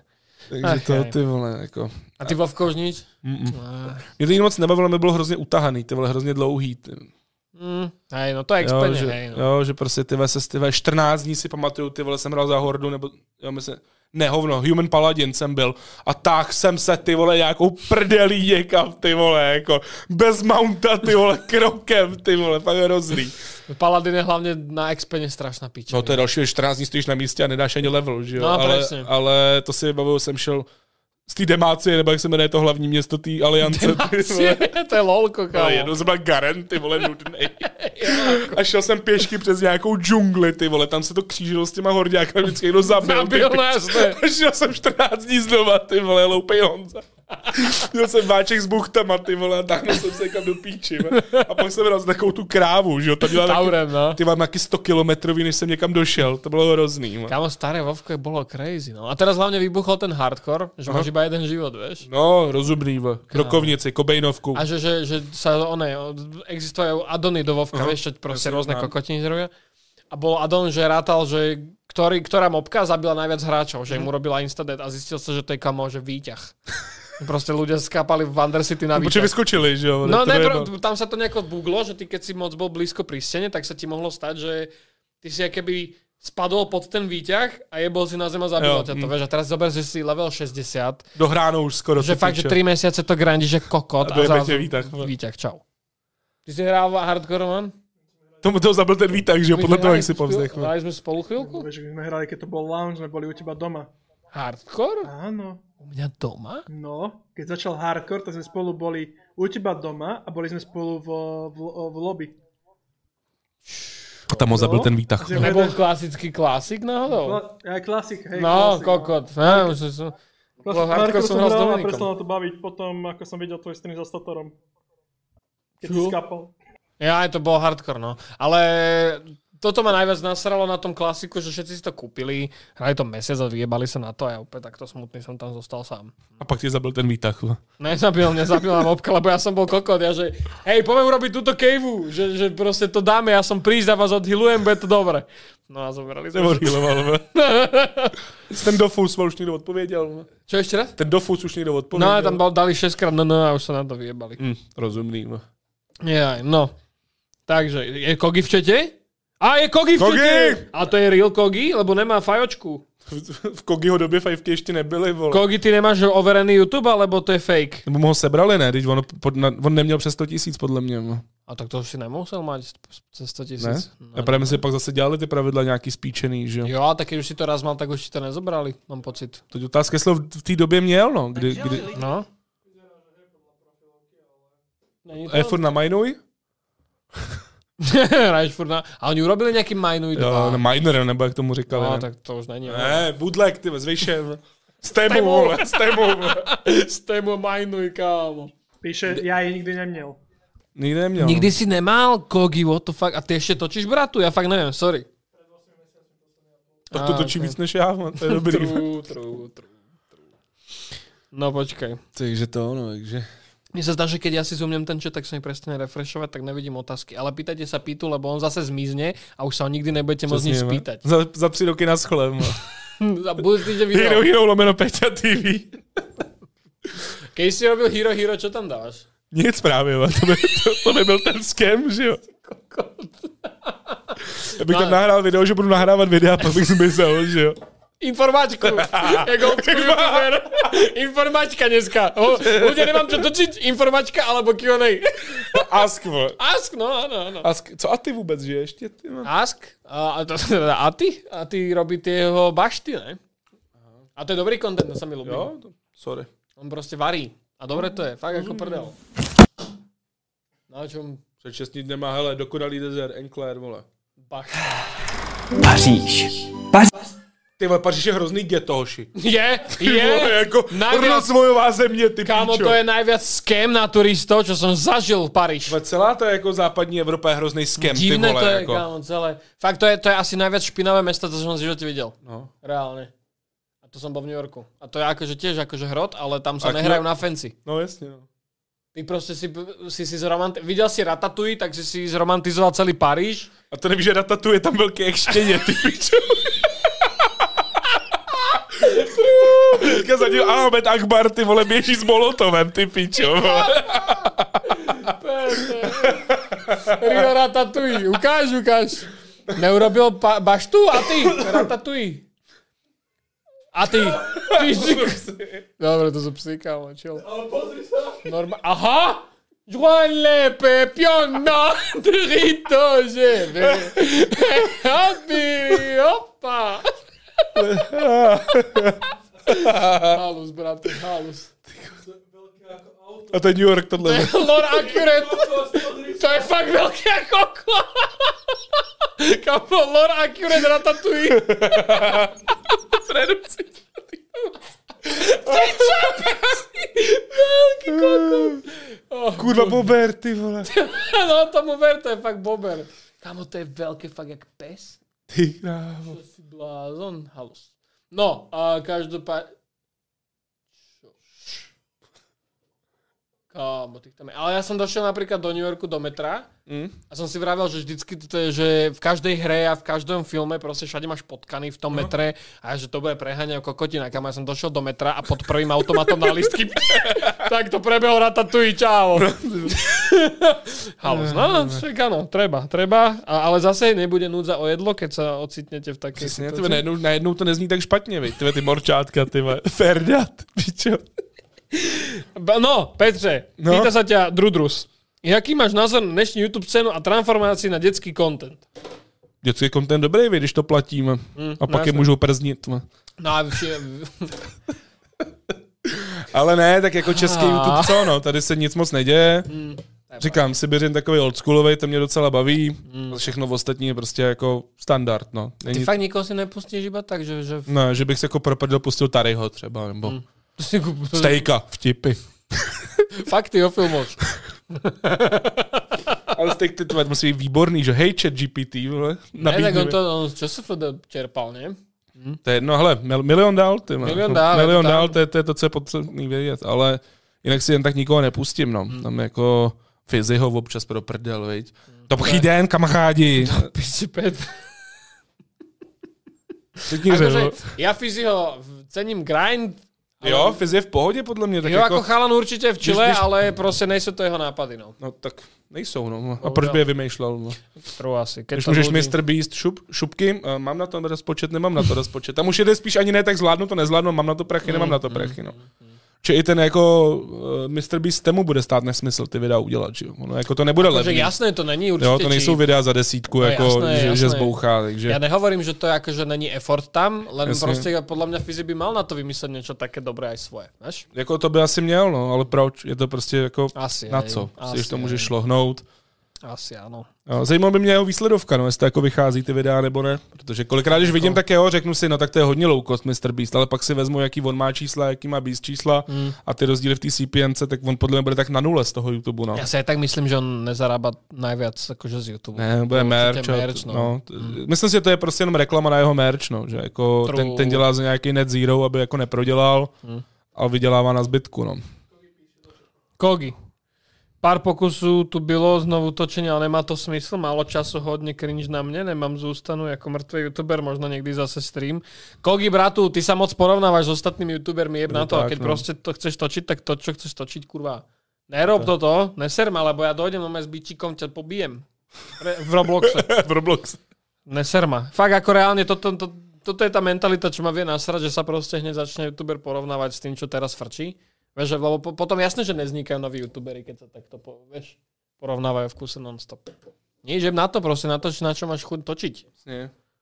S2: Takže
S1: Ach,
S2: to
S1: hej.
S2: ty vole, jako.
S1: A ty Vovko už nič?
S2: Mě to jiný moc nebavilo, mi bylo hrozně utahaný, ty vole, hrozně dlouhý. Ty.
S1: Mm, hej, no to je
S2: Jo,
S1: expenže,
S2: že,
S1: hej. No.
S2: jo, že prostě ty vole, se ty vole, 14 dní si pamatuju, ty vole, jsem hrál za hordu, nebo, jo, myslím, ne, hovno, Human Paladin jsem byl a tak jsem se, ty vole, nějakou prdelí někam, ty vole, jako, bez mounta, ty vole, krokem, ty vole, fakt hrozný.
S1: Paladin je hlavne na expene strašná pič.
S2: No to je další, že 14 dní stojíš na místě a nedáš ani level, že jo?
S1: No,
S2: ale,
S1: přesně.
S2: ale to si vybavuju, jsem šel z té demácie, nebo jak se jmenuje to hlavní město té aliance.
S1: [LAUGHS] to je lolko,
S2: Ale
S1: kámo. jako.
S2: jednou jsem byl Garen, ty vole,
S1: [LAUGHS]
S2: nudnej. A šel jsem pěšky přes nějakou džungli, ty vole, tam se to křížilo s těma horďákama, vždycky někdo zabil. ty
S1: Zabil,
S2: pič.
S1: no
S2: [LAUGHS]
S1: jasné.
S2: A šel jsem 14 dní znova, ty vole, loupej Honza. Měl jsem váček s buchtama, ty vole, a táhnul jsem se někam do píči. ve. A pak jsem raz takovou tu krávu, že jo, ta měla taky-
S1: Taurem, no.
S2: ty mám nějaký 100 kilometrový, než jsem někam došel. To bylo hrozný. man.
S1: Kámo, staré Vovko je bolo crazy, no. A teraz hlavne vybuchol ten hardcore, že máš iba jeden život, vieš.
S2: No, rozumný, v rokovnici, kobejnovku.
S1: A že, že, že sa one, existujú adony do Vovka,
S2: Aha,
S1: vieš, čo proste
S2: ja si
S1: rôzne
S2: znám.
S1: kokotiny robia. A bol adon, že rátal, že ktorý, ktorá mobka zabila najviac hráčov, že
S2: Mhm.
S1: im urobila instadet a zistil sa, že to je kamo, že výťah. [LAUGHS] Proste ľudia skápali v Vander City na
S2: Protože
S1: výťah.
S2: vyskočili, že jo?
S1: No
S2: No, to
S1: ne,
S2: je
S1: pro,
S2: jedno.
S1: tam sa to nejako buglo, že ty keď si moc bol blízko pri stene, tak sa ti mohlo stať, že ty si keby spadol pod ten výťah a jebol si na zem a zabilo
S2: Jo,
S1: ťa to.
S2: mm.
S1: Vieš, a teraz zober, že si level 60,
S2: Dohráno už skoro.
S1: že
S2: ty
S1: fakt,
S2: piče.
S1: že 3 mesiace to grandí, že kokot
S2: A
S1: a,
S2: dojebe
S1: zrazu
S2: tě výtah.
S1: výťah, čau. Ty jsi hrál hardcore, man?
S2: Tomu to zabil ten výtah, že jo?
S1: My
S2: No, Podle
S1: jsme
S2: toho,
S1: hrali
S2: jak si no.
S1: spolu-
S2: povzdechl.
S1: Hrali jsme spolu chvilku?
S3: Vieš, my sme hrali, keď to bol lounge, sme boli u teba doma.
S1: Hardcore?
S3: Áno.
S1: U mňa doma?
S3: No, keď začal hardcore, tak sme spolu boli u teba doma a boli sme spolu v, v, v lobby.
S2: tam ho zabil ten výtah.
S3: Že-
S1: Nebo klasický klasik
S2: No,
S1: náhodou?
S3: Kla- eh, Klasik, hej.
S1: No,
S3: klasik,
S1: kokot. Ne, už som...
S3: Klasik,
S1: Bol hardcore
S3: hardcore
S1: som
S3: som
S1: hral s
S3: hral a
S1: Dominikom.
S3: prestalo to baviť potom, ako som videl tvoj stream za Statorom. Keď
S1: Čo?
S3: si skapal.
S1: Ja, aj to bolo hardcore, no. Ale toto ma najviac nasralo na tom klasiku, že všetci si to kúpili, hrali to mesiac a vyjebali sa na to a ja úplne takto smutný som tam zostal sám.
S2: A pak ti zabil ten výtah.
S1: Nezabil, nezabil nám obka, lebo ja som bol kokot, ja že hej, poďme urobiť túto kejvu, že, že proste to dáme, ja som prísť a vás odhilujem, bude to dobre. No a zobrali
S2: Nebo
S1: sme. [LAUGHS]
S2: realoval. ten dofus už někdo odpověděl.
S1: Čo ešte raz?
S2: Ten dofus už někdo odpověděl.
S1: No a tam bol- dali 6 krát no, no a už sa na to vyjebali.
S2: Hm, rozumný. No.
S1: Nie, no. Takže, je Kogi v čete? A je Kogi v
S2: Kogi!
S1: čete! A to je real Kogi, lebo nemá fajočku.
S2: [LAUGHS] V Kogiho době 5 ještě nebyly, vole.
S1: Kogi, ty nemáš overený YouTube, alebo to je fake?
S2: Nebo mu ho sebrali, ne? Teď on, pod, na, on neměl přes 100 tisíc, podle mě. No.
S1: A tak to už si nemusel mať cez 100
S2: Ne?
S1: tisíc. No.
S2: A právě si pak zase dělali ty pravidla nějaký spíčený, že jo?
S1: Jo, tak keď už si to raz mal, tak už ti to nezobrali, mám pocit.
S2: Teď otázka, jestli ho v té době měl, no. Kdy, kdy...
S1: No. Není
S2: A je
S1: to?
S2: furt na Majnuj?
S1: [LAUGHS] Hraješ furt na... A oni urobili nějaký Mineu 2.
S2: Jo, na Minor, nebo jak tomu říkali.
S1: no,
S2: ne?
S1: tak to už není.
S2: Ne, budlek, ty s Vyšem. S tebou,
S1: tebou.
S2: vole, s tebou. vole.
S1: S tému Mineu, kámo.
S3: Píše, ja ji nikdy nemiel.
S2: Nikdy neměl.
S1: Nikdy si nemál Kogi, what the fuck, a ty ještě točíš bratu, já fakt nevím, sorry.
S2: Tak to
S1: A,
S2: točí
S1: ok.
S2: víc než já, man, to je
S1: [LAUGHS]
S2: dobrý.
S1: True, true, true. No počkej.
S2: takže to ono, takže...
S1: Mne sa zdá, že keď ja si zoomnem ten chat, tak sa mi prestane refreshovať, tak nevidím otázky. Ale pýtajte sa Pítu, lebo on zase zmizne a už sa ho nikdy nebudete môcť nič [LAUGHS] spýtať.
S2: Za, za tři roky na schlem.
S1: A budú
S2: [LAUGHS]
S1: si, že video.
S2: Hero Hero lomeno Peťa TV.
S1: Keď si robil Hero Hero, čo tam dávaš?
S2: Nic právě, man, to by, to, to by byl ten scam, že jo. Já bych
S1: No.
S2: tam nahrál video, že budu nahrávat videa, a pak bych zmizel, že jo. [LAUGHS]
S1: Informáčku. Jak old school youtuber. Informáčka dneska. Ho, ľudia, nemám čo točiť? Informáčka alebo Q&A.
S2: Ask, vole.
S1: Ask, no áno, áno.
S2: Ask, co a ty vůbec, že ještě ty, man?
S1: Ask. A, a, to, [LAUGHS] a ty? A ty robí tie jeho bašty, ne? A to je dobrý content, to sa mi ľúbi.
S2: Jo, to- sorry.
S1: On prostě varí. A dobré to je, fakt jako prdel. Na čom
S2: Před šesti dnema, hele, dokonalý desert, Enclair, vole.
S1: bach.
S4: Paříž.
S2: Ty vole, Paříž je hrozný ghetto, hoši.
S1: [LAUGHS] Je,
S2: Ty [LAUGHS] vole,
S1: je,
S2: jako
S1: najviac-
S2: rozvojová země, ty
S1: kámo,
S2: píčo.
S1: to je najviac scam na turistov, čo som zažil v Paríž.
S2: Vole, Celá ta jako západní Evropa je hrozný skem, ty
S1: Divné
S2: vole,
S1: to je,
S2: jako.
S1: kámo, celé. Fakt to je, to je asi najviac špinavé mesto, co som v živote videl.
S2: No.
S1: Reálne. A to som bol v New Yorku. A to je akože tiež akože hrot, ale tam sa
S2: Ak-
S1: nehrajú na fancy.
S2: no, jasně, no.
S1: Ty proste si, si, si zromanti- videl si Ratatouille, tak si si zromantizoval celý Paríž.
S2: A to nevíš, že Ratatu je tam velký jak štěně, ty píčo. Teďka za ním Ahmed Akbar, ty vole, běží s Molotovem, ty píčo, vole.
S1: Rio Ratatouille. Ukáž, ukáž. Neurobil pa- baštu? A ty? Ratatouille. A ty? ty si... Dobre, to sú psy, kámo, chill. Norma- Aha! Juan Lepe, pionna, drito, že ve- Happy, opa. Halus, brate, halus.
S2: A to je New York tohle. vole.
S1: Lord Accurate. To je fakt velké koko. Kapo, Lord Accurate Ratatouille. Redukci. Ty čapáci. Velký koko.
S2: Kurva Bober, ty vole.
S1: No tomu ver, to je fakt bober. Kámo, to je velké fakt jak pes.
S2: Ty krávo.
S1: To si blázon, halus. No, a každopádně... Kámo, tých tam je. Ale ja som došiel napríklad do New Yorku do metra
S2: Mm.
S1: a som si vravel, že vždycky to je, že v každej hre a v každom filme proste všade máš potkaný v tom
S2: No.
S1: metre a ja, že to bude preháňa kokotina. Kam ja som došiel do metra a pod prvým automatom na listky [LAUGHS] tak to prebehol ratatouille, čau.
S2: No.
S1: [LAUGHS] Halus, no, však áno, treba, treba, a, ale zase nebude núdza o jedlo, keď sa ocitnete v takej
S2: Přesně, ty vole,
S1: situácii.
S2: najednou, najednou to nezní tak špatně, viď, ty vole, ty morčátka, ty vole. Ferdat, píčo.
S1: Ba- No, Petře, no?
S2: No?
S1: pýta sa ťa Drudrus. Jaký máš názor na dnešní YouTube scénu a transformaci na dětský content?
S2: Dětský content dobrý, vy, když to platíme. a pak je
S1: jasně.
S2: můžou prznit. vole.
S1: No a
S2: [LAUGHS]
S1: vši- Hmm,
S2: Ale ne, tak jako český YouTube, co no, tady se nic moc neděje. Říkám, Sibiřin takový oldschoolový, to mě docela baví.
S1: Hmm.
S2: Všechno ostatní je prostě jako standard, no.
S1: Ty
S2: Není,
S1: fakt nikoho si nepustíš iba tak, že... že... [LAUGHS]
S2: ne, že bych se jako propadl, pustil Taryho třeba, nebo hmm.
S1: To si kup... to...
S2: Stejka, vtipy.
S1: Fakty o filmoch.
S2: Ale steak ty tvar musí být výborný, že hej chat GPT, vole,
S1: Ne, tak
S2: [LAUGHS] nabídni
S1: on
S2: mi.
S1: to on z ČSFD čerpal, ne?
S2: To je jedno, hele, mil, milion dál, ty má.
S1: Milion dál, je
S2: milion
S1: to tam.
S2: dál to, je, to je to, co je potřebný vědět, ale jinak si jen tak nikoho nepustím, no. Hmm. Tam jako Fiziho občas pro prdel, viď.
S1: Hmm.
S2: Dobrý den, kamarádi.
S1: Piči pet.
S2: Řekni, že
S1: Akože,
S2: jo.
S1: ja Fiziho cením grind,
S2: Jo, Fiz je v pohodě podle mě, tak
S1: jo, jako
S2: jako...
S1: chalan určitě v Chile,
S2: když-
S1: ale prostě nejsou to jeho nápady, no.
S2: No tak nejsou, no. A proč by je vymýšlel, no.
S1: True asi. Keď
S2: Když
S1: to
S2: můžeš
S1: ľudí-
S2: Mr. Beast šup, šupky, eh, mám na to rozpočet, nemám na to rozpočet. Tam už jde spíš ani ne, tak zvládnu to, nezvládnu, mám na to prachy, nemám
S1: Mm,
S2: na to prachy, no. Či i ten jako eh, Mr. Beast temu bude stát nesmysl ty videa udělat, že jo. Ono jako to nebude
S1: Takže
S2: levný.
S1: No, jasné, to není určitě
S2: Jo, to nejsou
S1: cheap.
S2: videa za desítku,
S1: je
S2: jako,
S1: jasné,
S2: že,
S1: jasné.
S2: že zbouchá, takže...
S1: Ja nehovorím, že to je ako, že není effort tam, len prostě jako
S2: Jasne.
S1: Jasne. proste podľa mňa Fizi by mal na to vymysleť niečo také dobré aj svoje, vieš?
S2: Jako to by asi měl, no, ale proč? Je to prostě jako
S1: Asi,
S2: na
S1: hej.
S2: co? Asi,
S1: Asi,
S2: Když to
S1: hej.
S2: můžeš šlohnout.
S1: Asi áno.
S2: Jo, Zajímalo by mě jeho výsledovka, no, jestli to jako vychází ty videa nebo ne. Protože kolikrát, když vidím, tak jeho řeknu si, no tak to je hodně low cost Mr. Beast, ale pak si vezmu, jaký on má čísla, jaký má Beast čísla
S1: Hmm.
S2: a ty rozdíly v té CPNce, tak on podle mě bude tak na nule z toho YouTube, no.
S1: Ja si aj tak myslím, že on nezarába najviac akože z YouTube.
S2: Ne, bude
S1: To určitě
S2: merch. a-
S1: merch, no.
S2: no. t- Myslím si, že to je prostě jenom reklama na jeho merch, no, že jako
S1: True. Hmm.
S2: ten, ten, dělá za nějaký net zero, aby jako neprodělal, ale vydělává na zbytku, no.
S1: Kogi. Pár pokusů tu bylo znovu točení, ale nemá to smysl. Málo času, hodně cringe na mě, nemám zůstanu jako mrtvý youtuber, možno někdy zase stream. Kogi, bratu, ty sa moc porovnáváš s ostatními youtubermi, jeb
S2: No
S1: na to.
S2: tak,
S1: Keď
S2: no.
S1: no. prostě to chceš točit, tak to, čo chceš točit, kurva. Nerob toto, neser ma, lebo ja dojdem, no s bičíkom tě pobijem. Re, v Robloxe.
S2: v Roblox.
S1: Neser ma. Fakt ako reálne, toto, to, toto je tá mentalita, čo ma vie nasrať, že sa proste hneď začne youtuber porovnávať s tým, čo teraz frčí. Vieš, že- lebo po, potom jasné, že neznikajú noví youtuberi, keď sa takto po, vieš, porovnávajú v kuse non-stop. Nie, že na to proste, natoč, na čo máš chuť točiť.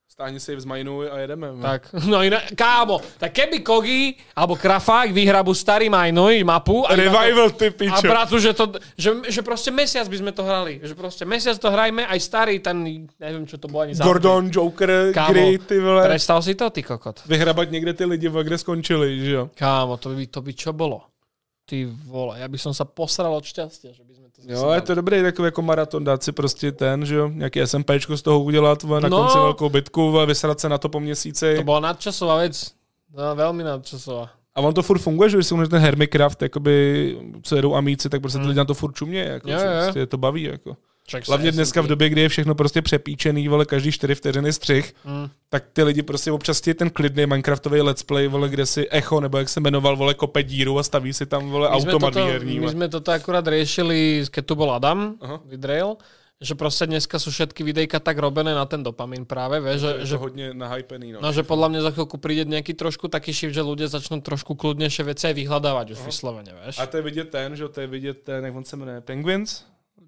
S2: Stáhni si z Mineu a jedeme. no.
S1: Tak, no iné, kámo, tak keby Kogi alebo Krafák vyhrabu starý Majnoj mapu a, iba to-
S2: Revival, ty
S1: a
S2: pičo.
S1: bratu, že, to, že, že proste mesiac by sme to hrali, že proste mesiac to hrajme, aj starý, ten, neviem, čo to bolo ani za-
S2: Gordon, Joker,
S1: Kámo,
S2: Gry, ty vole.
S1: Prestal si to, ty kokot?
S2: Vyhrabat někde ty lidi, vole, kde skončili, že jo?
S1: Kámo, to by, to by čo bolo? Ty vole, ja by som sa posral od šťastia, že by sme to zase
S2: Jo, je
S1: dali.
S2: to dobrý takový jako maraton, dát si prostě ten, že jo, nějaký SMPčko z toho udělat, vole, na
S1: No.
S2: konci velkou bitku, vole, vysrat se na to po měsíci.
S1: to bola nadčasová vec. No, veľmi nadčasová.
S2: A on to furt funguje, že když si umře ten Hermicraft, jakoby, co jedou amíci, tak prostě ty lidi na to furt čumě, jako,
S1: Hmm. Jo,
S2: že
S1: jo.
S2: prostě je to baví, jako.
S1: Čak
S2: Hlavně dneska v době, kdy je všechno prostě přepíčený, vole, každý 4 vteřiny střih,
S1: Mm.
S2: tak ty lidi prostě občas ti ten klidný Minecraftový let's play, vole, kde si Echo, nebo jak se jmenoval, vole, kope díru a staví si tam, vole,
S1: My sme
S2: automat
S1: toto,
S2: výherní.
S1: My
S2: vole.
S1: sme toto akurát riešili, keď tu bol Adam,
S2: Aha.
S1: vydrejl, že proste dneska sú všetky videjka tak robené na ten dopamin práve, vieš, že,
S2: Je
S1: že
S2: to hodně nahypený, no.
S1: No, že podľa mňa za chvíľku príde nejaký trošku taký shift, že ľudia začnú trošku kľudnejšie veci aj vyhľadávať už vyslovene, vieš.
S2: A to je vidět ten, že jo, to je vidět ten, jak on se jmenuje, Penguins?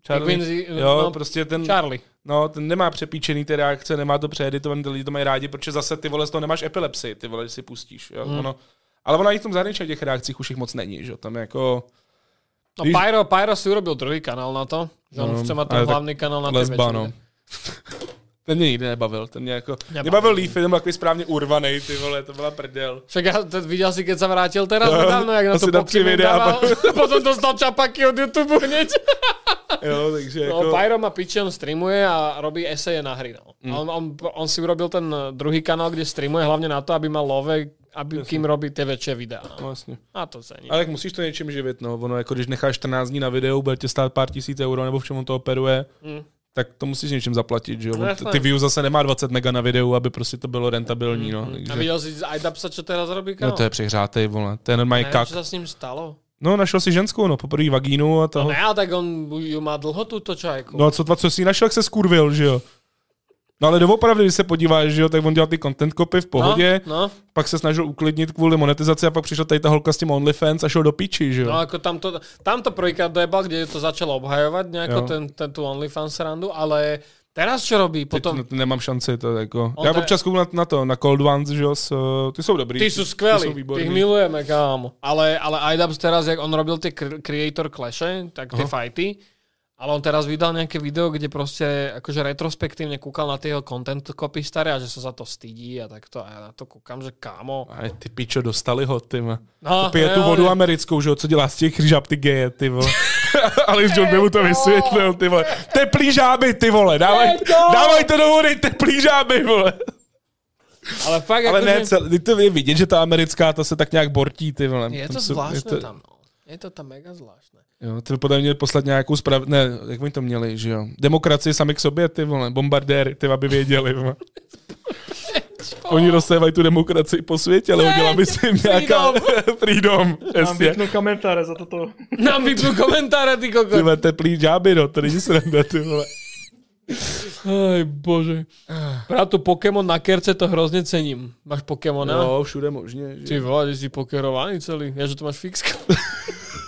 S1: Penguins,
S2: jo,
S1: no,
S2: prostě ten,
S1: Charlie.
S2: No, ten nemá přepíčený ty reakce, nemá to přejeditované, ty lidi to mají rádi, protože zase ty vole z toho nemáš epilepsii, ty vole, když si pustíš. Jo?
S1: Hmm.
S2: Mm. Ono, ale ono i v tom zahraničí těch reakcích už jich moc není, že jo, tam jako...
S1: No
S2: Víš-
S1: Pyro, Pyro si urobil druhý kanál na to, že on
S2: No,
S1: chce mať
S2: ale
S1: ten
S2: tak
S1: hlavný kanál na tie
S2: Lesba,
S1: večery.
S2: no. [LAUGHS] ten mě nikdy nebavil, ten mě jako...
S1: Nebavil.
S2: Nebavil, nebavil Leafy, ten byl takový správně urvaný, ty vole, to byla prdel.
S1: Však ja to videl si, keď sa vrátil teraz
S2: No,
S1: nedávno, jak na
S2: asi
S1: to
S2: na tři
S1: pokymy
S2: videá
S1: dával,
S2: pak-
S1: [LAUGHS] potom dostal čapaky od YouTube
S2: [LAUGHS]
S1: hneď.
S2: Jo, takže jako...
S1: No, Pyro má piči, on streamuje a robí eseje na hry. No.
S2: Mm.
S1: A On, on, on, si urobil ten druhý kanál, kde streamuje hlavne na to, aby mal love, aby, kým robí tie väčšie videá.
S2: No,
S1: No.
S2: jasně.
S1: A to cení.
S2: Ale jak musíš to něčím živit, no, ono jako když necháš 14 dní na videu, bude tě stát pár tisíc euro, nebo v čem on to operuje,
S1: Mm.
S2: mm. tak to musíš něčím zaplatit, že jo.
S1: No,
S2: On-
S1: jasné.
S2: ty view zase nemá 20 mega na videu, aby prostě to bylo rentabilní, no.
S1: Hmm, A
S2: Takže,
S1: videl si aj Dapsa, čo teraz robí?
S2: no
S1: Kámo?
S2: to je přehrátej, vole, to je normálně
S1: Neviem,
S2: kak.
S1: čo sa s ním stalo.
S2: No, našel si ženskou, no, poprvé vagínu a
S1: No
S2: toho.
S1: ne, ale tak on ju má dlho túto čajku.
S2: No a co dva, co si ji našel, jak se skurvil, že jo. No ale doopravdy, když se podíváš, že jo, tak on dělal ty content kopy v pohodě, no.
S1: No, no.
S2: pak se snažil uklidnit kvůli monetizaci a pak přišla tady ta holka s tím OnlyFans a šel do piči, že jo.
S1: No ako tam to, tam to prvýkrát dojebal, kde to začalo obhajovať nejako
S2: Jo.
S1: ten, ten tú OnlyFans randu, ale teraz čo robí?
S2: Potom...
S1: Potom,
S2: nemám šanci, to je jako...
S1: On
S2: Já
S1: to je-
S2: občas kouknu na, na to, na Cold Ones, že jo, s, uh, ty jsou dobrý.
S1: ty sú skvelí, ty,
S2: výborný.
S1: ich milujeme, kámo. Ale, ale iDubbbz teraz, jak on robil tie cr- Creator Clashe, tak tie fighty, Ale on teraz vydal nejaké video, kde proste akože retrospektívne kúkal na tie jeho content copy staré a že sa za to stydí a takto. A ja na to kúkam, že kámo.
S2: Ale ty pičo, dostali ho, ty ma.
S1: No,
S2: Pije tu
S1: jo,
S2: vodu
S1: jo.
S2: americkou, že jo, co dělá z těch žab ty geje, ty
S1: [LAUGHS]
S2: vole. Ale John by mu
S1: no.
S2: to vysvětlil, ty vole. Teplý žáby, ty vole, dávaj,
S1: no.
S2: dávaj to do vody, teplý žáby, vole.
S1: Ale fakt,
S2: Ale
S1: akože,
S2: ne, cel, teď to je vidět, že ta americká, ta se tak nějak bortí, ty vole.
S1: je
S2: Tam
S1: to
S2: jsou-
S1: zvláštne
S2: je to-
S1: tam. No. Je to tam mega zvláštne.
S2: Jo, ty podle mě poslat nějakou sprav... Ne, jak oni to měli, že jo? Demokracii sami k sobě, ty vole, bombardéry, ty aby věděli, vole. Oni rozsévají tu demokracii po světě, ale udělá by si jim nějaká... [LAUGHS] Freedom.
S3: Nám
S2: Jasně.
S3: vypnú komentáre za toto.
S1: Nám vypnú komentáre, ty
S2: Ty
S1: koko.
S2: vole, teplý žáby, no, to není sranda, ty vole.
S1: Aj bože.
S2: Ah.
S1: Prátu Pokémon na kerce to hrozne cením. Máš Pokémona?
S2: Jo, No, všude možně. Že...
S1: Ty vole, ty si pokerovaný celý. Ja, že to máš fixko.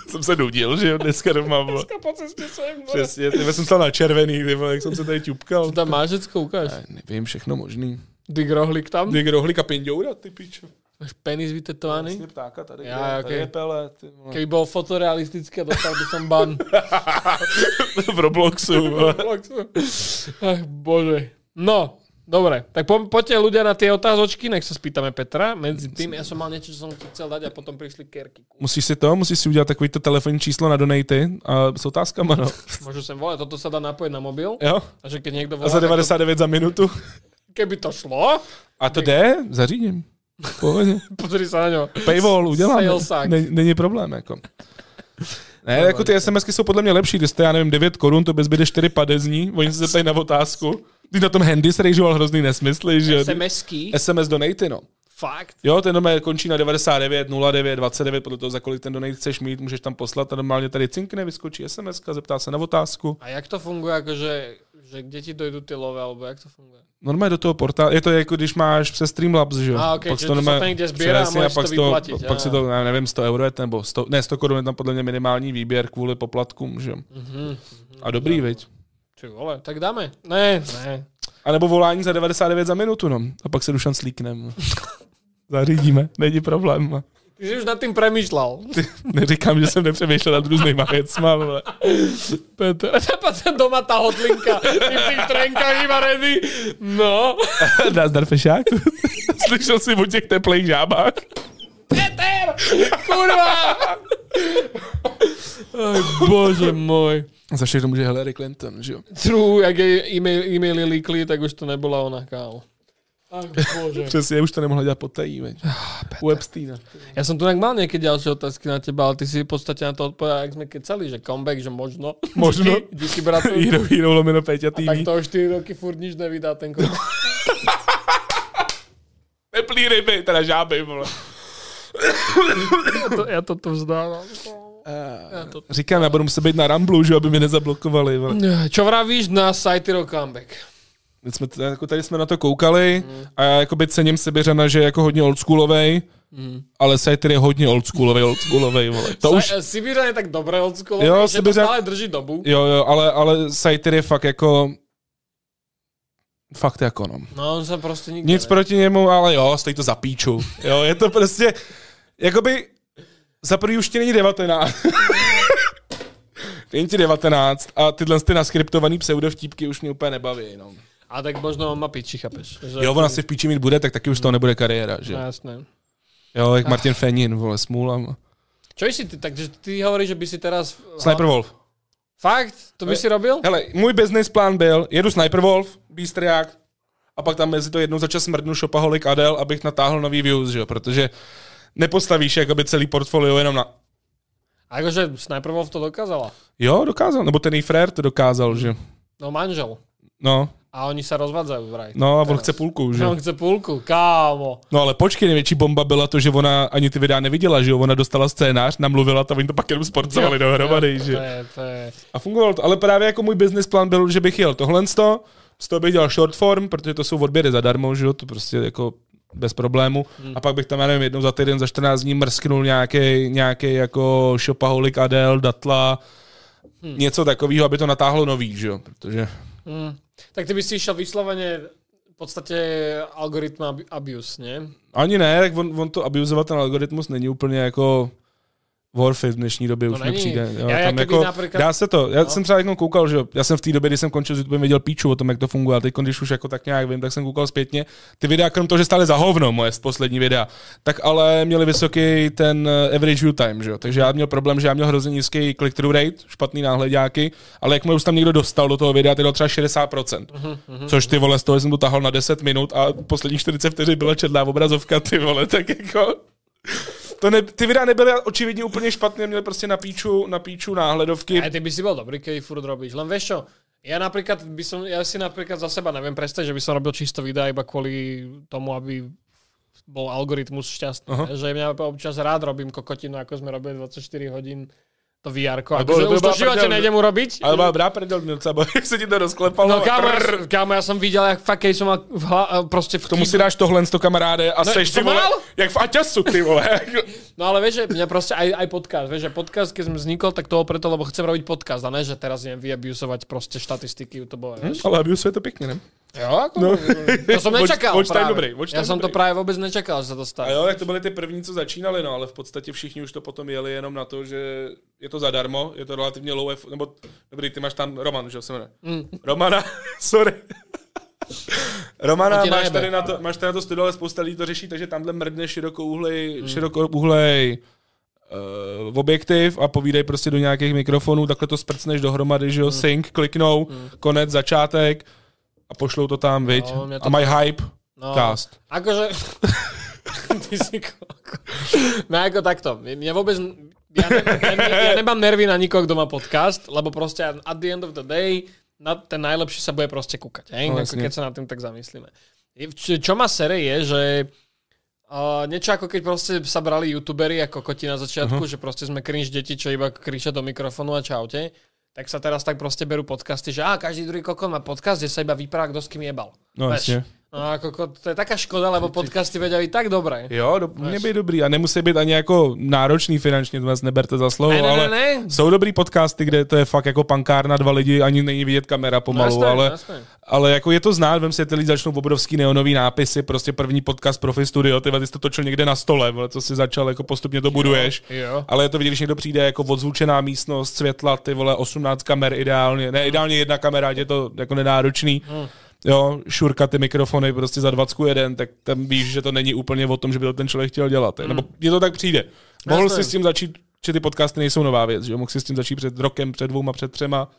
S2: Jsem se nudil, že jo, dneska doma. Vole.
S1: po ceste sem. vole.
S2: Přesně, ty vole, jsem stál na červený, ty vole, jak jsem se tady ťupkal.
S1: To [LAUGHS] Tam máš vždycko, ukáž.
S2: Ne, Nevím, všechno možný.
S1: Ty grohlik tam.
S2: Někdo rohlíka pindoura, ty pičo. Vlastně
S1: Máš penis vytetovaný.
S2: ptáka tady,
S1: Já, kde- tady ok. je
S2: pele, ty vole.
S1: Keby bol fotorealistické, dostal by som ban.
S2: [LAUGHS] v Robloxu. vole.
S1: Ach, bože. No, dobre. Tak po, poďte ľudia na tie otázočky, nech sa spýtame Petra. Medzi tým ja som mal niečo, čo som ti chcel dať a potom prišli kerky.
S2: Musíš si to, musíš si udělat takový to telefonní číslo na donaty a s otázkama, no.
S1: Môžu sem volať, toto sa dá napojiť na mobil.
S2: Jo?
S1: A že keď niekto
S2: A
S1: volá,
S2: za
S1: tak to,
S2: 99 za minutu.
S1: keby to šlo,
S2: A to jde? Zařídím. V Pohodě.
S1: pozri sa na ňo.
S2: Paywall uděláme.
S1: Salesák.
S2: Nen- Není problém, jako. Ne, jako ty SMSky jsou podle mě lepší, když jste, já nevím, 9 korun, to bezbyde 4 padezní, oni se zeptají na otázku. Ty na tom handy srejžoval hrozný nesmysly, že
S1: SMS-ky.
S2: SMS donaty, no.
S1: Fakt.
S2: Jo, ten normálně končí na 99, 09, 29, podle toho, za kolik ten donate chceš mít, můžeš tam poslat a normálně tady cinkne, vyskočí SMS, zeptá se na otázku.
S1: A jak to funguje, akože, že kde ti dojdú tie love, alebo jak to funguje?
S2: Normálně do toho portálu, je to jako když máš přes Streamlabs, že jo?
S1: A, ok, že to se to někde sbírá a můžeš
S2: pak
S1: to
S2: z toho-
S1: vyplatit,
S2: pak
S1: a.
S2: si to, já nevím, 100 euro je to, nebo 100, ne, 100 korun je tam podle mě minimální výběr kvůli poplatkům, že jo?
S1: Mhm,
S2: A dobrý, veď.
S1: Ty vole, tak dáme. Ne, ne.
S2: A nebo volání za 99 za minutu, no. A pak se Dušan slíknem. [LAUGHS] Zařídíme, není problém. no.
S1: Ty si už nad tým
S2: [LAUGHS]
S1: premýšľal.
S2: Ty, neříkám, že jsem nepřemýšlel nad různýma věcma, ale... [LAUGHS]
S1: Peter. Tapa sa doma tá hotlinka. Ty v tých trenkách iba ready.
S2: [LAUGHS]
S1: No.
S2: Nazdar fešák. [LAUGHS] Slyšel jsi o těch teplých žábách?
S1: Peter! Kurva! Aj, bože môj.
S2: Za všechno může Hillary Clinton, že jo?
S1: True, jak jej e-mail, e-maily líkli, tak už to nebola ona, kámo. Ach, bože.
S2: Přesně, už to nemohla dělat potají, veď. U Epsteina.
S1: Ja som tu nejak mal nejaké ďalšie otázky na teba, ale ty si v podstate na to odpovedal, ak sme kecali, že comeback, že možno.
S2: Možno.
S1: Díky, díky
S2: [LAUGHS]
S1: bratu.
S2: Hero, hero, lomeno Péťa
S1: Tak
S2: TV.
S1: to už 4 roky furt nič nevydá ten kurva.
S2: Teplý ryby, teda žáby, vole.
S1: to, ja toto vzdávam.
S2: Eh, Říkám, já budu muset být na Ramblu, že jo, aby mě nezablokovali, vole.
S1: Čo vravíš na Saitiro comeback?
S2: Teď jsme, t- jako tady jsme na to koukali a já jakoby cením Sibiřana, že je jako hodně oldschoolovej, ale Satyr je hodně oldschoolovej, oldschoolovej, vole. To už,
S1: Sa, Sibíran je tak dobré odskolo,
S2: Jo,
S1: že to
S2: Sibířan-
S1: stále drží dobu.
S2: jo, jo, ale, ale Satyr je fakt jako, fakt jako, no.
S1: No, on sa proste nikdy...
S2: Nic
S1: ne-
S2: proti němu, ale jo, stojí to za píču. Jo, je to prostě, jakoby, za prvý už ti není 19. [LAUGHS] není ti 19 a tyhle ty naskriptovaný pseudovtípky už mě úplně nebaví. No.
S1: A tak možno on má piči, chápeš? Že...
S2: Jo, ona si v píči mít bude, tak taky už to nebude kariéra, že?
S1: No, jasné.
S2: Jo, jak Martin Fenin, vole, smůla.
S1: Čo by si ty, takže ty hovoríš, že by si teraz...
S2: Sniper Eh, Wolf.
S1: Fakt? To by si robil?
S2: Hele, můj business plán byl, jedu Sniper Wolf, Beastriák, a pak tam mezi to jednou za čas smrdnu Shopaholic Adel, abych natáhl nový views, že jo, protože nepostavíš jakoby celý portfolio jenom na
S1: Akože Sniper Wolf to dokázala.
S2: Jo, dokázal, nebo ten její frér to dokázal, že?
S1: No manžel.
S2: No,
S1: A oni sa rozvádzajú vraj.
S2: no a on
S1: Teraz.
S2: chce půlku, že?
S1: On chce půlku, kámo.
S2: No ale počkej, největší bomba byla to, že ona ani ty videa neviděla, že jo? Ona dostala scénář, namluvila to, oni to pak jenom sporcovali dohromady,
S1: To
S2: že?
S1: je, to je...
S2: A fungovalo to, ale právě jako můj business plán byl, že bych jel tohle z toho, z toho bych dělal short form, protože to jsou odběry zadarmo, že jo? To prostě jako bez problému.
S1: Hmm.
S2: A pak bych tam, já nevím, jednou za týden, za 14 dní mrsknul nějaký, nějaký jako shopaholic Adel, Datla,
S1: Hmm.
S2: něco takového, aby to natáhlo nový, že jo? Protože
S1: Mm. Tak ty by si išiel vyslovene v podstate algoritma ab- abuse, nie?
S2: Ani ne, tak on, on to abuzovat ten algoritmus není úplně jako Warfit v dnešní době
S1: To
S2: už
S1: není.
S2: nepřijde. Jo,
S1: Já, jak
S2: tam
S1: kdyby
S2: jako,
S1: například-
S2: dá se to. Já
S1: No.
S2: no. jsem třeba jednou koukal, že jo, já jsem v té době, kdy jsem končil s YouTubem, věděl píču o tom, jak to funguje, a teď, když už jako tak nějak vím, tak jsem koukal zpětně. Ty videa, krom toho, že stále za hovno moje poslední videa, tak ale měli vysoký ten eh, average view time, že jo? Takže já měl problém, že já měl hrozně nízký click-through rate, špatný náhledáky, ale jakmile už tam někdo dostal do toho videa, ty dal třeba 60%.
S1: Mhm,
S2: Což ty vole, z toho jsem to tahal na 10 minut a posledních 40 vteřin byla černá obrazovka, ty vole, tak jako... To ne, ty videa nebyly očividně úplně špatné, měly prostě na píču, na píču náhledovky.
S1: Aj ty by si bol dobrý, keď furt robíš. Len vieš čo, ja napríklad by som, ja si napríklad za seba neviem predstaviť, že by som robil čisto videa iba kvôli tomu, aby bol algoritmus šťastný.
S2: Aha.
S1: Uh-huh. Že ja občas rád robím kokotinu, ako sme robili 24 hodín to VR. Akože
S2: A bolo- to
S1: už to
S2: bola
S1: v živote
S2: prdel,
S1: nejdem urobiť.
S2: Ale byla brá prdel, mě docela baví, [LAUGHS] jak se ti to rozklepalo.
S1: No kámo,
S2: Trrr.
S1: ja- kámo, ja som videl, jak fakt, keď som mal v hla, eh, proste v
S2: K tomu si dáš tohle z to kamaráde a
S1: No,
S2: seš
S1: to
S2: ty vole,
S1: mal?
S2: jak v Aťasu, ty
S1: [LAUGHS]
S2: vole.
S1: No ale vieš, že mňa proste aj, aj podcast, vieš, že podcast, keď som vznikol, tak toho preto, lebo chcem robiť podcast, a ne, že teraz neviem vyabusovať proste štatistiky YouTube. Hm?
S2: Ale abuse je to pěkně, ne?
S1: Jo, ako, no. to som
S2: Watch-
S1: nečakal
S2: Watch Time
S1: práve.
S2: dobrý, Watch
S1: Ja
S2: Time
S1: som to
S2: dobrý.
S1: práve vôbec nečakal, že sa to
S2: A
S1: stane.
S2: jo, tak to byly ty první, co začínali, no, ale v podstatě všichni už to potom jeli jenom na to, že je to zadarmo, je to relativně low, eff- nebo dobrý, ty máš tam Roman, že jo, se jmenuje.
S1: Mm.
S2: Romana, [LAUGHS] sorry. Romana,
S1: On ti
S2: máš
S1: najebe.
S2: tady, na to, máš tady na to studio, ale spousta lidí to řeší, takže tamhle mrdne širokouhlej,
S1: Mm.
S2: hmm. širokouhlej uh, objektiv a povídej prostě do nějakých mikrofonů, takhle to sprcneš dohromady,
S1: Mm.
S2: že jo, sync, kliknou, konec, začátek a pošlou to tam, viď?
S1: No, mě to-
S2: a mají hype,
S1: No,
S2: cast.
S1: akože... [LAUGHS] Ty si koko. No ako takto, mňa vôbec... Ja, ne, ja, ne, ja nemám nervy na nikoho, kdo má podcast, lebo proste at the end of the day na ten najlepší sa bude proste kúkať, hej?
S2: No,
S1: No,
S2: jasne.
S1: keď sa nad tým tak zamyslíme. Je- Čo, čo ma sere je, že Uh, niečo ako keď proste sa brali youtuberi ako koti na
S2: Mhm.
S1: začiatku, uh-huh. že proste sme cringe deti, čo iba kričia do mikrofónu a čaute, tak sa teraz tak proste berú podcasty, že a každý druhý kokon má podcast, kde sa iba vypráva, kto s kým jebal.
S2: No,
S1: Veš?
S2: jasne.
S1: No a koko, to je taká škoda, lebo podcasty vedia byť tak dobré.
S2: Jo, do, mě by dobrý a nemusí být ani jako náročný finančně, to vás neberte za slovo,
S1: Ne, ne, ne,
S2: ale
S1: ne.
S2: jsou dobrý podcasty, kde to je fakt jako pankárna, dva lidi, ani není vidět kamera pomalu,
S1: jasné,
S2: ale,
S1: jasné.
S2: ale jako je to znát, vem si, ty lidi začnou obrovský neonový nápisy, prostě první podcast Profi Studio, ty, vole, ty jsi to točil někde na stole, vole, co si začal, jako postupně to buduješ.
S1: Jo.
S2: Ale je to vidět, když někdo přijde jako odzvučená místnost, světla, ty vole, 18 kamer ideálně, ne, ideálně jedna kamera, ať je to jako nenáročný. Jo, šurka ty mikrofony prostě za 20 jeden, tak tam víš, že to není úplně o tom, že by to ten člověk chtěl dělat. Nebo je to tak přijde. Mohl
S1: Jasné.
S2: si s tím začít, že ty podcasty nejsou nová věc, že jo? Mohl si s tím začít před rokem, před dvouma, před třema.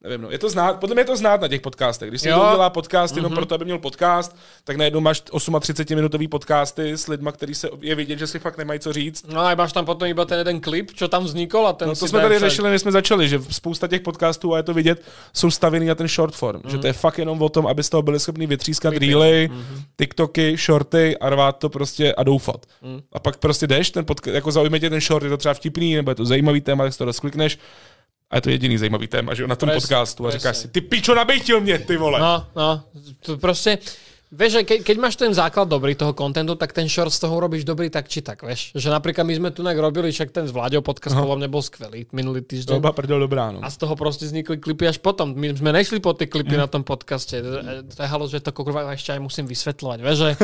S2: Nevím, no. Je to znát, podle mě je to znát na těch podcastech. Když si
S1: Jo.
S2: někdo udělá podcast jenom mm-hmm. proto, aby měl podcast, tak najednou máš 38-minutový podcasty s lidma, který se je vidět, že si fakt nemají co říct.
S1: No a máš tam potom iba ten jeden klip, čo tam vznikol a ten
S2: No, to
S1: si
S2: jsme
S1: dajú
S2: tady
S1: všade.
S2: řešili, než jsme začali, že spousta těch podcastů, a je to vidět, jsou stavěny na ten short form. Mm. Že to je fakt jenom o tom, aby z toho byli schopni vytřískat reely,
S1: Mm-hmm.
S2: mm. TikToky, shorty a rvát to prostě a doufat. Mm. A pak prostě jdeš, ten podcast, jako zaujme tě ten short, je to třeba vtipný, nebo je to zajímavý téma, tak si to rozklikneš. A je to jediný zajímavý téma, že jo, na tom
S1: Pres-
S2: podcastu. A říkáš
S1: presne.
S2: si, ty pičo, nabejtil mě, ty vole.
S1: No, no, to proste... Vieš, že ke, keď máš ten základ dobrý toho kontentu, tak ten short z toho urobíš dobrý tak či tak, vieš. Že napríklad my sme tu nejak robili, však ten s Vláďou podcast podľa mňa bol skvelý minulý
S2: To
S1: týždeň.
S2: oba prdel dobrá, no.
S1: A z toho prostě vznikly klipy až potom. My jsme nešli po ty klipy na tom podcaste. E, To je halo, že to kurva ještě aj musím vysvětlovat, vieš,
S2: [LAUGHS]
S1: že...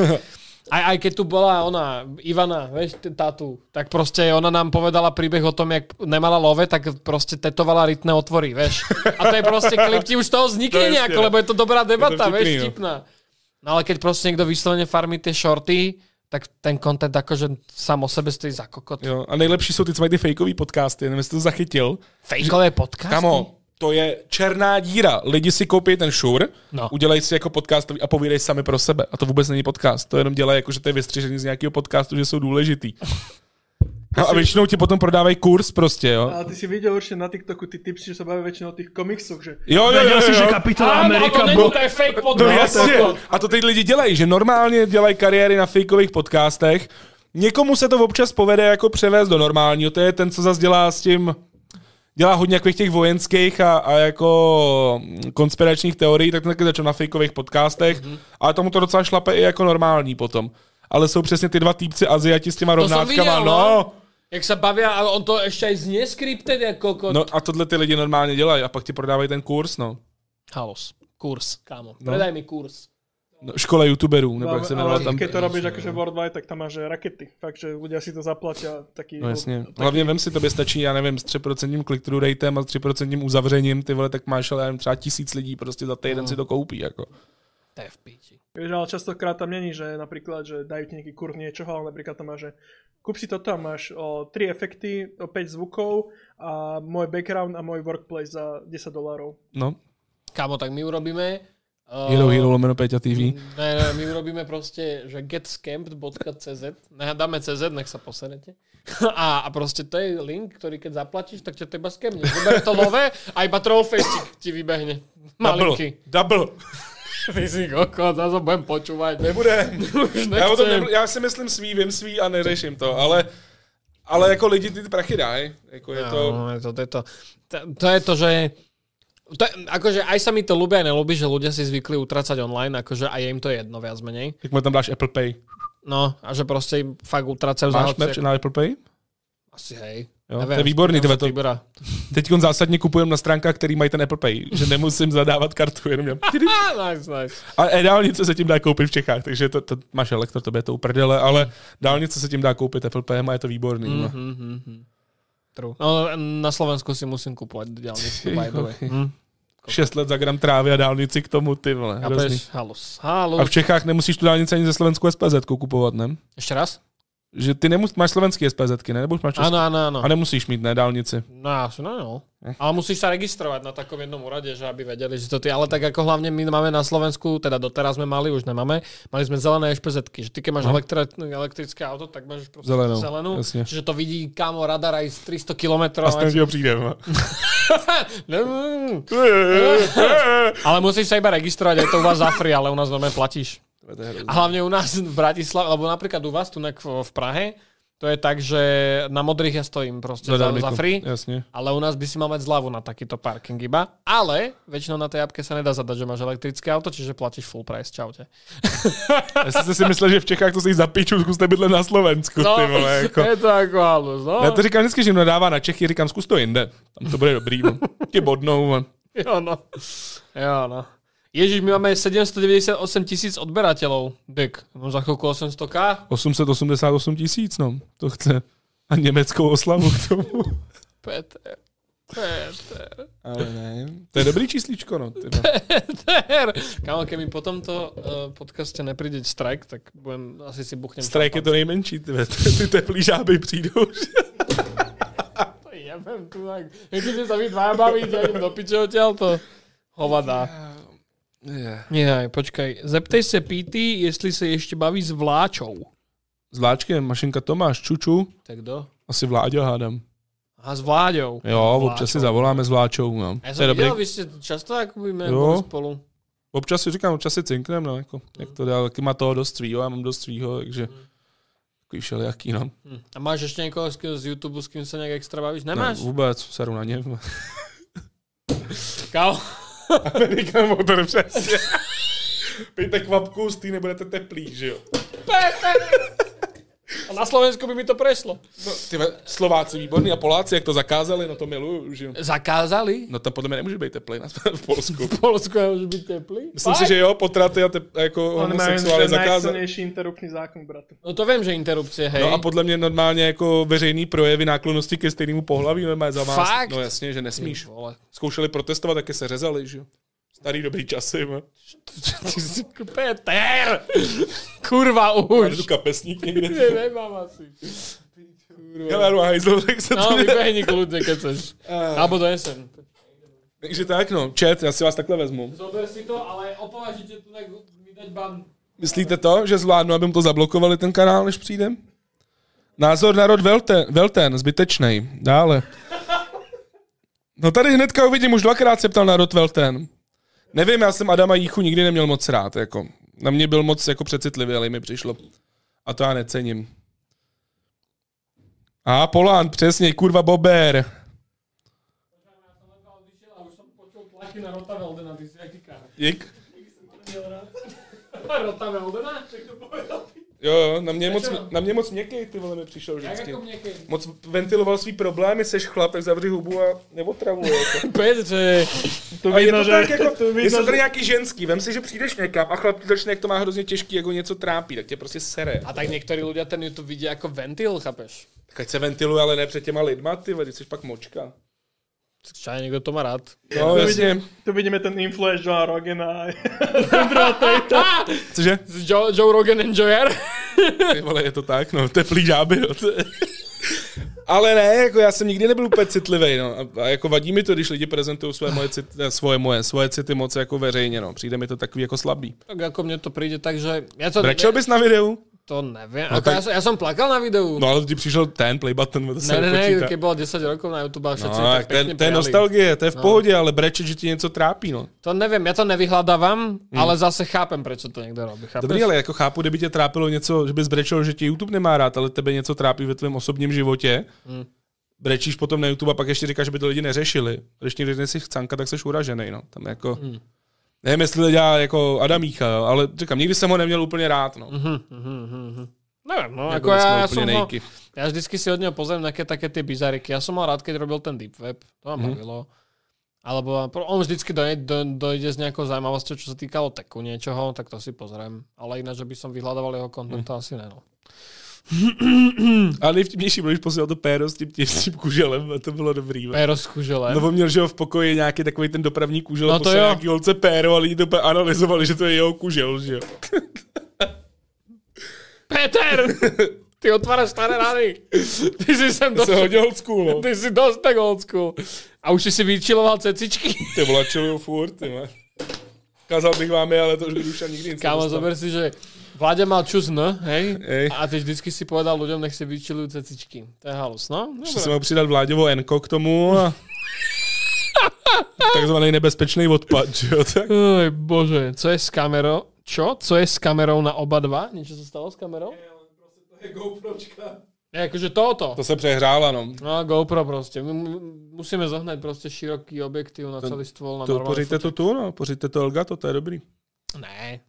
S1: Aj, aj keď tu bola ona, Ivana, vieš, t- tá tu, tak proste ona nám povedala príbeh o tom, jak nemala love, tak proste tetovala rytné otvory, vieš. A to je
S2: [LAUGHS]
S1: proste klip, ti už z toho
S2: To
S1: vznikne
S2: je
S1: nejako,
S2: skvělé.
S1: lebo je to dobrá debata,
S2: Je to vtipný,
S1: vieš,
S2: no.
S1: vtipná. No ale keď proste niekto vyslovene farmí tie shorty, tak ten content akože sám o sebe stojí za kokot.
S2: Jo, a nejlepší jsou ty, co mají ty fakeový podcasty, nevím, jestli to zachytil.
S1: Fejkové podcasty?
S2: Kamo, to je černá díra. Lidi si koupí ten šur,
S1: No.
S2: no. udělají si jako podcast a povídají sami pro sebe. A to vůbec není podcast. To jenom dělají, jako, že to je vystřižení z nějakého podcastu, že jsou důležitý. No a většinou ti potom prodávají kurz prostě, jo.
S3: Ale ty si videl určite na TikToku tí typsi, že sa bavia väčšinou o tých komiksoch, že
S2: Jo, jo, jo,
S5: Vedel si, že
S2: jo.
S5: kapitán
S1: Áno, a to
S5: Amerika
S1: není,
S5: bol...
S1: to je fake
S2: No
S1: podcast.
S2: jasně. A to teď lidi dělají, že normálně dělají kariéry na fakeových podcastech. Někomu se to občas povede jako převést do normálního. To je ten, co zase dělá s tím dělá hodně takových těch vojenských a, a jako konspiračních teorií, tak ten taky začal na fakeových podcastech, mm-hmm. ale tomu to docela šlape i jako normální potom. Ale jsou přesně ty dva týpci Aziati s těma
S1: To jsem
S2: rovnátkama,
S1: viděl,
S2: no.
S1: Jak sa bavia, ale on to ešte aj znie scripted, ako kokot.
S2: No a tohle ty lidi normálně dělají a pak ti prodávají ten kurz, no.
S1: Halos. Kurs, kámo. Predaj mi kurs.
S2: No, škole youtuberů, nebo jak se jmenovala
S3: ale
S2: tam.
S3: keď to robíš akože worldwide, tak tam máš že rakety. Fakt, že ľudia si to zaplatia. Taký,
S2: No jasně. Hlavně vem si, tobě stačí, já nevím, s 3% click-through ratem a s 3% uzavřením, ty vole, tak máš, ale já nevím, třeba tisíc lidí prostě za
S1: No.
S2: týden si to koupí, jako.
S1: To je v píči.
S3: Vieš, ale častokrát tam není, že napríklad, že dajú ti nejaký kurv niečoho, ale napríklad tam máš, že kúp si toto a máš o 3 efekty, o 5 zvukov a môj background a môj workplace za 10 dolárov.
S2: No,
S1: Kámo, tak my urobíme... Uh,
S2: Hero Hero lomeno Peťa TV.
S1: Ne, ne, my urobíme proste, že getscamped.cz, ne, dáme CZ, nech sa poserete. [LAUGHS] A, a proste to je link, ktorý keď zaplatíš, tak ťa teba skemne. Vyber to nové a iba trollfestik ti vybehne. Malinký.
S2: double.
S1: Ty si kokot, zase budem počúvať.
S2: Nebude.
S1: [LAUGHS] Už
S2: No, Já, o
S1: nechcem.
S2: tom nebudu, já si myslím svý, vím svý a neřeším to, ale, ale jako lidi ty, ty prachy dají. Jako je to...
S1: No, je to, to, je to, to, to je to, že to, je- akože aj sa mi to ľúbi, aj nelúbi, že ľudia si zvykli utracať online, akože aj je im to jedno viac menej.
S2: Jak mu tam dáš Apple Pay?
S1: No, a že proste im fakt utracajú za
S2: Máš
S1: hoci-
S2: merch na Apple Pay?
S1: Asi hej.
S2: Jo, to je výborný,
S1: neviem,
S2: tyhle, to-
S1: vybera.
S2: Teď zásadně kupujem na stránkách, který mají ten Apple Pay, že nemusím zadávat kartu, jenom mě...
S1: Ah, nice, nice.
S2: A e, dálnice se tím dá koupit v Čechách, takže to, to máš elektor, to je to uprdele, ale dálnice se tím dá koupit Apple Pay a je to výborný.
S1: Mhm.
S2: Mm-hmm.
S1: True. No, na Slovensku si musím kupovať ďalnicu, by the
S2: [LAUGHS]
S1: way. Hm,
S2: Šest let za gram trávy a dálnici k tomu, ty vole, hrozný.
S1: Chápeš? Halus. Halus.
S2: A v Čechách nemusíš tu dálnici ani ze Slovensku SPZ kupovat, ne?
S1: Ešte raz?
S2: Že ty nemus, máš slovenský SPZ, ne? Nebo už máš český?
S1: Áno, áno, áno.
S2: A nemusíš mít, ne, dálnici.
S1: No, asi no, no. Ale musíš sa registrovať na takom jednom úrade, že aby vedeli, že to ty. Ale tak ako hlavne my máme na Slovensku, teda doteraz sme mali, už nemáme, mali sme zelené špezetky. Že ty, keď máš elektri- elektrické auto, tak máš proste
S2: Zelenú,
S1: zelenú. zelenú
S2: jasne.
S1: čiže to vidí kámo radar aj z 300 km.
S2: A s tím ho
S1: [LAUGHS]
S2: no. [LAUGHS] přijdeme.
S1: ale musíš sa iba registrovať, aj to u vás za free, ale u nás doma platíš. A hlavne u nás v Bratislave, alebo napríklad u vás tu v, v Prahe, to je tak, že na modrých ja stojím proste za, za free.
S2: Jasně.
S1: Ale u nás by si mal mať zľavu na takýto parking iba. Ale väčšinou na tej appke sa nedá zadať, že máš elektrické auto, čiže platíš full price. Čaute.
S2: Já jsem si myslel, že v Čechách to stojí za piču, zkuste bydlet na Slovensku, ty
S1: [LAUGHS]
S2: vole, jako.
S1: No, je to ako halus, no.
S2: Já to říkám vždycky, že jim nadává na Čechy, říkám, zkus to jinde. Tam to bude dobrý. vole. Tě bodnou. vole.
S1: [LAUGHS] Jo, no. Jo, no. Ježiš, my máme 798 tisíc odberateľov. Dek, no za chvíľku 800k.
S2: 888 tisíc, no. To chce. A německou oslavu k tomu.
S1: Peter. Peter.
S2: Ale ne. To je dobrý číslíčko, no. Ty vole.
S1: Peter. Kámo, keď mi po tomto uh, podcaste nepríde strike, tak budem, asi si buchnem.
S2: Strike je to nejmenší, ty, vole. [LAUGHS] ty teplý žáby přijdou. že?
S1: Ja viem, tu tak. Nechcete sa vy dva baviť, ja idem do piče odtiaľto. Hovada. Nie, počkaj. Zeptej sa Pity, jestli sa ešte baví s vláčou.
S2: S Vláčkem, Mašinka Tomáš, Čuču,
S1: Tak kto?
S2: asi Vláďo hádám.
S1: A s Vláďou.
S2: Jo, občas si zavoláme s Vláčou, no.
S1: Ja
S2: To je
S1: som
S2: dobrý.
S1: videl, vy ste často akoby
S2: Jo.
S1: boli spolu.
S2: Občas si říkám, občas si cinknem, no, jako, jak to dál, taky má toho dost svýho, já mám dost svýho, takže takový šelijaký, no.
S1: Hm. A máš ešte niekoho z z YouTube, s kým sa nejak extra bavíš?
S2: Ne,
S1: Nemáš?
S2: vůbec, seru na ně. [LAUGHS]
S1: Kámo.
S2: Říkám motor přesně. Pijte kvapku, z té nebudete teplý, že jo.
S1: Peter! A na Slovensku by mi to prešlo.
S2: No, ty ve- Slováci výborní a Poláci, jak to zakázali, no to miluju, že jo. [LAUGHS]
S1: Zakázali?
S2: No tam podle mě nemůže být teplý na, v Polsku.
S1: Polsko je už byť teplý.
S2: Myslím si, že jo, potraty a te, jako
S3: On má že
S2: homosexuály zakázali.
S3: najsilnejší interruptný zákon, bratu.
S1: No to viem, že interrupcie, hej.
S2: No a podle mě normálně jako veřejný projevy náklonnosti ke stejnému pohlaví normálně zamást.
S1: Fakt?
S2: No jasně, že nesmíš.
S1: Vole. [LAUGHS]
S2: Zkoušeli protestovat, taky se řezali, že jo. Starý dobrý časy, má.
S1: Ty jsi Peter! Kurva
S2: Jdu
S1: už!
S2: kapesník někde.
S1: Ty nemám asi.
S2: [LAUGHS] Hele, no, hajzl, tak se
S1: No,
S2: to ne...
S1: vybehni kľudne, keď chceš.
S2: Eh.
S1: Alebo donesem.
S2: Takže tak, no, chat, já si vás takhle vezmu.
S1: Zober si to, ale opovažite to tak mi dať ban.
S2: Myslíte to, že zvládnu, aby mu to zablokovali ten kanál, než přijdem? Názor na rod Velte, Velten, zbytečnej. Dále. No tady hnedka uvidím, už dvakrát se ptal na rod Velten. Nevím, já jsem Adama Jíchu nikdy neměl moc rád, jako. Na mě byl moc jako přecitlivý, ale mi přišlo. A to já necením. A Polán, přesně, kurva Bober.
S1: A už som počul tlaky na Rota Veldena, ty [LAUGHS] si aký kár.
S2: Dík.
S1: Rota Veldena? Však to povedal.
S2: Jo, jo, na mě, moc, na mě moc měkkej, ty vole, mi přišel vždycky. Moc ventiloval svý problémy, seš chlap, tak zavři hubu a neotravuje. Jako.
S1: Petře,
S3: [LAUGHS] To
S2: A je
S3: vidno,
S2: to
S3: že...
S2: tak, jako,
S3: to
S2: je to
S3: vidno,
S2: tady
S3: že...
S2: nějaký ženský, vem si, že přijdeš někam a chlap ti začne, jak to má hrozně těžký, jako něco trápí, tak tě prostě sere.
S1: a tak něktorí ľudia ten YouTube vidí jako ventil, chápeš?
S2: Tak ať se ventiluje, ale ne před těma lidma, ty vole, ty jsi pak močka.
S1: Čaj, někdo to má rád.
S2: No, jasně.
S3: Tu vidíme ten influence Johna Rogena.
S2: [LAUGHS] Cože?
S1: Joe, Joe Rogan Enjoyer?
S2: Ty vole, je to tak, no, teplý žáby, no.
S3: [LAUGHS]
S2: to je- Ale ne, jako já jsem nikdy nebyl úplně citlivý, no. A, a jako vadí mi to, když lidi prezentují své moje city, svoje moje, svoje city moc jako veřejně, no. Přijde mi to takový jako slabý.
S1: [LAUGHS] tak jako mně to přijde tak, že... Já to,
S2: Brečel bys na videu?
S1: to nevím. No, jako
S2: tak-
S1: tak... já, jsem- já jsem plakal na videu.
S2: No ale ti přišel ten play button, to se
S1: Ne, ne, ne,
S2: nepočítá.
S1: keď bylo 10 rokov na YouTube a všetci
S2: No,
S1: no,
S2: tak
S1: tak pekne
S2: ten, to je nostalgie,
S1: No.
S2: to je v pohodě, ale brečet, že ti něco trápí, no.
S1: To nevím, já to nevyhľadávam, hmm. ale zase chápem, proč to někdo robí. Chápeš?
S2: Hm. Dobrý, ale jako chápu, kdyby tě trápilo něco, že bys brečel, že tě YouTube nemá rád, ale tebe něco trápí ve tvém osobním životě.
S1: Hmm.
S2: Mm. Brečíš potom na YouTube a pak ještě říkáš, že by to lidi neřešili. Když někdy dnes chcanka, tak jsi uražený, no. Tam jako...
S1: Hmm.
S2: Mm. Nevím, jestli to dělá jako Adamícha, jo, ale říkám, nikdy jsem ho neměl úplně rád, no. Mm-hmm.
S1: Nevím, no, Mhm, jako
S2: Jako my
S1: já,
S2: jsme
S1: já
S2: úplně
S1: jsem ho,
S2: nejky.
S1: já vždycky si od něho pozriem nějaké také ty bizariky. Já jsem ho rád, keď robil ten deep web, to
S2: Mhm.
S1: nám bavilo. Alebo pro- on vždycky dojde, do, dojde s nějakou zajímavostí, čo se týkalo teku něčeho, tak to si pozriem. Ale jinak, že by som vyhľadával jeho
S2: Mhm.
S1: kontent, to asi ne. No.
S2: A nejvtipnější byl, když posílal to péro s tím těžším kuželem a to bylo dobrý. ve.
S1: Péro s kuželem.
S2: No on měl, že ho v pokoji nějaký takový ten dopravní kužel,
S1: No
S2: no
S1: to
S2: poslal
S1: jo.
S2: nějaký holce péro a lidi to úplně analyzovali, že to je jeho kužel, že jo. [LAUGHS]
S1: Peter! Ty otváraš staré rány. Ty jsi sem
S2: To
S1: dost...
S2: se hodně old school, no.
S1: Ty jsi dost tak old school. A už jsi si vyčiloval
S2: [LAUGHS]
S1: cecičky.
S2: Ty vole, chilluju furt, ty vole. Kázal bych vám je, ale to už by Dušan nikdy nic
S1: Kámo,
S2: nedostal.
S1: zober si, že Vláďa mal čus N, hej?
S2: Hej.
S1: A teď vždycky si povedal lidem, nech si vyčilují cecičky. To je halus, no?
S2: Ještě
S1: Dobré.
S2: jsem mohl přidat Vláďovo Enko k tomu a... [LAUGHS] Takzvaný nebezpečný odpad, že jo, tak?
S1: Oj, bože, co je s kamerou? Čo? Co je s kamerou na oba dva? Něco se stalo s kamerou? Ne, jakože tohoto.
S2: To se přehrála, no.
S1: No, GoPro prostě. My mu- musíme zohnat prostě široký objektiv na celý stôl. Na
S2: To
S1: normálny
S2: pořiďte to tu, no, pořiďte to Elgato, to je dobrý.
S1: Ne.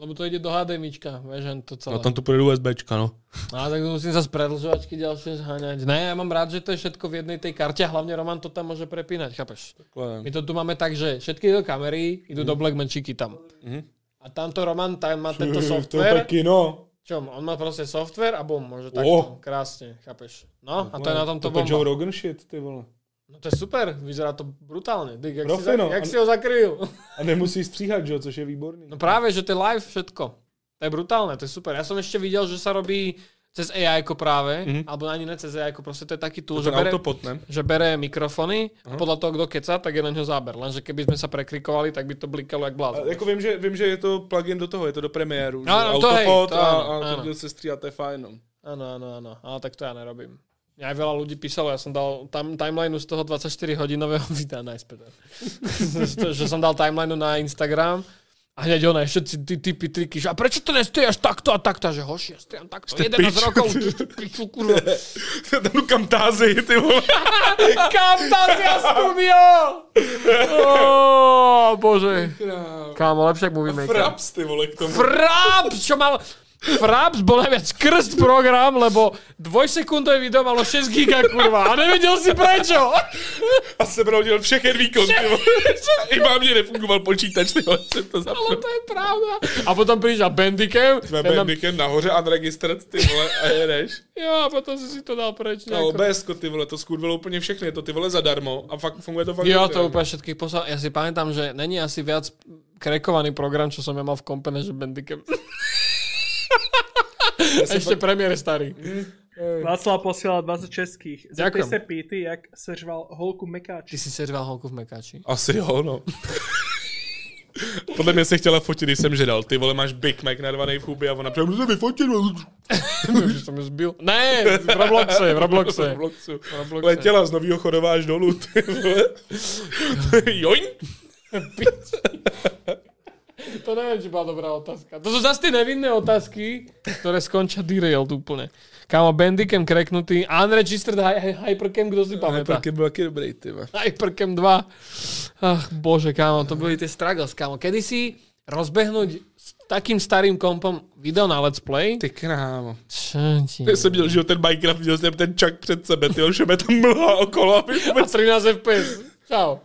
S1: Lebo to ide do HDMIčka, vieš, len to celé.
S2: No tam to půjde USBčka, no.
S1: No, tak to musím sa z predlžovačky ďalšie zháňať. Ne, ja mám rád, že to je všetko v jednej tej karte a hlavne Roman to tam môže prepínať, chápeš?
S2: Takhle, [LAUGHS]
S1: My to tu máme tak, že všetky do kamery idú do Black Magicy tam. A tamto Roman tam má [LAUGHS] tento software.
S2: kino.
S1: Čo, on má proste software a bum, môže
S2: O.
S1: takto. Krásne, chápeš? No, a to je na tomto bomba.
S2: Joe Rogan shit, ty vole.
S1: No to je super, vyzerá to brutálne. Dyk, jak, si,
S2: Profino,
S1: za- jak
S2: a-
S1: si ho zakrývil.
S2: A nemusí stříhat, že jo, což je výborný.
S1: No právě, že to je live všetko. To je brutálne, to je super. Ja som ešte videl, že sa robí cez AI práve, mm-hmm. alebo ani ne cez AI, proste to je taký tool, že
S2: Ten
S1: bere,
S2: autopot, ne?
S1: že bere mikrofony a podľa toho, kto keca, tak je na ňo záber. Lenže keby sme sa prekrikovali, tak by to blikalo jak
S2: A
S1: blázen.
S2: Jako vím že, vím, že je to plugin do toho, je to do premiéru.
S1: No,
S2: že?
S1: no, to hej,
S2: Autopod
S1: to
S2: a,
S1: ano,
S2: a
S1: ano.
S2: to se stříhat, to je fajn. [LAUGHS] no.
S1: Áno, áno, áno. Ale tak to ja nerobím. Aj veľa ľudí písalo, ja som dal tam, timelineu z toho 24-hodinového [LAUGHS] videa na Peter. že, že som dal timelineu na Instagram a hneď ona, ešte ty, ty typy triky, že a prečo to nestojíš takto a takto, a že hoši, ja stojím takto, 11
S2: pič.
S1: rokov, ty, ty piču, kurva.
S2: Tam kam tázy, ty vole.
S1: Camtasia Studio! Oh, bože. Kámo, lepšie jak movie maker.
S2: Fraps, ty vole, k tomu.
S1: Fraps, čo mal... Fraps bol najviac krst program, lebo dvojsekundové video malo 6 giga, kurva. A nevedel si prečo.
S2: A se brodil všechen výkon, ty
S1: [LAUGHS]
S2: vole. I mám mě nefungoval počítač, ty vole, jsem to
S1: Ale
S2: zapnul.
S1: to je pravda. A potom prišiel Bandicam.
S2: Tvé
S1: ten nám-
S2: bandikem nahoře unregistered, ty vole, a jedeš.
S1: Jo, a potom si si to dal preč.
S2: A
S1: nejako.
S2: obs ty vole, to skurvilo úplně všechny, je to ty vole zadarmo. A fakt funguje to fakt
S1: Jo,
S2: dobře. no.
S1: to úplně všetkých poslal. Já si pamätám, že není asi viac krekovaný program, čo som ja mal v kompe, než Bandicam. Ešte premiér starý.
S3: Václav posielal
S1: Ďakujem.
S3: 26. Zeptej se Pity, jak sežval holku
S1: Ty
S3: Mekáči.
S1: si serval holku v Mekáči. [LAUGHS]
S2: Asi jo, no. Podle mě se chtěla fotit, když jsem žedal. Ty vole, máš Big Mac narvaný v chuby a ona přijde, "Můžu se vyfotit.
S1: Že som ju zbil. Ne, v Robloxe, [LAUGHS] v Robloxe.
S2: V Robloxu.
S1: Robloxe.
S2: Letěla z novýho chodova až dolů, ty vole. [LAUGHS] Joň?
S1: To neviem, či bola dobrá otázka. To sú zase tie nevinné otázky, ktoré skončia derailed úplne. Kámo, Bandicam kreknutý, Unregistered Hy- Hy- Hypercam, kto si pamätá?
S2: byl taky dobrý, ty vole.
S1: Hypercam 2. Ach, bože, kámo, to byli tie struggles, kámo. Kedy si rozbehnúť s takým starým kompom video na let's play?
S2: Ty krámo.
S1: Čo
S2: [LAUGHS]
S1: ti...
S2: Já jsem měl, že jo, ten Minecraft, měl jsem ten čak před sebe, ty jo, šeme tam mlha okolo, aby
S1: A
S2: vůbec
S1: 13 FPS. Čau.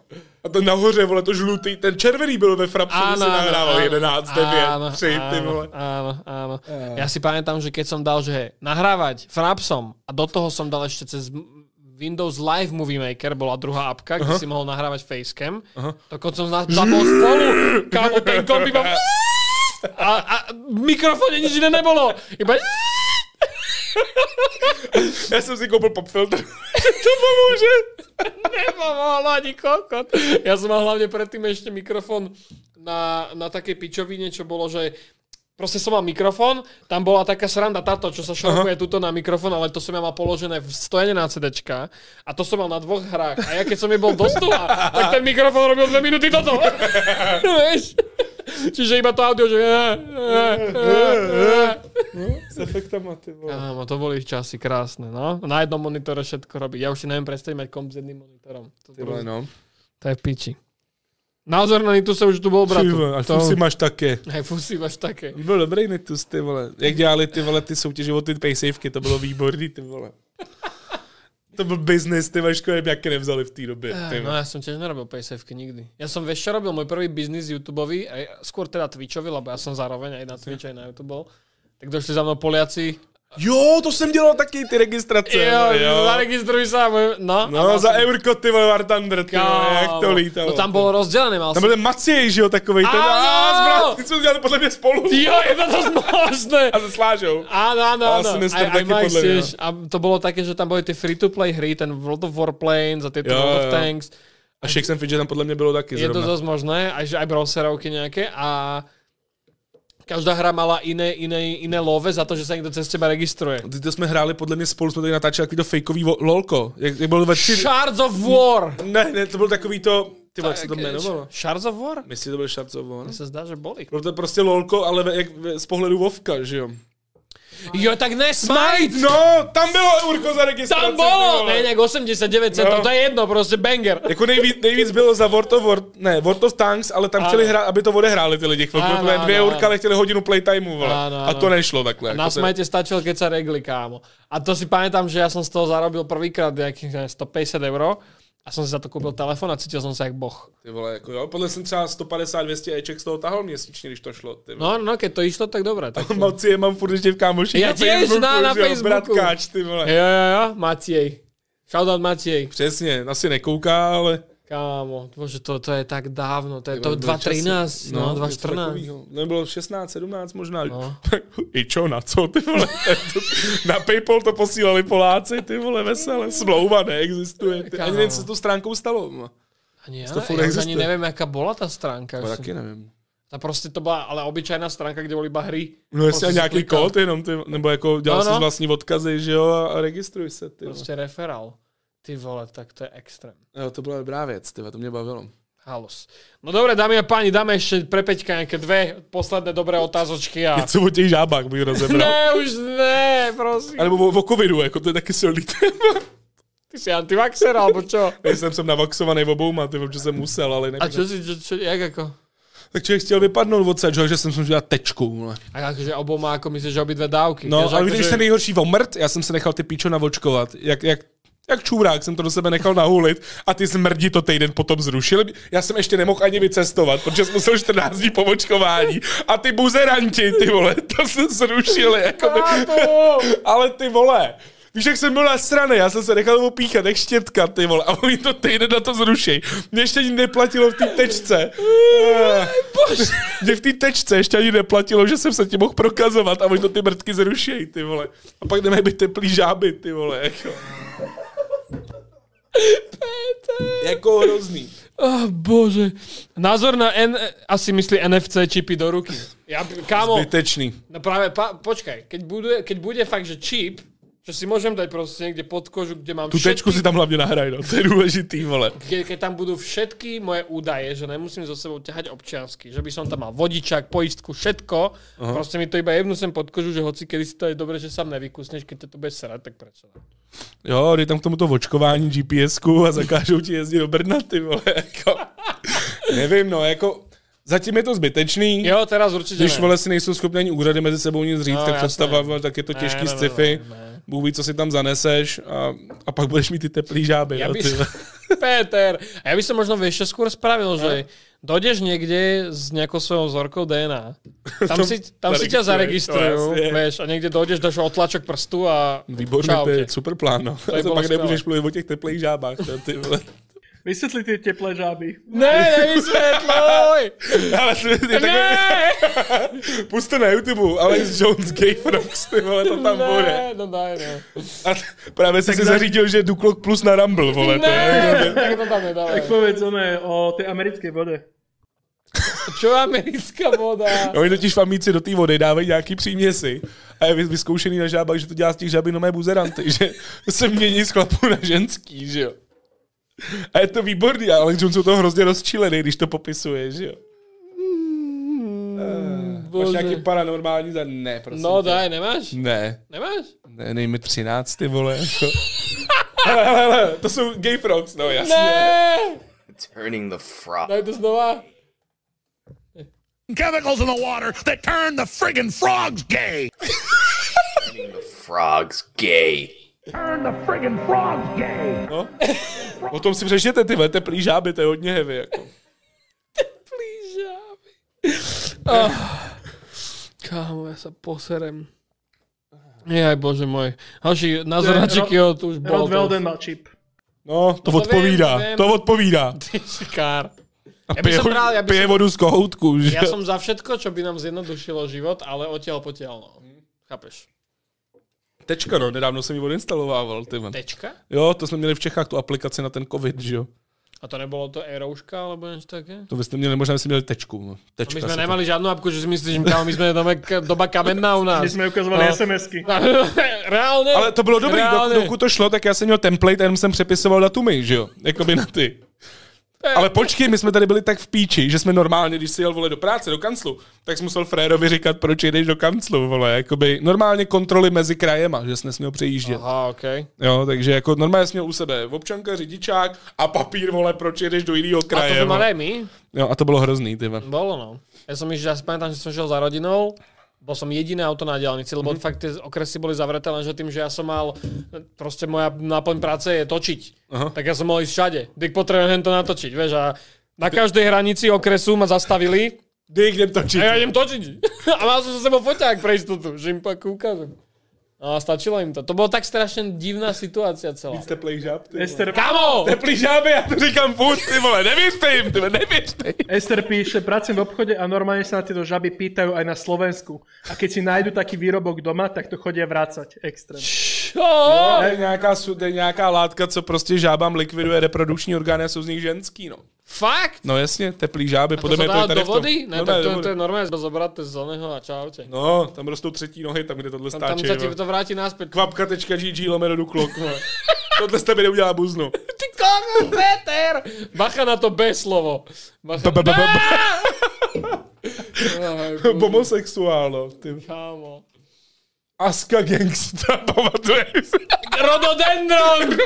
S2: A ten nahoře, vole, to žlutý, ten červený byl ve frapsu, ano, se nahrával 11, 9, 3, ty vole. Eh.
S1: Áno, áno. Ja si pamätám, že keď som dal, že hej, nahrávať Frapsom a do toho som dal ešte cez m- Windows Live Movie Maker, bola druhá apka, kde si mohol nahrávať facecam, to keď som nás zapol spolu, kámo, ten kombi
S2: [LAUGHS]
S1: iba... A, a v mikrofóne nič iné nebolo. Iba...
S2: Já jsem si koupil popfiltr. to
S1: [LAUGHS]
S2: pomůže.
S1: Nepomohlo ani kokot. Ja som mal hlavne predtým ešte mikrofón na, na takej pičovine, čo bolo, že proste som mal mikrofón, tam bola taká sranda táto, čo sa šrofuje tuto na mikrofón, ale to som ja mal položené v stojene na CDčka a to som mal na dvoch hrách. A ja keď som je bol do stola, tak ten mikrofón robil dve minúty toto. Vieš? Čiže iba to audio, že...
S2: No, S efektama, ty vole.
S1: Áno, to boli časy krásne, no. Na jednom monitore všetko robiť. Ja už si neviem predstaviť mať komp s jedným monitorom. To
S2: Ty vole, no.
S1: To je v piči. Názor na Nitu se už tu bol, bratu.
S2: Ty vole, a
S1: to...
S2: to si máš také.
S1: [LAUGHS] Hej, fusí máš také.
S2: Byl dobrý netus, ty vole. Jak dělali ty vole ty soutěže o ty paysavky, to bylo výborný, ty vole. To byl business, ty vole, škoda, jak nevzali v té době, ty
S1: No
S2: vole.
S1: ja som tiež nerobil paysavky nikdy. Ja som vieš čo robil, môj prvý biznis YouTubeový, aj skôr teda Twitchový, lebo ja som zároveň aj na Twitch, aj na YouTube bol. Tak došli za mnou Poliaci.
S2: Jo, to jsem dělal taky, ty registrace.
S1: Jo,
S2: vole,
S1: jo. zaregistruj sa. môj- No, a
S2: No,
S1: mal
S2: za
S1: som-
S2: Eurko, ty vole, War Thunder, ty vole, jak to
S1: Kámo.
S2: lítalo.
S1: No tam bolo rozdelené, mal
S2: Tam
S1: som...
S2: byl ten Maciej, že jo, takovej, ten,
S1: Ano!
S2: a zbrat, ty jsme to dělali podle mě spolu.
S1: Jo, je to dosť [LAUGHS] možné.
S2: A se Slážou.
S1: Áno, áno,
S2: A
S1: áno.
S2: Sinister
S1: Aj, aj
S2: taký
S1: Mike
S2: podľa mňa.
S1: tiež. A to bolo také, že tam boli tie free-to-play hry, ten World of Warplanes a tieto
S2: Jo,
S1: World of
S2: jo.
S1: Tanks.
S2: A Shakes and Fidget tam podle mě bylo taky
S1: Je to
S2: zrovna.
S1: dosť možné, aj, že aj browserovky nejaké a každá hra mala iné, iné, iné love za to, že sa niekto cez teba registruje.
S2: Ty to jsme hráli, podle mě spolu jsme tady natáčeli takový to fakeový vo- lolko. Jak, jak bylo ve tři...
S1: Shards of War!
S2: Ne, ne, to byl takový to... Ty vole, jak se to
S1: eh,
S2: jmenovalo?
S1: Shards of War?
S2: Myslím, to byl Shards of War.
S1: Mne sa zdá, že boli.
S2: Bylo to prostě lolko, ale ve, jak, ve, z pohledu Vovka, že jo?
S1: Jo, tak ne, Smite!
S2: No, tam bylo Urko za registraci.
S1: Tam
S2: ty
S1: bolo!
S2: vole.
S1: Ne, nejak 89 centov, to je jedno, proste banger.
S2: Jako nejvíc, nejvíc bylo za World of, War, ne, World of Tanks, ale tam chtěli hrát, aby to odehráli ty lidi. Chvilku,
S1: Ano,
S2: ano, dvě
S1: ano,
S2: urka, ale chtěli hodinu playtimeu, vole.
S1: Ano,
S2: a
S1: ano.
S2: to nešlo takhle. jako
S1: Na
S2: to-
S1: smajte stačil, keď sa regli, kámo. A to si pamätám, že ja som z toho zarobil prvýkrát nejakých 150 eur a som si za to kúpil telefon a cítil som sa jak boh.
S2: Ty vole, jako jo, podle jsem třeba 150, 200 Eček z toho tahal měsíčně, když to šlo. Ty vole.
S1: No, no, keď to išlo, tak dobre. Tak...
S2: [LAUGHS] No. Moci je mám furt ještě v kámoši
S1: Já těž, na- na
S2: že jo,
S1: Facebooku.
S2: Bratkáč, ty vole.
S1: Jo, jo, jo, Matiej. Shoutout Matiej.
S2: Přesně, asi nekouká, ale...
S1: Kámo, bože, to, to je tak dávno, to je to
S2: Byly časy.
S1: 2013, no,
S2: něco
S1: 2014.
S2: takovýho. Nebylo 16, 17 možná.
S1: No.
S2: [LAUGHS] I čo, na co, ty vole? [LAUGHS] na Paypal to posílali Poláci, ty vole, vesele. Smlouva neexistuje. Ty, ani
S1: Kámo.
S2: nevím, co s tou stránkou stalo. No,
S1: Ani ja,
S2: To furt
S1: ja už ani
S2: existuje.
S1: neviem, aká bola tá stránka.
S2: To
S1: Už
S2: taky nevím.
S1: som- Tá proste to bola, ale obyčajná stránka, kde boli iba hry. Prostě
S2: No
S1: Proste
S2: jestli a
S1: si
S2: nějaký
S1: klikal.
S2: kód jenom, ty, nebo jako dělal
S1: No,
S2: no,
S1: no.
S2: no.
S1: Prostě.
S2: si vlastní odkazy, že jo, a a registruj se, ty vole.
S1: Proste referál. Ty vole, tak to je extrém.
S2: Jo, to byla dobrá věc, ty vole, to mě bavilo.
S1: Halus. No dobre, dámy a páni, dáme ešte pre Peťka nejaké dve posledné dobré otázočky a...
S2: Něco o těch žábách bych rozebral.
S1: Ne, už ne, prosím.
S2: A nebo o, o covidu, jako to je taky silný téma.
S1: Ty si antivaxer, alebo čo?
S2: Nejsem jsem navaxovaný obouma, ty vím, že jsem musel, ale
S1: A
S2: nevím.
S1: čo si, čo, čo jak ako?
S2: Tak člověk chtěl vypadnout odsaď, že jo, že jsem si dělat tečku. Vole.
S1: A akože oboma, ako myslíš, že obidve dávky.
S2: No,
S1: Vieš,
S2: ale
S1: akože-
S2: když jsem nejhorší omrt, já jsem se nechal ty píčo navočkovat. Jak, jak, jak čůrák jsem to do sebe nechal nahulit a ty smrdi to týden potom zrušil. Já jsem ještě nemohl ani vycestovat, protože jsem musel 14 dní po očkování. A ty buzeranti, ty vole, to se zrušili. Jako by... Ale ty vole, Víš, jak jsem byl na straně, já jsem se nechal opíchat, jak štětka, ty vole, a oni to týden na to zrušej. Mě ještě ani neplatilo v té tečce. Eh. Mě v té tečce ještě ani neplatilo, že jsem se ti mohl prokazovat a oni to ty mrtky zrušej, ty vole. A pak nemají být teplý žáby, ty vole, jako. jako hrozný.
S1: Oh, bože. Názor na N... Asi myslí NFC čipy do ruky. Ja, kámo,
S2: Vytečný.
S1: no práve, pa, počkaj, keď bude, keď bude fakt, že čip, čo si môžem dať proste niekde pod kožu, kde mám
S2: Tu tečku si tam hlavně nahraj, no, to je důležitý, vole.
S1: Ke, keď tam budú všetky moje údaje, že nemusím so sebou ťahať občiansky, že by som tam mal vodičák, poistku, všetko, uh-huh. proste mi to iba jebnú sem pod kožu, že hoci kedy si to je dobre, že sám nevykusneš, keď to tu budeš srať, tak prečo? ne?
S2: Jo, dej tam k tomu to očkování gps a zakážou ti jezdit do Brna, ty vole, jako. Nevím, no, jako Zatím je to zbytečný.
S1: Jo, teraz určitě
S2: Když
S1: ne.
S2: vole si nejsou schopni ani úřady mezi sebou nic říct,
S1: No,
S2: tak
S1: jasné.
S2: představa, vole, tak je to
S1: Ne,
S2: těžký
S1: ne, ne,
S2: sci-fi.
S1: ne, ne.
S2: Bůh ví, co si tam zaneseš a, a pak budeš mít ty teplý žáby.
S1: Ja
S2: no,
S1: by
S2: ty
S1: som, [LAUGHS]
S2: vole.
S1: Peter, a ja by som možno vieš, čo skôr spravil, že dojdeš niekde s nejakou svojou vzorkou
S2: [LAUGHS]
S1: DNA. Tam si, tam si ťa
S2: zaregistruje,
S1: zaregistrujú,
S2: to jasne.
S1: vieš, a niekde dojdeš, dáš otlačok prstu a
S2: Výborný, to
S1: čaute.
S2: je super plán, no.
S1: by
S2: A to
S1: bylo
S2: pak
S1: skvělé.
S2: nemůžeš mluvit o těch teplých žábách. To, ty
S1: [LAUGHS]
S2: vole.
S3: Vysvětli ty teplé žáby.
S1: Ne,
S2: [LAUGHS]
S1: nevysvetľuj!
S2: Ale ty, ty
S1: Ne!
S2: takhle, pust to na YouTube, Alex Jones Gay Frogs, ty vole, to [LAUGHS] tam bude.
S1: Ne, no daj, no.
S2: A t- právě jsi si zařídil, že je Duklok plus na Rumble, vole. To
S1: Ne,
S2: je,
S1: tak to tam nedávaj.
S3: Tak povedz oné o tej americkej vode.
S1: Čo je americká voda?
S2: No, oni totiž v Amici do té vody dávají nějaký příměsi a je vy- vyzkoušený na žábách, že to dělá z těch žáby nové buzeranty, [LAUGHS] že se mění z chlapů na ženský, že jo. A je to výborný, ale Alex Jones je to hrozně rozčilený, když to popisuje, že jo. Bože. Máš
S1: bože.
S2: nějaký paranormální za... Ne, prosím
S1: No
S2: tě.
S1: daj, nemáš?
S2: Ne,
S1: Nemáš?
S2: ne, dej mi 13, ty vole. Jako. [LAUGHS] hele, hele, hele, to jsou gay frogs, no jasně.
S1: Ne!
S5: turning the frog.
S1: Daj to znova.
S6: chemicals in the water that turn the friggin' frogs gay.
S5: Turning the frog's gay.
S6: Turn the friggin' frogs gay.
S2: No. Potom si přečtěte ty vole, teplý žáby, to je hodně heavy, jako.
S1: Plížáby. Oh. Kámo, ja sa poserem. Jaj, bože môj. Hoši, názor na
S3: Ro-
S1: Čikio, to už bolo.
S3: Rod Velden má čip.
S2: No, to,
S1: to
S2: odpovídá,
S1: vím, vím.
S2: to odpovídá.
S1: Ty [LAUGHS] šikár.
S2: A
S1: by
S2: pije,
S1: som bral, ja by
S2: pije
S1: som-
S2: vodu z kohoutku, že?
S1: Ja som za všetko, čo by nám zjednodušilo život, ale odtiaľ potiaľ, no. Chápeš?
S2: Tečka, no, nedávno jsem ji odinstalovával, ty man.
S1: Tečka?
S2: Jo, to jsme měli v Čechách tu aplikaci na ten covid, že jo.
S1: A to nebolo to erouška, alebo niečo také?
S2: To vy jste měli, možná jste měli tečku. no.
S1: A
S2: Tečka
S1: my sme
S2: se to-
S1: nemali žiadnu apku, že si myslíš, že kámo, my sme doma, k- doba kamenná u nás.
S3: My jsme
S1: [LAUGHS]
S3: ukazovali
S1: No.
S3: SMSky.
S1: Reálne?
S2: Ale to bylo dobrý, dok,
S1: Reálne.
S2: dokud to šlo, tak já jsem měl template a jenom jsem přepisoval datumy, že jo? Jakoby na ty.
S1: Eh.
S2: Ale počkej, my jsme tady byli tak v píči, že jsme normálně, když si jel vole do práce, do kanclu, tak jsi musel frérovi říkat, proč jdeš do kanclu, vole, jakoby normálně kontroly mezi krajema, že jsi nesměl přejíždět.
S1: Aha, okej.
S2: Jo, takže jako normálně jsi měl u sebe občanka, řidičák a papír, vole, proč jedeš do jiného
S1: A to
S2: kraje.
S1: sme mali
S2: vole.
S1: aj my?
S2: Jo, a to bylo hrozný, ty vole.
S1: Bolo, no. Ja som išiel, ja si pamätám, že som šiel za rodinou, bol som jediné auto na diálnici, lebo
S3: Mhm.
S1: mm-hmm. fakt tie okresy boli zavreté, lenže tým, že ja som mal, proste moja náplň práce je točiť, Aha. tak ja som mohol ísť všade. Dyk potrebujem to natočiť, vieš, a na každej hranici okresu ma zastavili
S2: Dej, jdem točit.
S1: a ja idem točiť. A mal som so sebou foťák pre istotu, že im pak ukážem. No a stačilo im to. To bolo tak strašne divná situácia celá.
S2: Teplej žáb, ty vole.
S3: Ester,
S1: Kamo!
S2: Teplý žáby, já to říkám furt, ty vole, nevěřte jim, ty vole, nevěřte jim.
S3: Ester píše, pracujem v obchode a normálne sa na tieto žaby pýtajú aj na Slovensku. A keď si nájdu taký výrobok doma, tak to chodia vrácať. Extrém.
S1: Čo?
S2: To je nějaká, su- to je nějaká látka, co prostě žábám likviduje reprodukční orgány a jsou z nich ženský, no.
S1: Fakt?
S2: No jasně, teplý žáby,
S1: To
S2: podle
S1: sa
S2: mě to je
S1: dá
S2: tady
S1: do
S2: v tom.
S1: vody? Ne,
S2: No,
S1: tak
S2: do
S1: to, to
S2: vody.
S1: je normálne zobrať z oného a čaute.
S2: No, tam rostou třetí nohy, tam, kde tohle
S1: Tam, tam
S2: stáče.
S1: sa ti to vráti naspäť. [LAUGHS]
S2: Kvapka.gg lomeno duklok, vole. [LAUGHS] Tohle z tebe neudělá buznu.
S1: Ty komu, Peter! Bacha na to B slovo. Bacha...
S2: Ba, ba, ba, ba, ba. [LAUGHS]
S1: Aj, bo-
S2: Homosexuálno. no, Ty.
S1: Kámo.
S2: Aska gangsta, [LAUGHS] pamatuješ? si?
S1: Rododendron!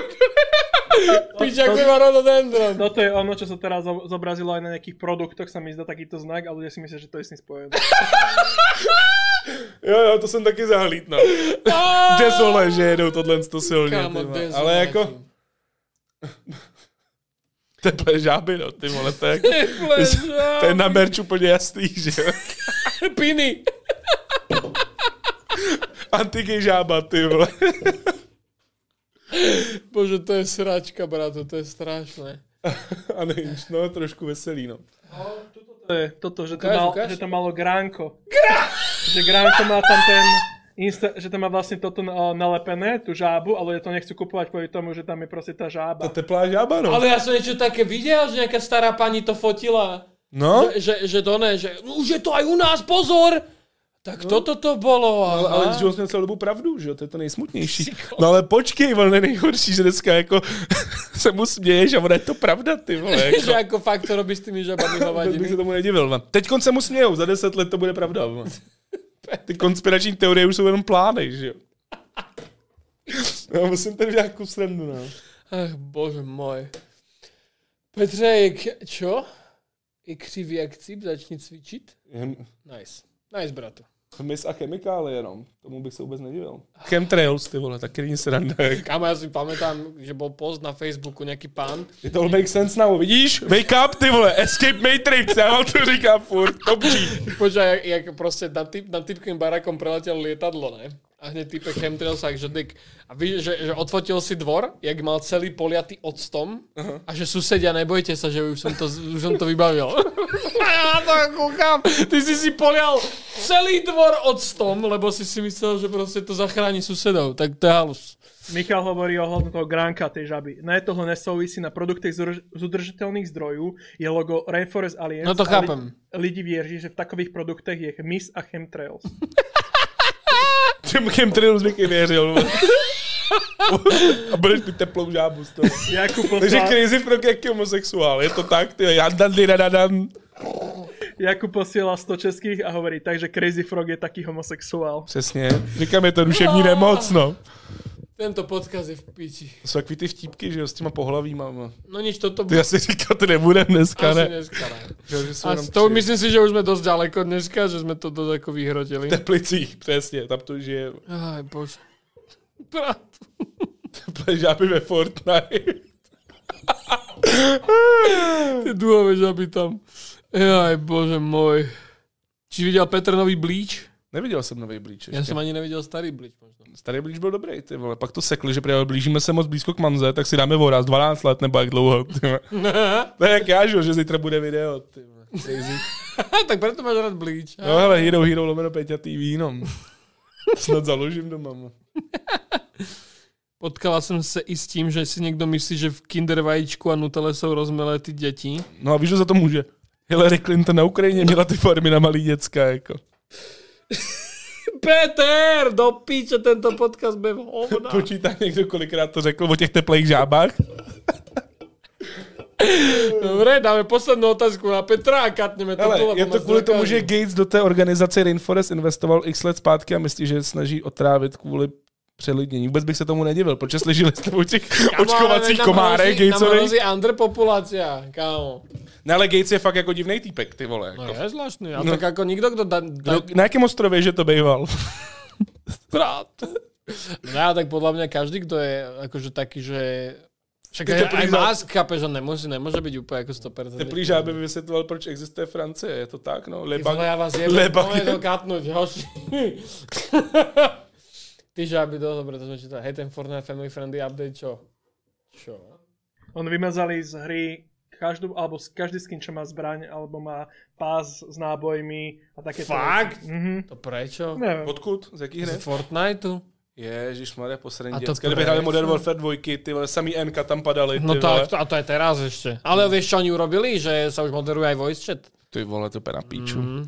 S1: Pič, ako má rododendron.
S3: Toto je ono, čo sa teraz zo- zobrazilo aj na nejakých produktoch, sa mi zdá takýto znak a ľudia si myslia, že to je s tým spojené.
S2: Jo, jo, to jsem taky
S1: [LAUGHS]
S2: zahlítnal. Dezole, že jedou tohle to silně.
S1: Kámo,
S2: ty vole.
S1: dezole.
S2: Ale jako... Teple žáby, no, ty vole, [LAUGHS] to je jako... To je
S1: Ten
S2: na merč úplně jasný, že jo?
S1: [LAUGHS] piny.
S2: Antiky žába, ty vole. [LAUGHS]
S1: Bože, to je sračka, brato, to je strašné.
S2: A nejíš, no, trošku veselý, no.
S3: To je toto, že to,
S1: Ukáž,
S3: mal,
S1: ukáž.
S3: že to malo Gránko. Že Gránko má tam ten... Insta, že tam má vlastne toto na- nalepené, tú žábu, ale ľudia to nechcú kupovať kvôli tomu, že tam je proste tá žába.
S2: Teplá žába, no.
S1: Ale ja som niečo také videl, že nejaká stará pani to fotila.
S2: No,
S1: Že, že, že to ne, že no, už je to aj u nás, pozor! Tak toto to bolo.
S2: No, ale
S1: aha.
S2: Alex Jones měl celou dobu pravdu, že jo, to je to nejsmutnější. No ale počkej, vole, nejhorší, že dneska jako [LAUGHS] se mu směješ a ona je to pravda, ty [LAUGHS] vole. Jako.
S1: [LAUGHS] že ako fakt to robí s tými
S2: [LAUGHS]
S1: žabami
S2: To bych se
S1: hovadinami.
S2: tomu nedivil. Van. Teď se mu smějou, za deset let to bude pravda. [LAUGHS] Van. Ty konspirační teorie už jsou jenom plány, [LAUGHS] že jo. No, musím tady udělat kus srandu, no.
S1: Ach, bože môj. Petřejk, čo? Je křivý jak cip, začni cvičit.
S2: Hm,
S1: Nice. Nice, bratu.
S2: Hmyz a chemikály jenom. Tomu bych se vůbec nedivil. Chemtrails, ty vole, tak není sranda.
S1: Kámo, já si pamätám, že byl post na Facebooku nějaký pán,
S2: It all makes sense now, vidíš? Wake up, ty vole, escape matrix, já vám to říkám furt, top G.
S1: Počkaj, jak, jak proste nad, typ, nad typkým barakom preletel lietadlo, ne? A hneď type chemtrails, že dyk. A víš, že, že odfotil si dvor, jak mal celý poliatý octom uh-huh. a že susedia, nebojte sa, že už som to, už som to vybavil. [LAUGHS] a ja na to kúkam, ty si si polial celý dvor octom, lebo si si myslel, že proste to zachráni susedov. Tak to je halus.
S3: Michal hovorí o hľadom toho gránka tej žaby. Na toho nesouvisí na produktech z udrž- z udržiteľných zdrojů je logo Rainforest Alliance.
S1: No to
S3: a
S1: chápem.
S3: Li- lidi věří, že v takových produktech je hmyz a chemtrails. [LAUGHS]
S2: Těm chemtrails bych i věřil. vole. a budeš mít teplou žábu z toho.
S3: Jakub
S2: Takže
S3: poslal,
S2: crazy frog jak je homosexuál, je to tak, ty já dan, dan, dan, dan.
S3: Jakub posiela 100 českých a hovorí tak, že Crazy Frog je taký homosexuál.
S2: Přesně, říkám, je to duševní nemoc, no.
S1: Tento podcast je v piči.
S2: To jsou takový ty vtípky, že jo, s těma pohlavíma. no.
S1: No nič, toto
S2: Ty asi říkal, ty nebudem dneska,
S1: asi
S2: ne?
S1: dneska ne.
S2: Jo, že jsou
S1: A
S2: jenom
S1: s tou
S2: tři.
S1: myslím si, že už sme dosť ďaleko dneska, že sme to dosť ako vyhrotili.
S2: Teplicích, přesně, tam to žije.
S1: Aj bože. Brat.
S2: Pležáby ve Fortnite.
S1: Ty duhové žaby tam. Jaj, bože môj. Či viděl Petr nový Bleach?
S2: Neviděl jsem nový Blíč.
S1: Já jsem ani neviděl starý Bleach možná.
S2: Starý Blíč byl dobrý, ty vole. Pak to sekli, že právě blížíme se moc blízko k manze, tak si dáme voraz 12 let nebo jak dlouho. Ty vole. to je jak já, že jo, že zítra bude video. Ty vole. Crazy.
S1: [LAUGHS] tak proto máš rád Bleach.
S2: No hele, Hero Hero lomeno peťatý víno. no. Snad založím doma. no.
S1: Potkala jsem se i s tím, že si někdo myslí, že v Kinder vajíčku a Nutele jsou rozmelé ty děti.
S2: No a víš, že za to může. Hillary Clinton na Ukrajině měla ty farmy na malý děcka, jako.
S1: Peter, do píče, tento podcast byl hovna.
S2: Počítá někdo, kolikrát to řekl o těch teplých žábách?
S1: Dobre, dáme poslední otázku na Petra a katneme to.
S2: Ale
S1: dole,
S2: je
S1: bo
S2: to
S1: nás
S2: kvůli tomu, že
S1: zakážu.
S2: Gates do té organizace Rainforest investoval x let zpátky a myslí, že je snaží otrávit kvůli přelidnění. Vůbec bych se tomu nedivil, protože [LAUGHS] slyšeli jste o těch
S1: Kámo, ale
S2: očkovacích
S1: nám
S2: komárech
S1: hrozí- Nám
S2: Gatesovi.
S1: hrozí underpopulácia, kámo.
S2: Ne, ale Gates je fakt jako divný týpek, ty vole.
S1: No
S2: Jako.
S1: je zvláštny. A tak jako nikdo, kdo da, da,
S2: No, na jakém ostrově, že to [LAUGHS] býval?
S1: Krát. No ja, tak podľa mňa každý, kto je akože taký, že... Však aj,
S2: teplý
S1: aj
S2: zá-
S1: Musk chápe, že nemôže, nemôže byť úplne ako 100%.
S2: Teplý žáb by vysvětloval, proč existuje Francie. Je to tak,
S1: Ty
S2: no.
S1: vole,
S2: Lebak.
S1: ja vás jebem,
S2: Lebak.
S1: Lebak. to katnúť, hoši. [LAUGHS] Ty žáby, do, dobre, to sme čítali. Hej, ten Fortnite Family Friendly update, čo? Čo?
S3: On vymazali z hry každú, alebo s- každý skin, čo má zbraň, alebo má pás s nábojmi a také
S1: Fakt?
S3: Mhm.
S1: To prečo?
S3: Neviem.
S2: Odkud? Z jaký hry?
S1: Z Fortniteu?
S2: Ježíš, Maria, poslední
S1: A to
S2: děcka. Kdyby
S1: prejde.
S2: hráli Modern Warfare 2, ty vole, samý N-ka tam padaly. Ty
S1: No
S2: vole.
S1: tak, to, a to je teraz ešte. Ale vieš, čo oni urobili? Že sa už moderuje aj voice chat?
S2: Ty vole, to pera píču. Mm.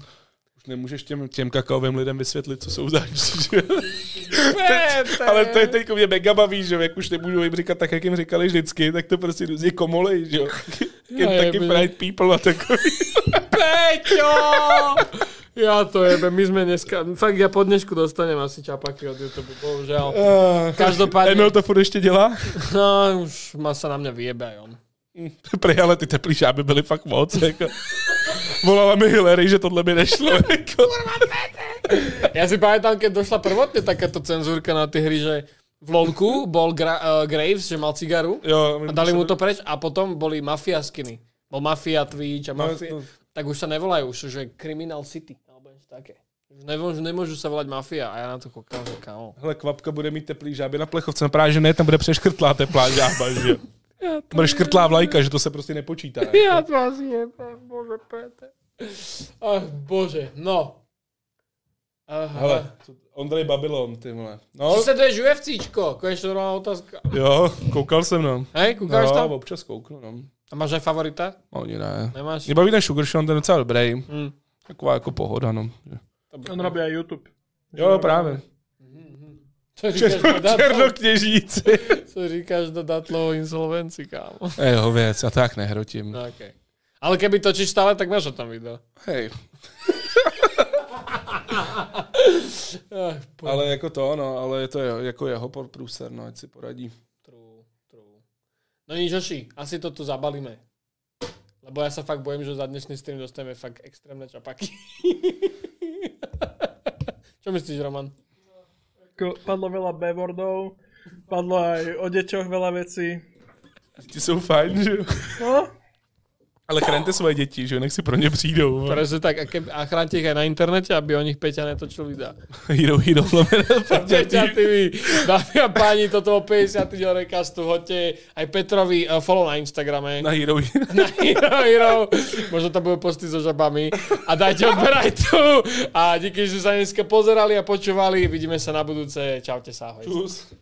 S2: Už nemůžeš těm, těm kakaovým lidem vysvětlit, co jsou záč. [LAUGHS] Ale to je teď mě mega baví, že jo, jak už nemůžu jim říkat tak, jak jim říkali vždycky, tak to prostě různě
S1: [LAUGHS]
S2: komolej, že jo. Kentucky
S1: jebe.
S2: Fried People a takový.
S1: Peťo! Ja to jebem, my sme dneska... Fakt, ja po dnešku dostanem asi čapaky od YouTube, bohužiaľ. [LAUGHS] Každopádně-
S2: Emil to furt ještě dělá? [LAUGHS]
S1: No, už ma sa na mňa vyjebe aj on.
S2: Prej, ale ty teplý žáby byly fakt moc, jako. Volala mi Hillary, že tohle by nešlo. [LAUGHS] Jako.
S1: Ja si pamätám, keď došla prvotne takáto cenzúrka na tie hry, že v LOLku bol Gra- uh, Graves, že mal cigaru
S2: Jo,
S1: a dali mu to preč a potom boli mafiaskiny. Bol Mafia Twitch a Mafia...
S2: No, no.
S1: Tak už sa nevolajú, už sú, že Criminal City alebo niečo také. Už nemôžu, nemôžu sa volať Mafia a ja na to koukám, že kámo.
S2: Hele, kvapka bude mít teplý žáby na plechovce, no právě, že ne, tam bude přeškrtlá teplá žába, že jo. Bude škrtlá vlajka, že to se prostě nepočítá.
S1: Ja to vás jebem, bože Peter. Ach, bože, no. Aha.
S2: Hele, co- Ondrej Babylon, ty vole. No,
S1: Či sleduješ UFCčko? Konečne normálna otázka.
S2: jo, koukal jsem, no.
S1: Hej, kúkáš
S2: No,
S1: tam?
S2: občas kouknu, no.
S1: A máš aj favorita?
S2: Oni No, ne.
S1: Nemáš?
S2: Mě baví ten Sugar Sean, ten je docela dobrý.
S1: Mm.
S2: Taková jako pohoda, no.
S3: On robí aj YouTube.
S2: Jo, právě.
S1: Co říkáš do datlo,
S2: Černokněžíci.
S1: co říkáš do datlo insolvenci, [LAUGHS] kámo?
S2: Jeho věc, já tak nehrotím.
S1: No, okay. Ale keby točíš stále, tak máš o tom video.
S2: Hej,
S1: Ach, po...
S2: ale jako to, no, ale je to jeho, jako jeho por- průser, no, ať si poradí.
S1: True, true. No nič, Joši, asi to tu zabalíme. Lebo ja sa fakt bojím, že za dnešný stream dostaneme fakt extrémne čapaky. [LAUGHS] Čo myslíš, Roman?
S3: Ko- Padlo veľa B-wordov, padlo aj o deťoch veľa vecí.
S2: Děti jsou fajn, že jo?
S3: No,
S2: Ale chraňte svoje děti, že jo? Nech si pro ně přijdou.
S1: Presne tak, a, keb, a chránte ich aj na internete, aby o nich Peťa netočil [LAUGHS] videa.
S2: Hero, hero,
S1: [LAUGHS] Peťa TV, dámy a páni, toto o 50. diel recastu, hoďte aj Petrovi uh, follow na Instagrame.
S2: Na hero, hero.
S1: na [LAUGHS] Hero Hero. Možno tam budú posty so žabami. A dajte odber aj tu. A díky, že ste sa dneska pozerali a počúvali. Vidíme sa na budúce. Čaute sa. Ahoj.
S2: Plus.